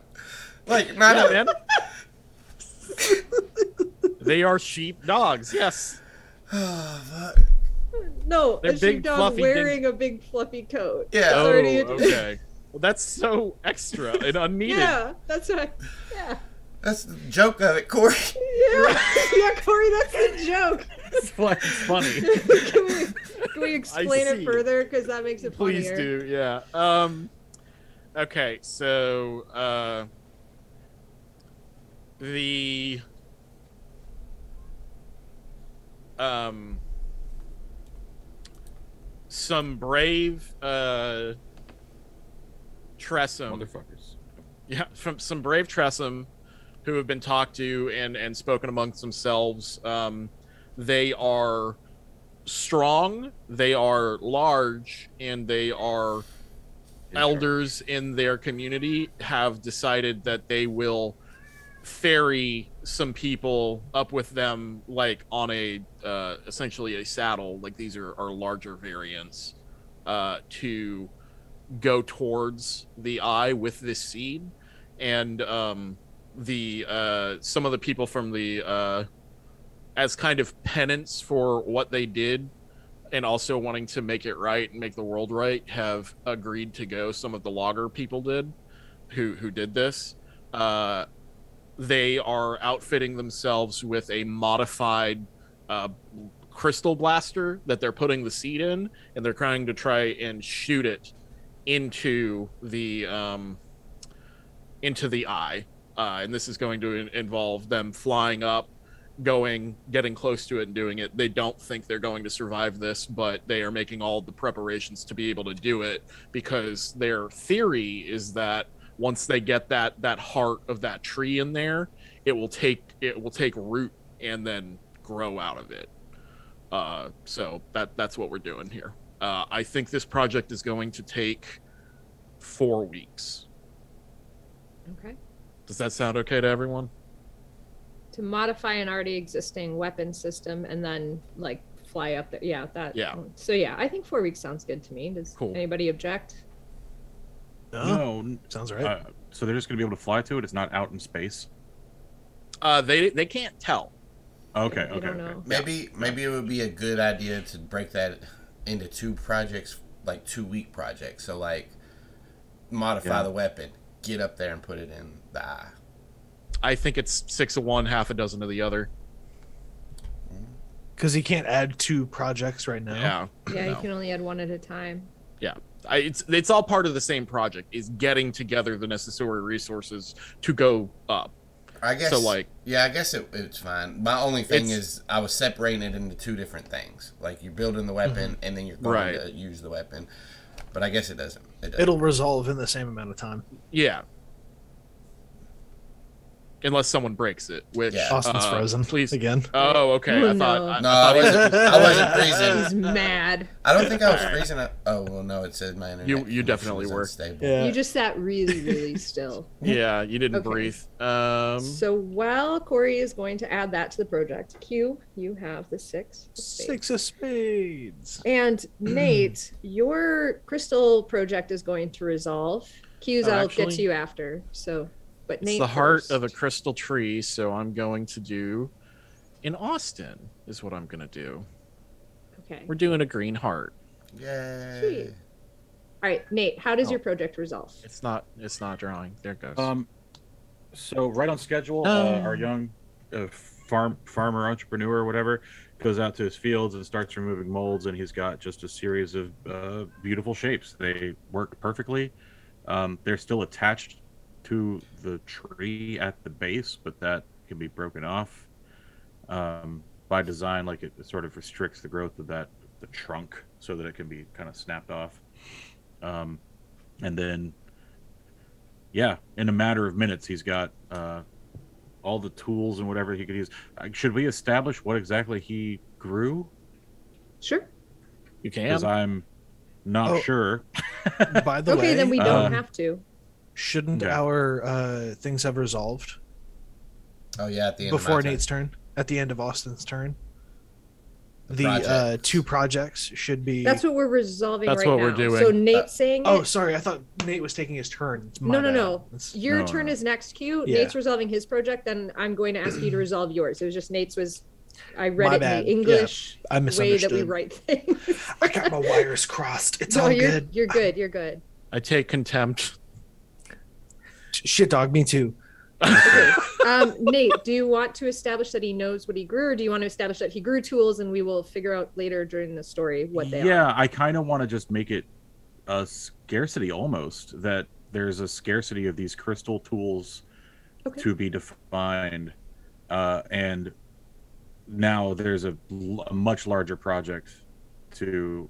Like not yeah, a man. they are sheep dogs. Yes. [SIGHS] Oh, fuck. No, They're a big, sheepdog fluffy wearing a big fluffy coat. Yeah. That's Oh, already- okay. Well, that's so extra [LAUGHS] and unneeded. Yeah, that's right. Yeah, That's the joke of it, Corey. yeah, [LAUGHS] yeah, Corey, that's the joke. [LAUGHS] It's fu- it's funny. can, we, can we explain it see. further? Because that makes it Please funnier. do, yeah. Um, okay, so uh, the um, some brave uh, Oh. Tressum. Motherfuckers. Yeah, from some brave Tressum who have been talked to and and spoken amongst themselves. Um, they are strong, they are large, and they are elders in their community have decided that they will ferry some people up with them like on a uh, essentially a saddle like these are, are larger variants uh, to go towards the eye with this seed and um, the uh, some of the people from the uh, as kind of penance for what they did and also wanting to make it right and make the world right have agreed to go some of the logger people did who who did this uh, they are outfitting themselves with a modified uh, crystal blaster that they're putting the seed in and they're trying to try and shoot it into the um, into the eye uh, and this is going to in- involve them flying up going getting close to it and doing it they don't think they're going to survive this but they are making all the preparations to be able to do it because their theory is that once they get that that heart of that tree in there it will take it will take root and then grow out of it uh, so that that's what we're doing here uh, i think this project is going to take four weeks Okay. does that sound okay to everyone To modify an already existing weapon system and then like fly up there. Yeah, that. Yeah. So yeah, I think four weeks sounds good to me. Does Cool. anybody object? No, No, Oh, sounds right. uh, so they're just going to be able to fly to it. It's not out in space. uh, they they can't tell Okay, I okay. don't okay. know. [LAUGHS] Maybe maybe it would be a good idea to break that into two projects, like two week projects. So like, modify Yeah. the weapon, get up there and put it in the eye. I think it's six of one, half a dozen of the other. Because he can't add two projects right now. Yeah, Yeah, you No. can only add one at a time. [LAUGHS] I, it's it's all part of the same project. Is getting together the necessary resources to go up. I guess. So like, Yeah, I guess it, it's fine. My only thing It's- is I was separating it into two different things. Like you're building the weapon and then you're going Mm-hmm. Right. to use the weapon. But I guess it doesn't. It doesn't. It'll resolve in the same amount of time. yeah. Unless someone breaks it, which Yeah. Austin's uh, frozen. Please. again. Oh, okay. Oh, I thought. no. I, I No, thought I [LAUGHS] he was- wasn't, I wasn't freezing. He's mad. I don't think I was freezing. I, oh well, no, it said my internet. You- you connection definitely was were. unstable. Yeah. You just sat really, [LAUGHS] really still. yeah, you didn't Okay. breathe. Um, so while Corey is going to add that to the project, Q, you have the six. of spades. Six of spades. [CLEARS THROAT] And Nate, your crystal project is going to resolve. Q's, Oh, I'll get to actually- you after. So, but It's Nate, the heart first. of a crystal tree, so I'm going to do. In Austin is what I'm gonna do. Okay. We're doing a green heart. Yay. Gee. All right, Nate, how does Oh. your project resolve? It's not. It's not drawing. There it goes. Um, so right on schedule, uh, Oh. our young uh, farm farmer entrepreneur or whatever goes out to his fields and starts removing molds, and he's got just a series of uh, beautiful shapes. They work perfectly. Um, they're still attached to the tree at the base, but that can be broken off um, by design. Like it sort of restricts the growth of that the trunk so that it can be kind of snapped off. Um, and then yeah in a matter of minutes he's got uh all the tools and whatever he could use Uh, should we establish what exactly he grew Sure. you because can. i'm not Oh. sure By the Okay, way, then we don't um, have to. shouldn't Okay. our uh, things have resolved Oh yeah, at the end of before my turn. Nate's turn? At the end of Austin's turn, The the uh, projects. two projects should be. That's what we're resolving That's right what now. we're doing. So Nate saying oh, it, sorry. I thought Nate was taking his turn. It's my No, no, bad. no. It's- your No, turn no. is next. Q. Yeah. Nate's resolving his project, then I'm going to ask [CLEARS THROAT] you to resolve yours. It was just Nate's was. I read My it bad. in Yeah, the English I way that misunderstood. we write things. I got my wires crossed. [LAUGHS] It's no, all you're good. you're good. You're good. I take contempt. Shit, dog. Me too. Okay. um, Nate, do you want to establish that he knows what he grew, or do you want to establish that he grew tools, and we will figure out later during the story what they are? yeah i kind of want to just make it a scarcity almost that there's a scarcity of these crystal tools Okay. to be defined uh, and now there's a, l- a much larger project to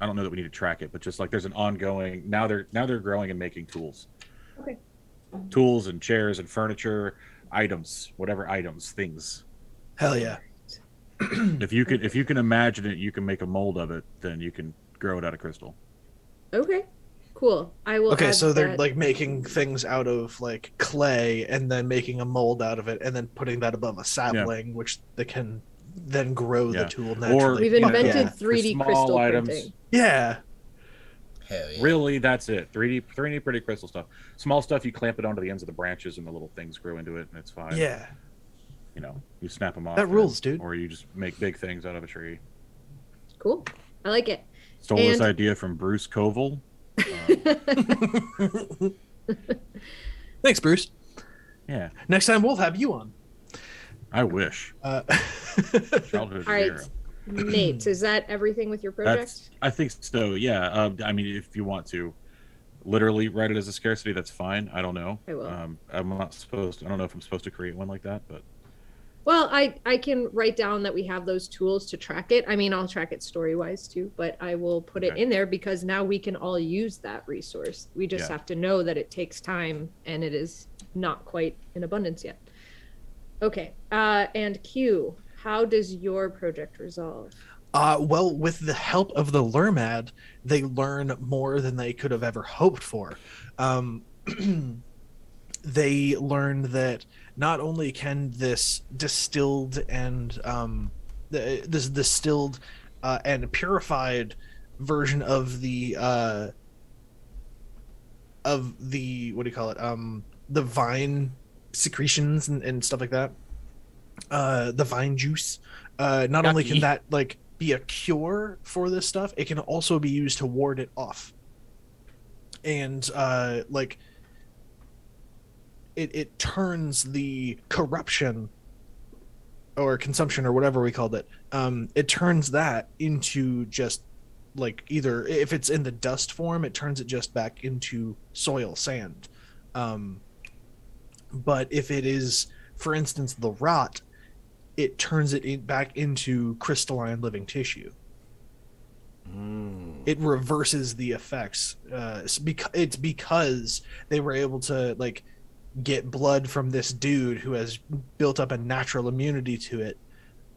I don't know that we need to track it, but just like there's an ongoing now they're now they're growing and making tools. Okay. Tools and chairs and furniture, items, whatever items, things. Hell yeah. Hmm. If you can if you can imagine it, you can make a mold of it, then you can grow it out of crystal. Okay, cool. I will. okay, add so they're that- like making things out of like clay and then making a mold out of it and then putting that above a sapling, which they can then grow Yeah. the tool naturally. we've you know, invented yeah. for 3D small crystal items. printing. Yeah. Hell yeah. Really, that's it. 3D 3D pretty crystal stuff. Small stuff you clamp it onto the ends of the branches and the little things grow into it and it's fine. Yeah. You know, you snap them off. That and- rules, dude. Or you just make big things out of a tree. Cool. I like it. Stole this And- idea from Bruce Koval. Thanks, Bruce. Yeah, Next time we'll have you on. I wish. Uh, [LAUGHS] Childhood All right. hero. Nate, is that everything with your project? That's, I think so. Yeah. Um, I mean, if you want to literally write it as a scarcity, that's fine. I don't know. I will. Um, I'm not supposed. I don't know if I'm supposed to create one like that, but Well, I I can write down that we have those tools to track it. I mean, I'll track it story wise too, but I will put it Okay. in there because now we can all use that resource. We just Yeah. have to know that it takes time and it is not quite in abundance yet. Okay. Uh, and Q, how does your project resolve? uh, well, with the help of the Lermad, they learn more than they could have ever hoped for. Um, [CLEARS THROAT] they learned that not only can this distilled and um, th- this distilled uh, and purified version of the uh, of the what do you call it um, the vine secretions and, and stuff like that uh, the vine juice uh, not only can Yucky. that like be a cure for this stuff it can also be used to ward it off and uh, like it, it turns the corruption or consumption or whatever we called it um it turns that into just like either if it's in the dust form it turns it just back into soil sand um but if it is for instance the rot it turns it in, back into crystalline living tissue Mm. it reverses the effects uh it's, beca- it's because they were able to like get blood from this dude who has built up a natural immunity to it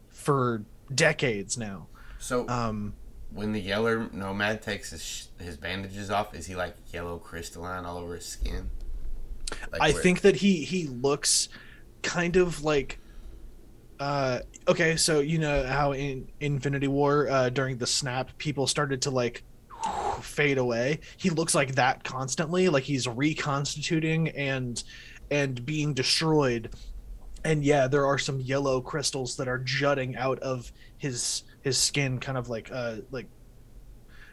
for decades now So um when the yeller nomad takes his sh- his bandages off, is he like yellow crystalline all over his skin? Like i where- think that he he looks kind of like uh okay so you know how in infinity war uh during the snap people started to like fade away he looks like that constantly like he's reconstituting and and being destroyed and yeah there are some yellow crystals that are jutting out of his his skin kind of like uh like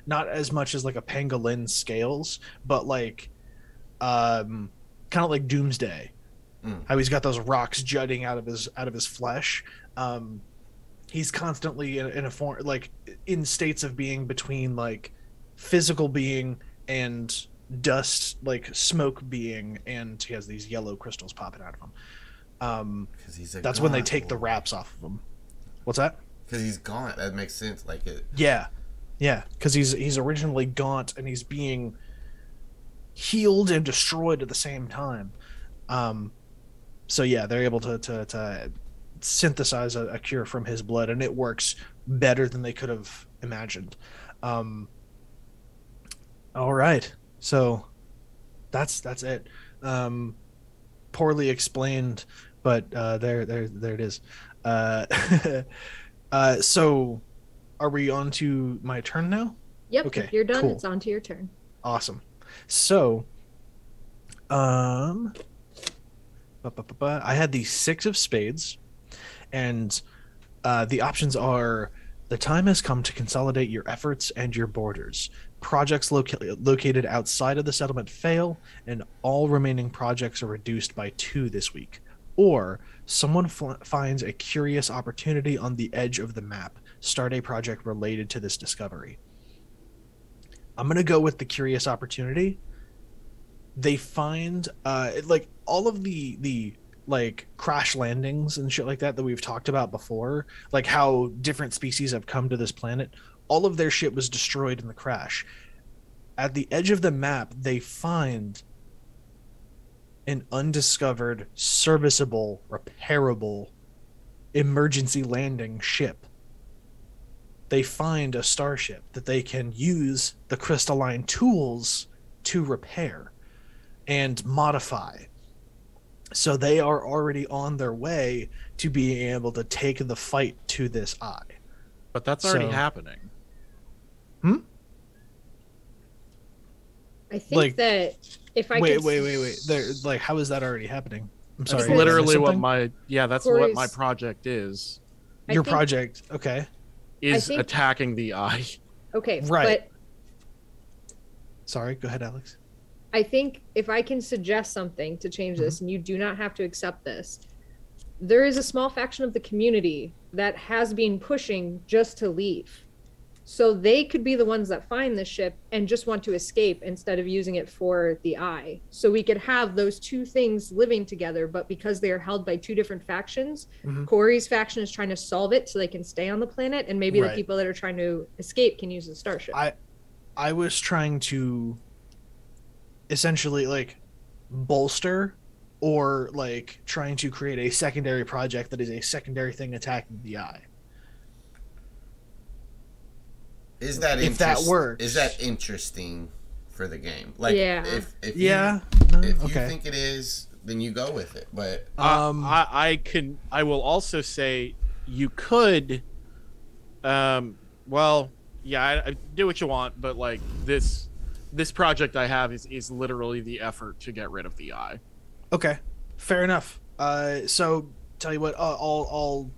not as much as like a pangolin scales but like um kind of like doomsday Mm. how he's got those rocks jutting out of his out of his flesh um he's constantly in, in a form like in states of being between like physical being and dust like smoke being and he has these yellow crystals popping out of him um 'Cause he's a that's when they god take the lord. wraps off of him what's that Cause he's gone. That makes sense. Like it. yeah, yeah, because he's he's originally gaunt and he's being healed and destroyed at the same time. Um, so yeah, they're able to to, to synthesize a, a cure from his blood, and it works better than they could have imagined. Um, all right, so that's that's it. Um, poorly explained, but uh, there there there it is. Uh, [LAUGHS] uh, so are we on to my turn now? Yep. Okay, if you're done, cool. it's on to your turn. Awesome. So, um, ba, ba, ba, ba. I had the six of spades, and uh, the options are the time has come to consolidate your efforts and your borders. Projects loca- located outside of the settlement fail, and all remaining projects are reduced by two this week. Or someone fl- finds a curious opportunity on the edge of the map. Start a project related to this discovery. I'm gonna go with the curious opportunity. They find uh it- like all of the the like crash landings and shit like that that we've talked about before, like how different species have come to this planet. all of their shit was destroyed in the crash. At the edge of the map, they find an undiscovered, serviceable, repairable emergency landing ship. They find a starship that they can use the crystalline tools to repair and modify. So they are already on their way to being able to take the fight to this eye. But that's already So- happening. I think Like- that if I wait, could wait, wait, wait. They're like, how is that already happening? I'm sorry. That's Sorry, did I miss literally what something? my yeah, that's what my Corey's- project is I your think- project. Okay. is think- attacking the eye. Okay, Right. But Sorry. Go ahead, Alex. I think if I can suggest something to change this, and you do not have to accept this, there is a small faction of the community that has been pushing just to leave. So they could be the ones that find the ship and just want to escape instead of using it for the eye. So we could have those two things living together, but because they are held by two different factions, Mhm. Corey's faction is trying to solve it so they can stay on the planet, and maybe Right. the people that are trying to escape can use the starship. I- I was trying to essentially like bolster or like trying to create a secondary project that is a secondary thing attacking the eye. Is that If that interest- works. Is that interesting for the game? Like, Yeah. if if you- Yeah. No? if you okay. think it is, then you go with it. But [LAUGHS] Um, I, I can. I will also say you could. Um. Well, yeah. I, I do what you want, but like this, this project I have is is literally the effort to get rid of the eye. Okay, fair enough. Uh, so tell you what, uh, I'll I'll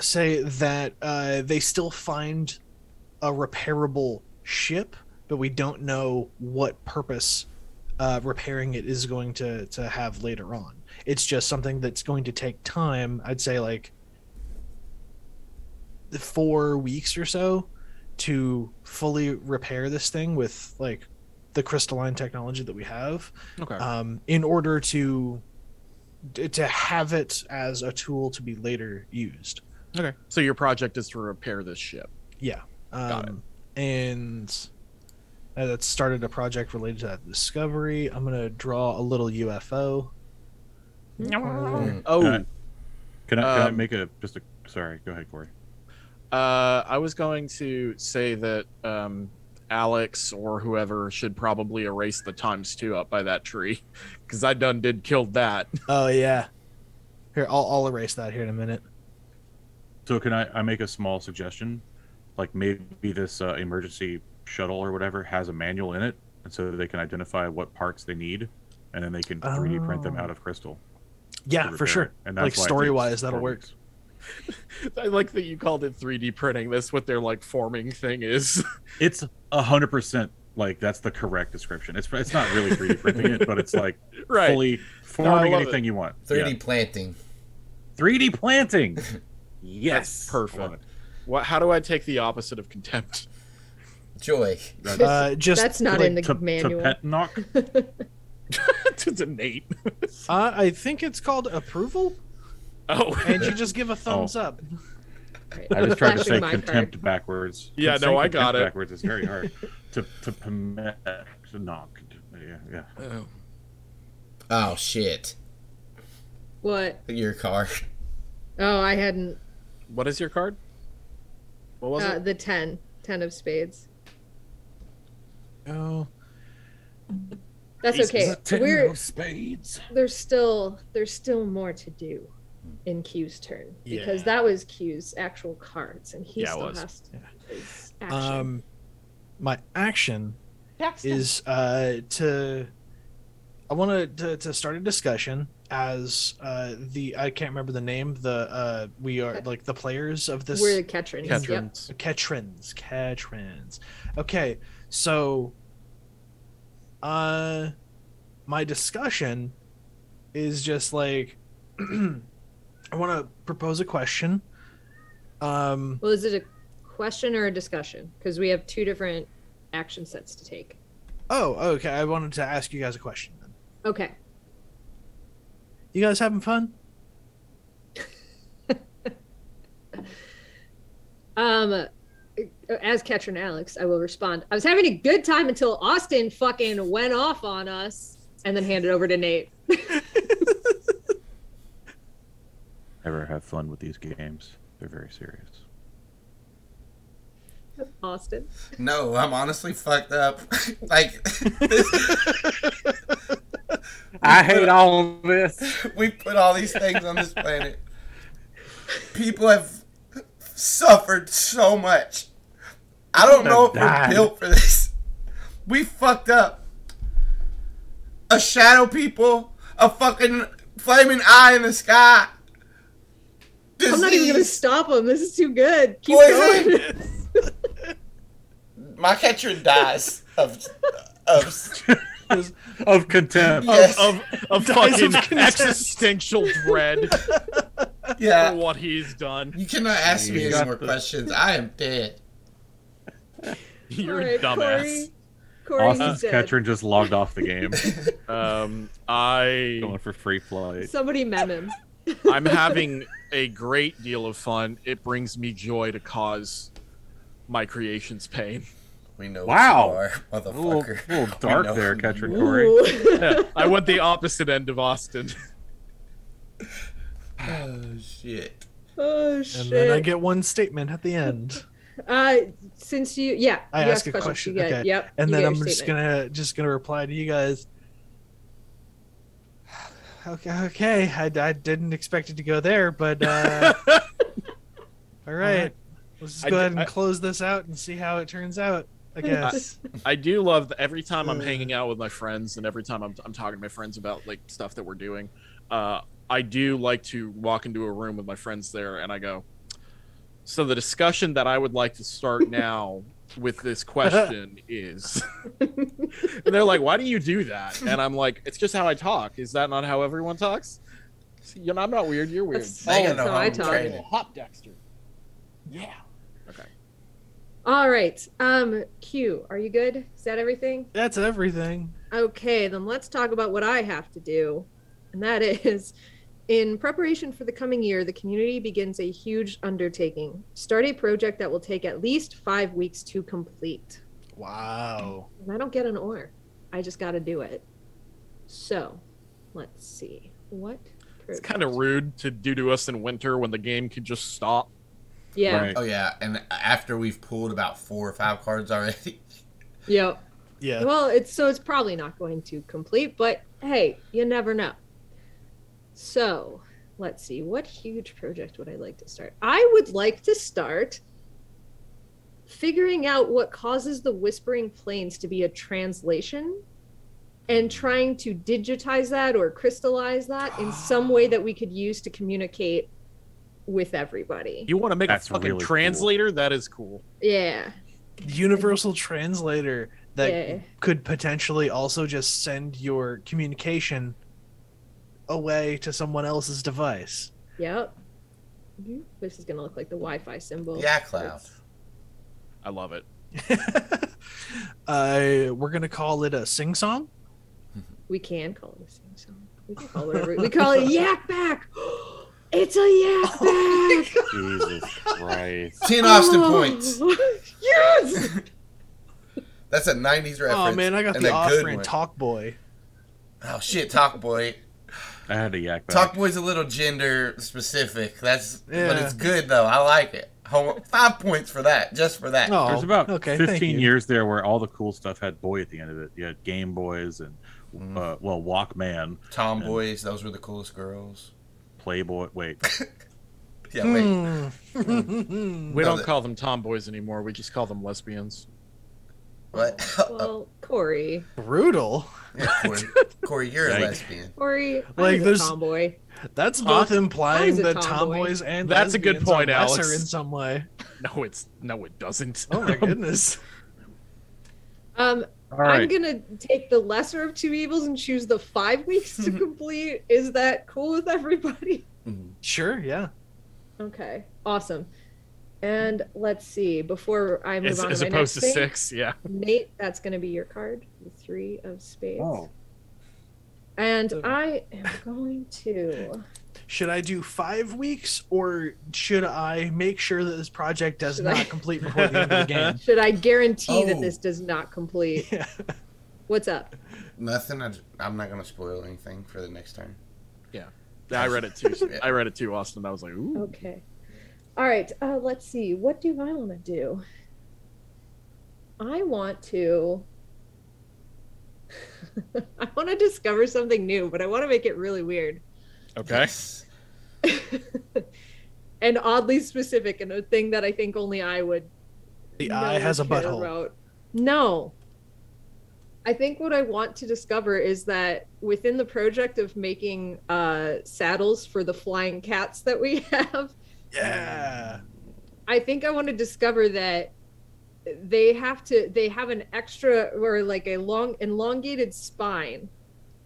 say that uh, they still find a repairable ship, but we don't know what purpose uh, repairing it is going to to have later on. It's just something that's going to take time. I'd say like the four weeks or so to fully repair this thing with like the crystalline technology that we have Okay. um, in order to to have it as a tool to be later used. okay. So your project is to repair this ship. Yeah. Um, Got And uh, that started a project related to that discovery. I'm gonna draw a little UFO. Mm-hmm. Mm-hmm. Oh. Alright. Can I, can I Um, make a just a sorry? Go ahead, Corey. Uh, I was going to say that um, Alex or whoever should probably erase the times two up by that tree, [LAUGHS] because I done did killed that. [LAUGHS] Oh yeah. Here, I'll, I'll erase that here in a minute. So can I, I make a small suggestion? Like maybe this uh, emergency shuttle or whatever has a manual in it, and so they can identify what parts they need, and then they can 3D print them Oh. out of crystal. to Yeah, repair for it. sure. And Like, why it takes story-wise, that'll four work. weeks. I like that you called it 3D printing. That's what their like forming thing is. [LAUGHS] It's a hundred percent like that's the correct description. It's it's not really 3D printing it, but it's like [LAUGHS] right. fully forming love anything you want. 3D Yeah. planting. 3D [LAUGHS] planting. yes, perfect. I love it. What, how do I take the opposite of contempt? [LAUGHS] Joy. Uh, just That's not like, in the To, manual. Tepetnok? to donate. Uh, I think it's called approval, Oh. and you just give a thumbs up. Right. I just tried to Flashing say my card. contempt backwards. Yeah, Saying no, I contempt got it. Backwards is very hard. to to permit to knock. Yeah, yeah. [LAUGHS] Oh. Oh shit! What? Your car. [LAUGHS] Oh, I hadn't. What is your card? What was Uh, it? the 10. 10 of spades. Oh, That's okay. We're there's still there's still more to do in Q's turn because Hmm. Yeah. that was Q's actual cards and he Yeah, it still was. has to, his action. um, my action is uh, to I want to to start a discussion as uh, the I can't remember the name the uh, we are like the players of this We're the Ketrins. Yep. Ketrans. Ketrins Ketrins. Okay, so uh, my discussion is just like [CLEARS THROAT] I want to propose a question. Um, Well, is it a question or a discussion? Because we have two different action sets to take. oh, okay. I wanted to ask you guys a question. Then Okay. you guys having fun? Um as Catcher and Alex, I will respond. I was having a good time until Austin fucking went off on us and then handed over to Nate. [LAUGHS] Ever have fun with these games? They're very serious. Austin. No, I'm honestly fucked up. [LAUGHS] like, [LAUGHS] this, I hate all of this. we put all these things on this planet. People have suffered so much. I don't know if Died. we're built for this. We fucked up. A shadow people, a fucking flaming eye in the sky. I'm not even gonna Disease. stop him. This is too good. Keep Poison. [LAUGHS] going. My catcher dies of of [LAUGHS] Of contempt. yes. of [LAUGHS] of Dies of fucking contempt. existential dread for yeah. what he's done. You cannot ask me You any got more the- questions. I am dead. You're All a right, dumbass. Corey, Corey, Austin's he's dead. catcher just logged off the game, Um, I [LAUGHS] going for free flight. Somebody mem him. [LAUGHS] I'm having a great deal of fun. It brings me joy to cause my creations pain. We know. Wow. Wow, are, [LAUGHS] A little, motherfucker. little We dark know there, who Catcher you Corey. Ooh. [LAUGHS] [LAUGHS] I went the opposite end of Austin. Oh shit. oh And then I shit. get one statement at the end. uh, since you, yeah, I you ask a questions, question, You get, okay. Yep. And you then get I'm your just statement. gonna just gonna reply to you guys. Okay, okay. I, I didn't expect it to go there, but [LAUGHS] uh, all right. Let's just I go d- ahead and I- close this out and see how it turns out. [LAUGHS] I guess. I do love that every time I'm hanging out with my friends and every time I'm, I'm talking to my friends about like stuff that we're doing. Uh, I do like to walk into a room with my friends there and I go, So the discussion that I would like to start now with this question is. and they're like, Why do you do that? And I'm like, It's just how I talk. Is that not how everyone talks? See, You know, I'm not weird. You're weird. That's- They Oh, got no so I home talk. training. Hop Dexter. Yeah. All right. Um, Q, are you good? Is that everything? That's everything. Okay, then let's talk about what I have to do. And that is in preparation for the coming year, the community begins a huge undertaking. Start a project that will take at least five weeks to complete. Wow. And I don't get an or. I just got to do it. So let's see. What? It's kind of rude to do to us in winter when the game could just stop. Yeah. [LAUGHS] Right. Oh yeah, and after we've pulled about four or five cards already, [LAUGHS] Yep. Yeah. Well, it's so it's probably not going to complete, but hey, you never know. So, let's see. What huge project would I like to start? I would like to start figuring out what causes the Whispering Plains to be a translation and trying to digitize that or crystallize that in some way that we could use to communicate with everybody. You want to make That's a fucking really cool. translator? That is cool. Yeah. Universal translator that yeah. could potentially also just send your communication away to someone else's device. Yep. This is going to look like the Wi-Fi symbol. yeah, cloud. I love it. [LAUGHS] uh, we're gonna call it a sing song. We can call it a sing song. We can call it whatever. we call it yak back. [GASPS] it's a Oh yak back. Jesus Christ. Ten Austin Oh. points. [LAUGHS] yes. [LAUGHS] That's a '90s reference. Oh man, I got and the a off good brand one. Talk Boy. Oh shit, Talk Boy. I had to yak back. Talk Boy's a little gender specific. That's but Yeah. it's good though. I like it. Home, five points for that, just for that. Oh, There's about okay, thank 15 you. years there where all the cool stuff had boy at the end of it. You had Game Boys and, Mhm. uh, well, Walkman, Tomboys, those were the coolest girls. Playboy. Wait, Yeah, wait. Hmm. [LAUGHS] We No, don't that- call them tomboys anymore. We just call them lesbians. What? [LAUGHS] Well, Corey. Brutal. Yeah, Corey, [LAUGHS] Corey, you're a Yikes. lesbian. Corey. I Like, was a there's- tomboy. That's Huh? both I was implying a that tomboy. tomboys and That's a good lesbians are point, Alex. lesser in some way. [LAUGHS] No, it's no, it doesn't. Oh [LAUGHS] my goodness. Um, all I'm right. gonna take the lesser of two evils and choose [LAUGHS] the five weeks to complete. Is that cool with everybody? [LAUGHS] sure. Yeah. Okay. Awesome. And let's see. Before I move As, on as to my opposed next to thing, six, yeah. Nate, that's going to be your card, the three of spades. Oh. And Oh. I am going to. should I do five weeks or should I make sure that this project does Should I- not complete before the end of the [LAUGHS] game? Should I guarantee Oh. that this does not complete? Yeah. What's up? Nothing. I, j- I'm not gonna spoil anything for the next turn. I read it too. I read it too, Austin. I was like, ooh. Okay. All right. Uh, let's see. What do I want to do? I want to. [LAUGHS] I want to discover something new, but I want to make it really weird [LAUGHS] [LAUGHS] Okay. Yes. and oddly specific, and a thing that I think only I would [LAUGHS] The know eye has a and care butthole. about. No. I think what I want to discover is that within the project of making uh, saddles for the flying cats that we [LAUGHS] have, Yeah. I think I want to discover that they have to they have an extra or like a long elongated spine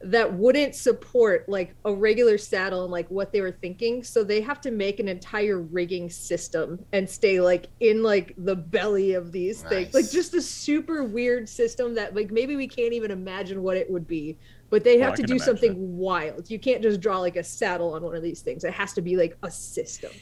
that wouldn't support like a regular saddle and like what they were thinking so they have to make an entire rigging system and stay like in like the belly of these things like Nice. just a super weird system that like maybe we can't even imagine what it would be but they Well, have Oh, I to can do imagine something it. wild you can't just draw like a saddle on one of these things it has to be like a system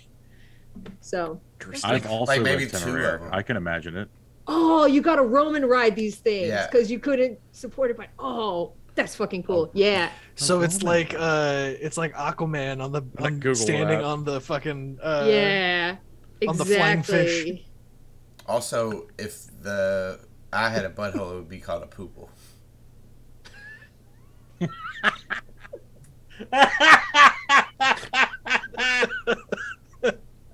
so I've also like maybe maybe two of them. I can imagine it. oh, you got to Roman ride these things Yeah. because you couldn't support it. But oh, that's fucking Um, cool. Yeah, So it's like uh it's like Aquaman on the gonna on Google standing that. on the fucking uh yeah, on the flying exactly. fish. Also, if the I had a butthole, it would be called a poople. [LAUGHS]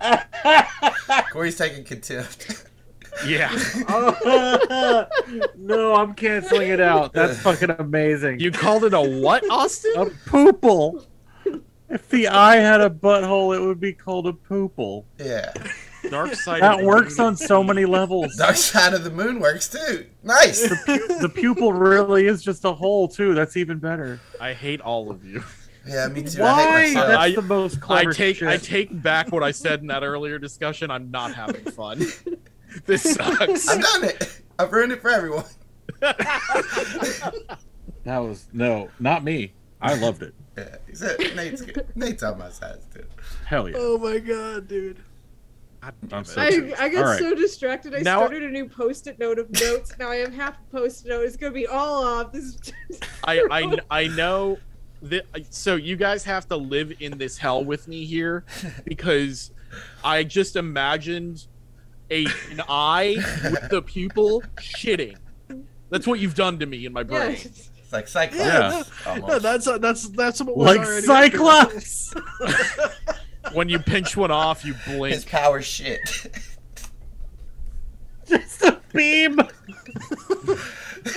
Oh Corey's taking contempt. Yeah. [LAUGHS] no, I'm canceling it out. That's fucking amazing. You called it a what, Austin? a poople. If the eye had a butthole, it would be called a poople. [LAUGHS] yeah. Dark side. That works on so [LAUGHS] many levels. Dark side of the moon works too. Nice. The pupil really is just a hole too. That's even better. I hate all of you. Yeah, me too. I Why? hate That's myself. I- the most [LAUGHS] I clever take shit. I take back what I said in that earlier discussion. I'm not having fun. This sucks. I've done it. [LAUGHS] I've ruined it for everyone. [LAUGHS] That was no, not me. I loved it. Yeah, except Nate's good. Nate's on my side too. Hell yeah. Oh my god, dude. God I'm damn so- it. I, I got All right. so distracted. I Now- started a new post-it note of notes. Now I have half a post-it note. It's gonna be all off. This is [LAUGHS] I, I, I know that. So you guys have to live in this hell with me here, because I just imagined a an eye with the pupil shitting. That's what you've done to me in my brain. yes. It's like Cyclops. Yeah. Almost. No, that's that's that's what was like already Cyclops. [LAUGHS] When you pinch one off, you blink. His power shit. [LAUGHS] just a [LAUGHS] beam.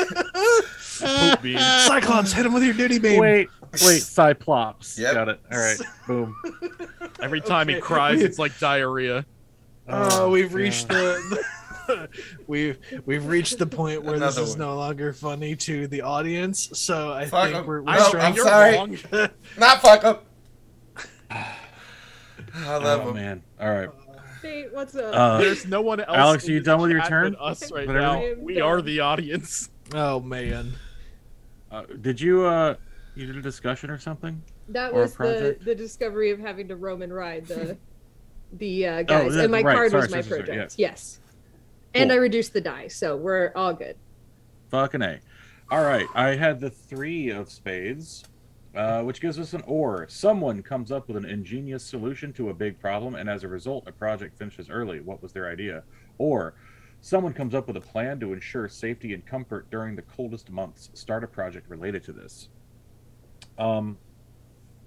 Poop beam. Cyclops, hit him with your duty beam. Wait, wait, Cyclops. Yep. Got it. All [LAUGHS] right, boom. Every time he Okay. cries, it's like diarrhea. Oh, we've yeah. reached the, [LAUGHS] the we've we've reached the point where Another this is one. no longer funny to the audience. So I Fuck think him. we're, we're No, strong- I'm sorry. wrong. Not fuck up. [SIGHS] I love Oh him. man. All right. Nate, what's up? Uh, There's no one else. Alex, in are you the done with your chat turn? but Us right Whatever. now. We are the audience. [LAUGHS] [LAUGHS] Oh man, uh, did you uh you did a discussion or something? that or a was the, project? the discovery of having to Roman [LAUGHS] ride the the uh, guys, that- and my Oh, right, card sorry, was my sorry, sorry, project. Yes, and Cool. I reduced the die, so we're all good. Fucking A. All right. I had the three of spades, uh, which gives us an or. Someone comes up with an ingenious solution to a big problem, and as a result, a project finishes early. What was their idea? Or someone comes up with a plan to ensure safety and comfort during the coldest months. Start a project related to this. Um,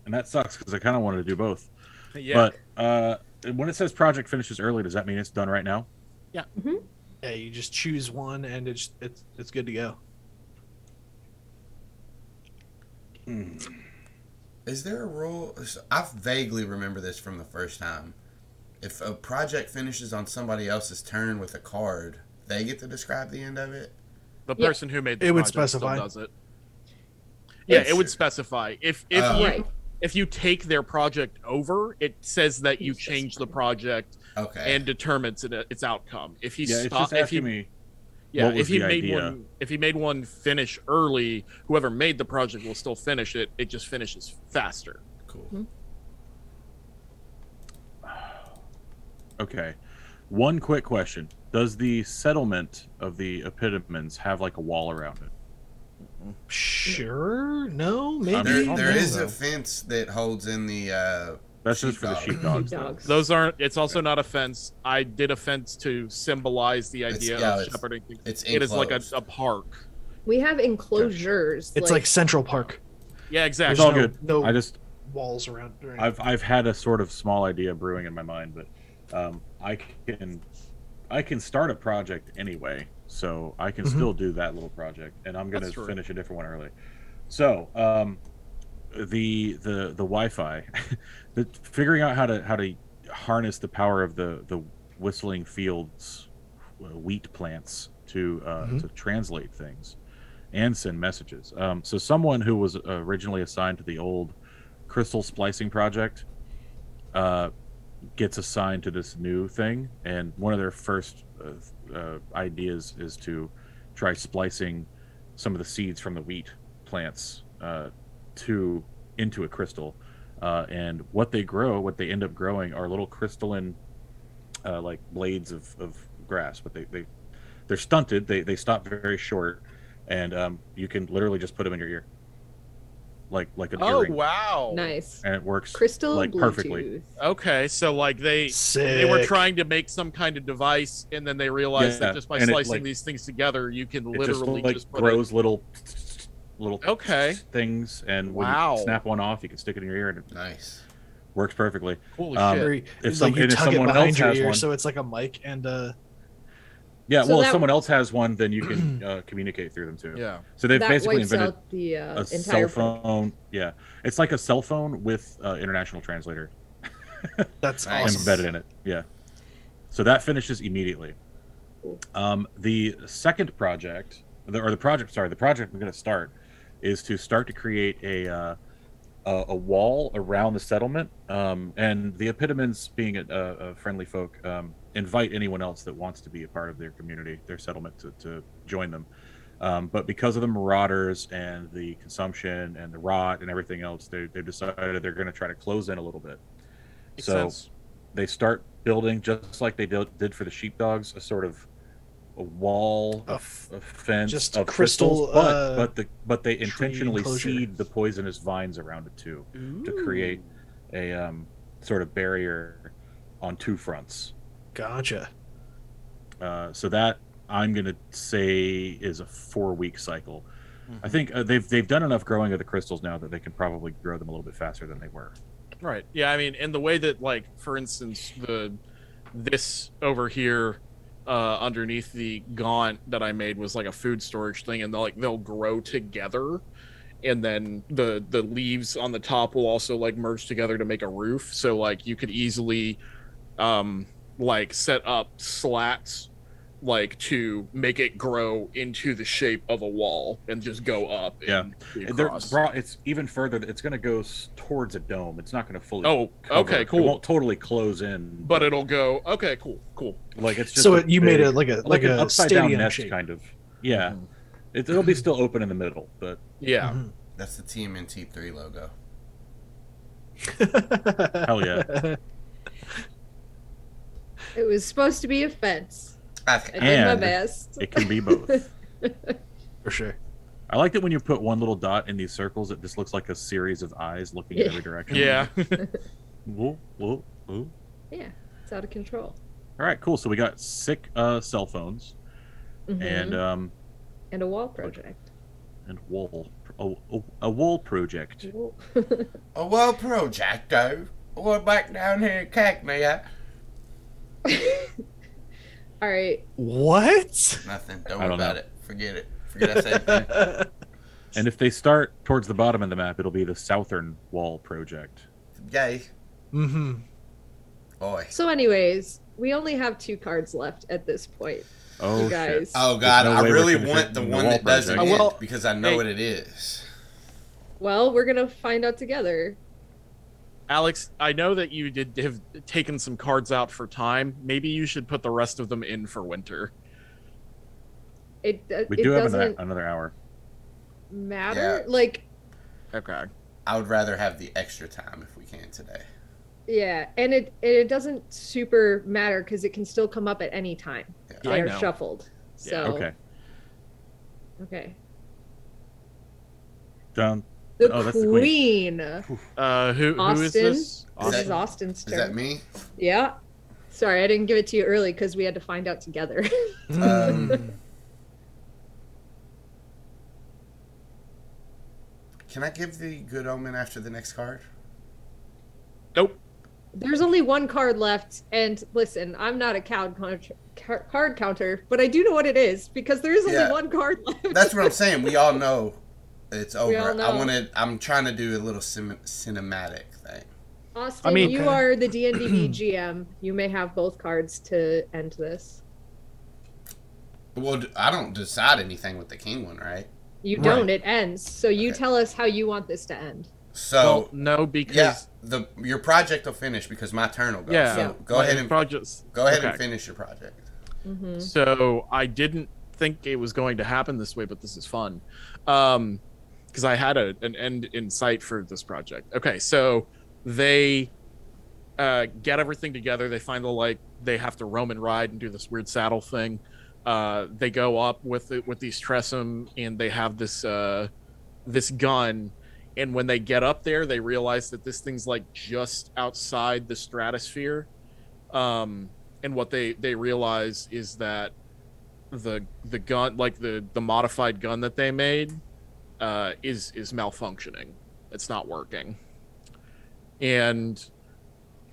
and that sucks because I kind of wanted to do both. Yeah. But uh, when it says project finishes early, does that mean it's done right now? yeah, you just choose one and it's it's it's good to go. Is there a rule? I vaguely remember this from the first time. If a project finishes on somebody else's turn with a card, they get to describe the end of it. the Yeah. person who made the It would project still specify. does it. Yeah, It's- it would specify if if Oh. you Right. if you take their project over, it says that you change the project Okay. and determines it, its outcome. If he yeah, it's stop, just if he asking me. yeah, what was if he the made idea? one if he made one finish early, whoever made the project will still finish it. It just finishes faster. cool. Okay. One quick question: Does the settlement of the Epitomans have like a wall around it? Sure. No. Maybe. I'm- I There, don't there know, is a though. fence that holds in the. Uh, That's just for the Sheepdog. sheepdogs. though. Dogs. Those aren't. It's also not a fence. I did a fence to symbolize the It's- idea yeah, of it's- shepherding. things. it's It is like a, enclosed. a park. We have enclosures. It's like, Central Park. Yeah, It's exactly. all no- good. no- I just Walls around. or anything. I've I've had a sort of small idea brewing in my mind, but um, I can I can start a project anyway, so I can Mhm. still do that little project, and I'm gonna Mm-hmm. That's true. finish a different one early. So um, the the the Wi-Fi, [LAUGHS] the figuring out how to how to harness the power of the the whistling fields, uh, wheat plants to uh, Mm-hmm. Mhm. to translate things, and send messages. Um, so someone who was originally assigned to the old crystal splicing project uh, gets assigned to this new thing, and one of their first uh, uh, ideas is to try splicing some of the seeds from the wheat plants uh, to into a crystal. Uh, and what they grow, what they end up growing, are little crystalline, uh, like blades of, of grass. But they, they they're stunted. They they stop very short, and um, you can literally just put them in your ear, like like an Oh earring, wow. nice and it works. crystal like, Bluetooth. perfectly. Uh, Okay, so like they Sick. they were trying to make some kind of device, and then they realized Yeah, that just by and it, slicing like- these things together, you can it just literally like just, put it- grows little little Okay. things and Wow. when you snap one off you can stick it in your ear and it nice. works perfectly Holy um, shit! Or you- if it's some- like you and if tuck it someone behind else your has ear, one- so it's like a mic and uh, a. yeah So well if that- someone else has one then you can [CLEARS THROAT] uh, communicate through them too Yeah. so they've that basically wipes invented out the uh, a entire cell phone yeah it's like a cell phone with uh, international translator That's Nice. awesome. embedded in it yeah so that finishes immediately Cool. um, the second project the, or the project sorry the project we're going to start is to start to create a uh, a, a wall around the settlement um, and the epitomans being a, a, a friendly folk um, invite anyone else that wants to be a part of their community their settlement to, to join them um, but because of the marauders and the consumption and the rot and everything else they, they've decided they're going to try to close in a little bit Makes so sense. they start building just like they did did for the sheepdogs a sort of a wall A a, f- f- a fence just of crystal, crystals, but, uh, but the but they tree intentionally enclosure. seed the poisonous vines around it too to create a um, sort of barrier on two fronts Gotcha. uh, so that i'm going to say is a four week cycle Mm-hmm. i think uh, they've they've done enough growing of the crystals now that they can probably grow them a little bit faster than they were Right. Yeah, I mean, and the way that like for instance the this over here uh underneath the gaunt that I made was like a food storage thing and they'll like they'll grow together and then the the leaves on the top will also like merge together to make a roof. So like you could easily um like set up slats like to make it grow into the shape of a wall and just go up Yeah. and They're across. bro- it's even further. It's going to go s- towards a dome. It's not going to fully. Oh, cover. okay, It cool. won't totally close in, But it'll go okay, cool, cool. like it's just So a it, you made big- it like a like, an a upside down stadium nest shape. Mm-hmm. kind of. Yeah, Mhm. it, it'll be still open in the middle, but Yeah. Mhm. That's the TMNT three logo. Mm-hmm. [LAUGHS] hell yeah. it was supposed to be a fence I i th- did my And best it can be [LAUGHS] both. [LAUGHS] For sure. I like that when you put one little dot in these circles, it just looks like a series of eyes looking in Yeah. every direction. Yeah. Whoa, whoa, whoa. yeah it's out of control All right, cool. So we got sick uh, cell phones Mhm. Mm-hmm. and um And a wall project and wool a, a, a wool project. Wall- oh well, projecto. We're back down here in Cagney. eh? [LAUGHS] all right [LAUGHS] What? Nothing. Don't worry I don't about know. it. Forget it. Forget I said [LAUGHS] anything. Mm-hmm. And if they start towards the bottom of the map, it'll be the Southern Wall Project. Yay. hmm Um, Oi. so anyways we only have two cards left at this point Oh, you shit. guys Oh god, no I way we're really finishing want the the one wall that doesn't project. end Well, because I know hey. what it is. well we're gonna find out together Alex, I know that you did have taken some cards out for time. Maybe you should put the rest of them in for winter. it, it, We it do have another, doesn't another hour. matter Yeah. like Okay. I would rather have the extra time if we can today. Yeah, and it it doesn't super matter because it can still come up at any time. Yeah, I They're know. shuffled. So Oh. Yeah, Okay. okay. Done. The Oh, that's the queen. Uh, who who is Austin? this? This that- is Austin's Is turn. that me? Yeah. Sorry, I didn't give it to you early because we had to find out together. [LAUGHS] Mm-hmm. uh, Um, can I give the good omen after the next card? Nope. There's only one card left, and listen, I'm not a card counter, car- card counter, but I do know what it is because there is only Yeah. one card [LAUGHS] left. That's what I'm saying. We all know it's over. all I know. wanted. I'm trying to do a little cin- cinematic thing. Austin, I mean- you are [CLEARS THROAT] the DNDB GM. You may have both cards to end this. Well, d- I don't decide anything with the king one, right? You Right. don't. It ends. So you Okay. tell us how you want this to end. So well, no, because yeah, the your project will finish because my turn will go. Yeah, So go like, ahead the and projects. go ahead and okay. finish your project. hmm So I didn't think it was going to happen this way, but this is fun. Um, because I had a, an end in sight for this project. Okay, so they uh, get everything together. They find the like they have to roam and ride and do this weird saddle thing. Uh, they go up with it with these Tressum and they have this uh, this gun. And when they get up there, they realize that this thing's like just outside the stratosphere. Um, and what they they realize is that the the gun like the the modified gun that they made uh is is malfunctioning it's not working and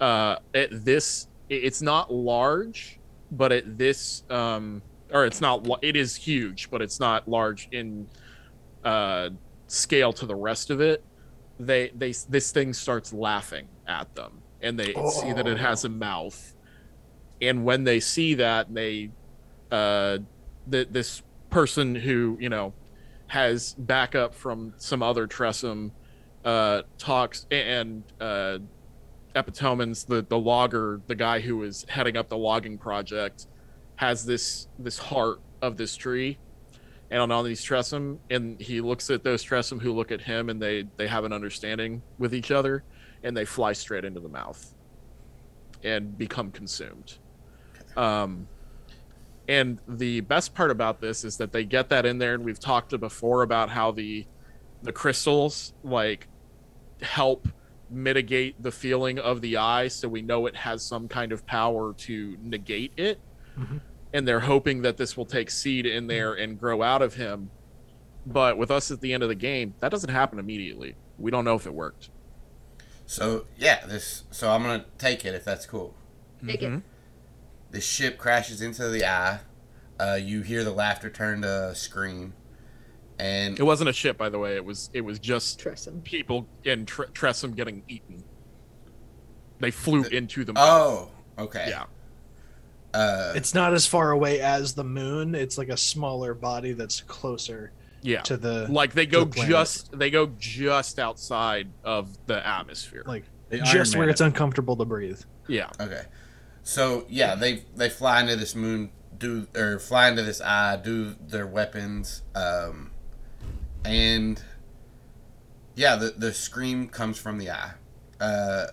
uh at this i- it's not large but at this um or it's not la- it is huge but it's not large in uh scale to the rest of it they they this thing starts laughing at them and they see that it has a mouth and when they see that they uh th- this person who you know has backup from some other tressum uh talks and uh epitomans the the logger the guy who is heading up the logging project has this this heart of this tree and on all these tressum and he looks at those tressum who look at him and they they have an understanding with each other and they fly straight into the mouth and become consumed. Um, and the best part about this is that they get that in there, and we've talked to before about how the the crystals like help mitigate the feeling of the eye, so we know it has some kind of power to negate it. Mhm. And they're hoping that this will take seed in there and grow out of him. But with us at the end of the game, that doesn't happen immediately. We don't know if it worked. So yeah, this. So I'm gonna take it if that's cool. Take it. mm-hmm. Mm-hmm. The ship crashes into the eye. Uh, you hear the laughter turn to a scream, and It wasn't a ship, by the way. It was it was just Tressum. people in Tr- Tressum getting eaten. They flew into the oh, okay, yeah, Uh, it's not as far away as the moon. It's like a smaller body that's closer yeah. to the Like they go the planet. just they go just outside of the atmosphere. like The just Iron where Man it's uncomfortable to breathe. [LAUGHS] yeah, okay. So yeah, they they fly into this moon, do or fly into this eye, do their weapons, um, and yeah, the the scream comes from the eye. Uh,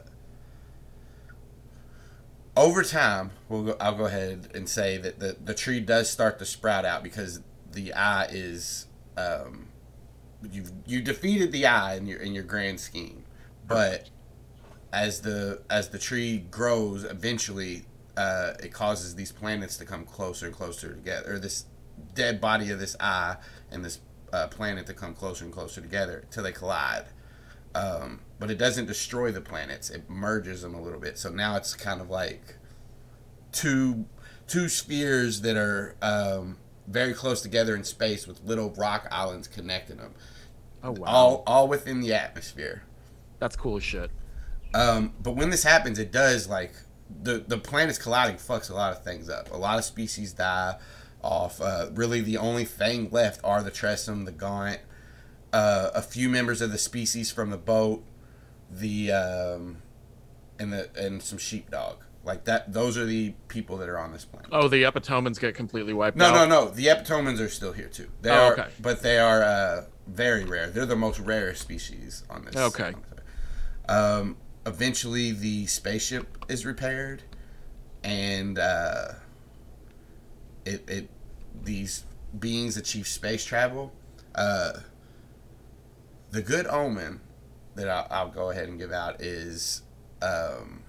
over time, we'll go, I'll go ahead and say that the, the tree does start to sprout out because the eye is um, you you defeated the eye in your in your grand scheme, but as the as the tree grows, eventually uh, it causes these planets to come closer and closer together. Or this dead body of this eye and this uh, planet to come closer and closer together till they collide. Um, but it doesn't destroy the planets; it merges them a little bit. So now it's kind of like two two spheres that are um, very close together in space with little rock islands connecting them, oh wow, all all within the atmosphere. that's cool as shit. Um, but when this happens, it does like the the planets colliding fucks a lot of things up. A lot of species die off. Uh, really, the only thing left are the tressum, the gaunt, uh, a few members of the species from the boat, the um, and the and some sheepdog. Like that, those are the people that are on this planet. Oh, the Epitomans get completely wiped No, out. no, no. The Epitomans are still here too. They Oh, are, okay. but they are uh, very rare. They're the most rare species on this. Okay. Um, eventually the spaceship is repaired, and uh, it it these beings achieve space travel. Uh, the good omen that I'll, I'll go ahead and give out is um,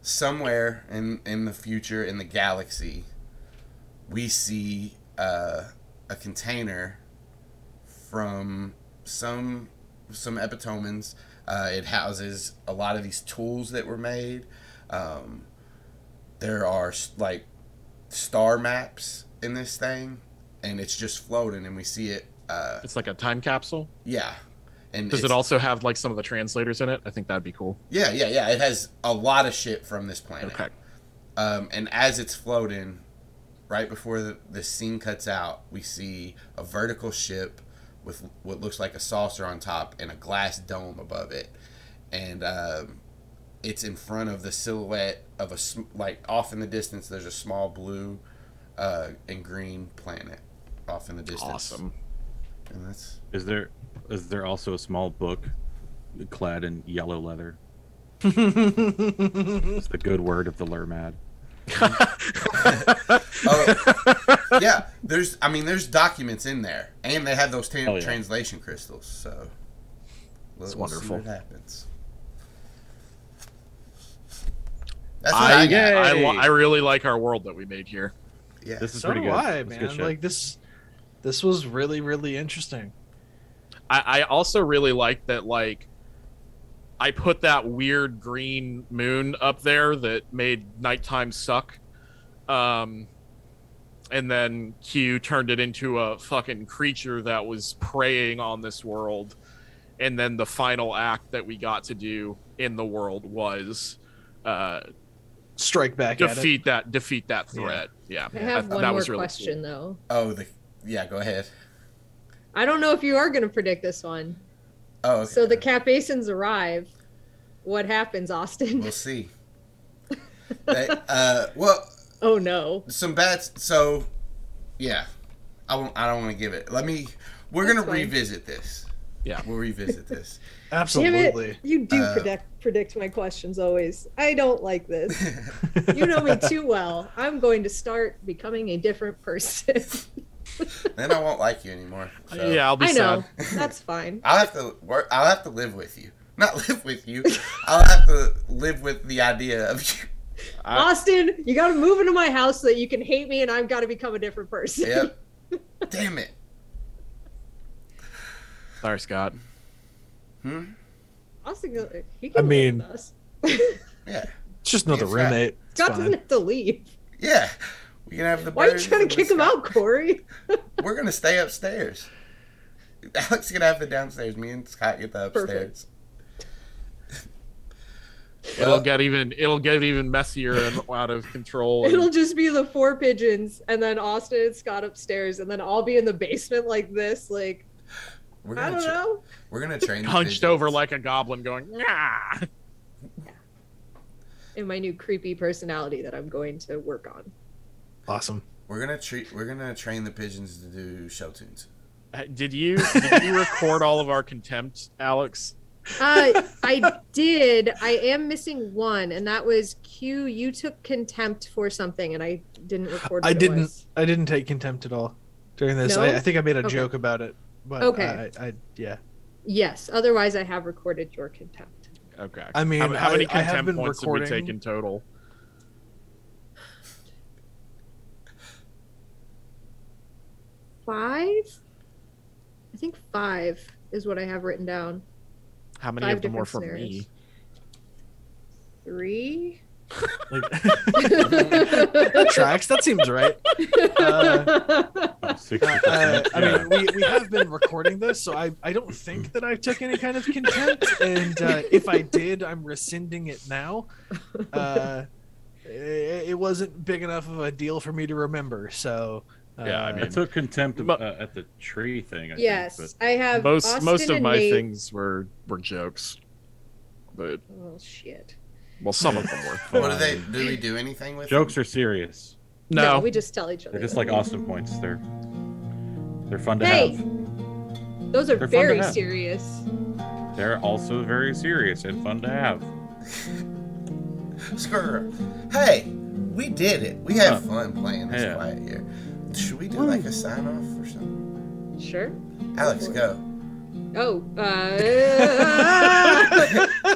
somewhere in in the future in the galaxy, we see uh, a container from some some epitomans. Uh, it houses a lot of these tools that were made. Um, there are s- like star maps in this thing, and it's just floating, and we see it. Uh, It's like a time capsule. yeah, and Does it it's- also have like some of the translators in it? I think that'd be cool. Yeah, yeah, yeah. It has a lot of shit from this planet. Okay. Um, and as it's floating, right before the, the scene cuts out, we see a vertical ship with what looks like a saucer on top and a glass dome above it. And um, it's in front of the silhouette of a, sm- like, off in the distance, there's a small blue uh, and green planet off in the distance. Awesome. And that's, Is there is there also a small book clad in yellow leather? It's the good word of the Lurmad. oh, yeah, there's, I mean, there's documents in there. And they have those tan- Hell yeah. translation crystals, so. That's wonderful. what happens. That's what I, I, got. I, li- I really like our world that we made here. Yeah. This is so pretty do good. I, It's good man. shit. [LAUGHS] Like this, this was really, really interesting. I, I also really like that like I put that weird green moon up there that made nighttime suck. Um and then Q turned it into a fucking creature that was preying on this world. And then the final act that we got to do in the world was uh Strike back at it. defeat that defeat that threat. Yeah. I have that, one that more was really cool. question though. Oh, the yeah. Go ahead. I don't know if you are going to predict this one. Oh, okay. So the Capasins arrive. What happens, Austin? we'll see. They- uh, well, [LAUGHS] oh no. some bats. So, yeah, I won't. I don't want to give it. Let me. We're That's gonna fine. revisit this. Yeah. we'll revisit this. [LAUGHS] Damn it. Absolutely. You do Uh, predict predict my questions always. I don't like this. You know me too well. I'm going to start becoming a different person. then I won't like you anymore. So. Uh, Yeah, I'll be [LAUGHS] I know. sad. That's fine. I'll have to work. I'll have to live with you. [LAUGHS] Not live with you. I'll have to live with the idea of [LAUGHS] you. I- Austin, you got to move into my house so that you can hate me and I've got to become a different person. Yep. Damn it. Sorry, Scott. Hmm. [LAUGHS] Austin, he I can live mean- with us. [LAUGHS] Scott Yeah. It's just another It's fine. roommate. It's doesn't fine. have to leave. Yeah. We can have the Why are you birds trying and to the kick him sky. out, Corey? [LAUGHS] We're gonna stay upstairs. Alex can have the downstairs. Me and Scott get the [LAUGHS] upstairs. It'll get even. It'll get even messier [LAUGHS] and out of control. and- It'll just be the four pigeons and then Austin and Scott upstairs and then I'll be in the basement like this, like We're I gonna don't tra- know. we're gonna train the [LAUGHS] hunched pigeons. over like a goblin, going nah. In my new creepy personality that I'm going to work [LAUGHS] on. Awesome. we're gonna treat we're gonna train the pigeons to do show tunes. Uh, Did you [LAUGHS] did you record all of our contempt, Alex? Uh, I did. I am missing one, and that was Q. You took contempt for something, and I didn't record. What I it didn't. was. I didn't take contempt at all during this. No? I, I think I made a Okay. joke about it, but Okay. I, I, [LAUGHS] yeah. Yes. Otherwise, I have recorded your contempt. Okay. I mean, how, how many I- I have contempt been points recording- did we take in total? Five. I think five is what I have written down. How many Five of them were from different me? Three. Like, [LAUGHS] tracks. That seems right. [LAUGHS] Oh, Uh, [LAUGHS] 60%. I Yeah. mean, we, we have been recording this, so I, I don't think that I took any kind of contempt. And uh, if I did, I'm rescinding it now. Uh, i- it, wasn't big enough of a deal for me to remember. So, uh, Yeah, I I mean- took contempt of, Mo- uh, at the tree thing. I yes, Think, I have most Austin most of and my Nate- things were were jokes, but Oh shit. well, some of them were. but, [LAUGHS] What do they um, do? We do anything with Jokes them? are serious. No, we just tell each other. They're just like Austin points. They're they're fun to Hey. have. Those are They're fun to very have. serious. They're also very serious and fun to have. Skrr. Hey, we did it. We had Huh. fun playing this Yeah. quiet year. Should we do like a sign off or something? Sure. Alex, for it. go. Oh, [LAUGHS] uh,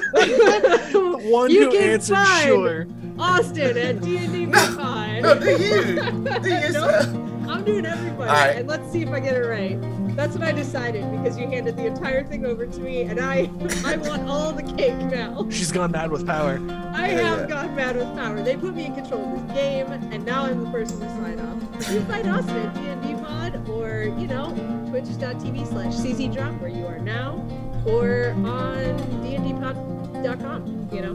[LAUGHS] The one You who can answered sign. sure. Austin at D&D No. Five. [LAUGHS] No, do you? [LAUGHS] Do yourself. I'm doing everybody, All right. and let's see if I get it right. That's what I decided because you handed the entire thing over to me, and I, [LAUGHS] I want all the cake now. She's gone mad with power. I Yeah, have yeah. gone mad with power. They put me in control of this game, and now I'm the person to sign off. You find Austin at D&D Mod, or you know, twitch.tv slash czdrop where you are now, or on dndpod.com. You know,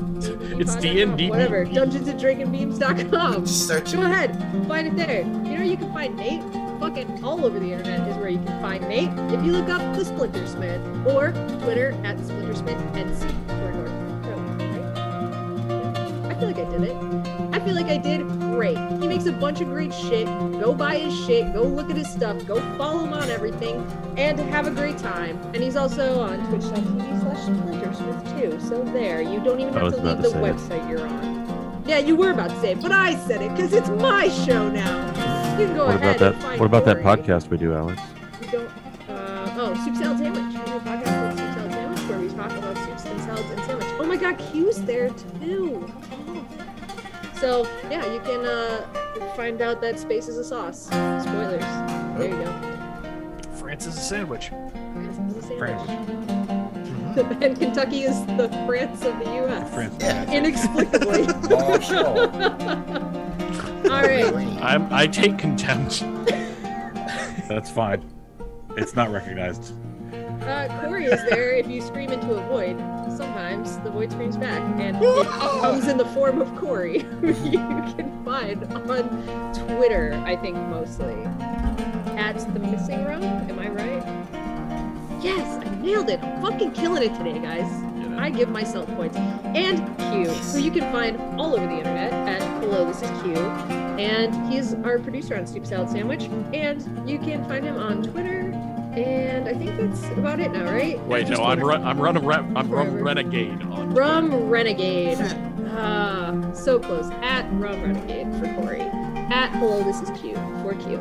It's dndpod.com, D&D. Whatever, dungeonsanddragonbeams.com. Just search Go [LAUGHS] it. ahead, find it there. You know you can find Nate. Fucking all over the internet is where you can find Nate. If you look up the Splinter Smith or Twitter at Splinter Smith NC or North. Road, right? I feel like I did it. I feel like I did great. He makes a bunch of great shit. Go buy his shit. Go look at his stuff. Go follow him on everything, and have a great time. And he's also on Twitch.tv slash Splinter Smith too. So there, you don't even I have was to leave about the to say website you're on. Yeah, you were about to say it, but I said it because it's my show now. You can go What ahead about that? and find What about that Corey. podcast we do, Alex? We don't. Uh, oh, soup salad sandwich. We do a podcast called soup salad sandwich where we talk about soups and salads and sandwich. Oh my God, Q's there too. Oh. So yeah, you can uh, find out that space is a sauce. Spoilers. There you go. France is a sandwich. France is a sandwich. [LAUGHS] Mm-hmm. and Kentucky is the France of the U.S. France. Yeah. Inexplicably. Oh, [LAUGHS] sure. All right. I'm, I take contempt. That's fine. It's not recognized. Uh, Corey is there if you scream into a void. Sometimes the void screams back, and it comes in the form of Corey, [LAUGHS] who you can find on Twitter, I think mostly. At the missing room, am I right? Yes, I nailed it. I'm fucking killing it today, guys. I give myself points. And Q, who you can find all over the internet at Hello, this is Q. And he's our producer on Soup Salad Sandwich. And you can find him on Twitter. And I think that's about it now, right? Wait, Just no, I'm Twitter. run, I'm run, I'm rum Forever. renegade on. Rum Renegade. Ah, so close. At Rum Renegade for Corey. At Hello, this is Q for Q.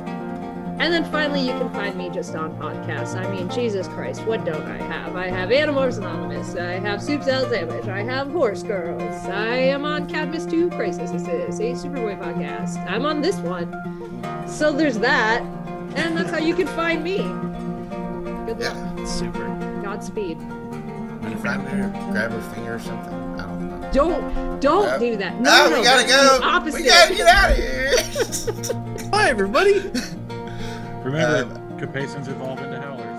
And then finally, you can find me just on podcasts. I mean, Jesus Christ, what don't I have? I have Animorphs Anonymous. I have Soup Salad Sandwich. I have Horse Girls. I am on Cadmus 2 Crisis Assist, a Superboy podcast. I'm on this one. So there's that. And that's how you can find me. Good luck. Yeah. Super. Godspeed. When you find her, grab her finger or something. I don't know. Don't don't Uh, do that. No, No, no, we gotta that's the go. Opposite. We gotta get out of here. [LAUGHS] Bye, everybody. Uh, Remember, Capasins evolve into howlers.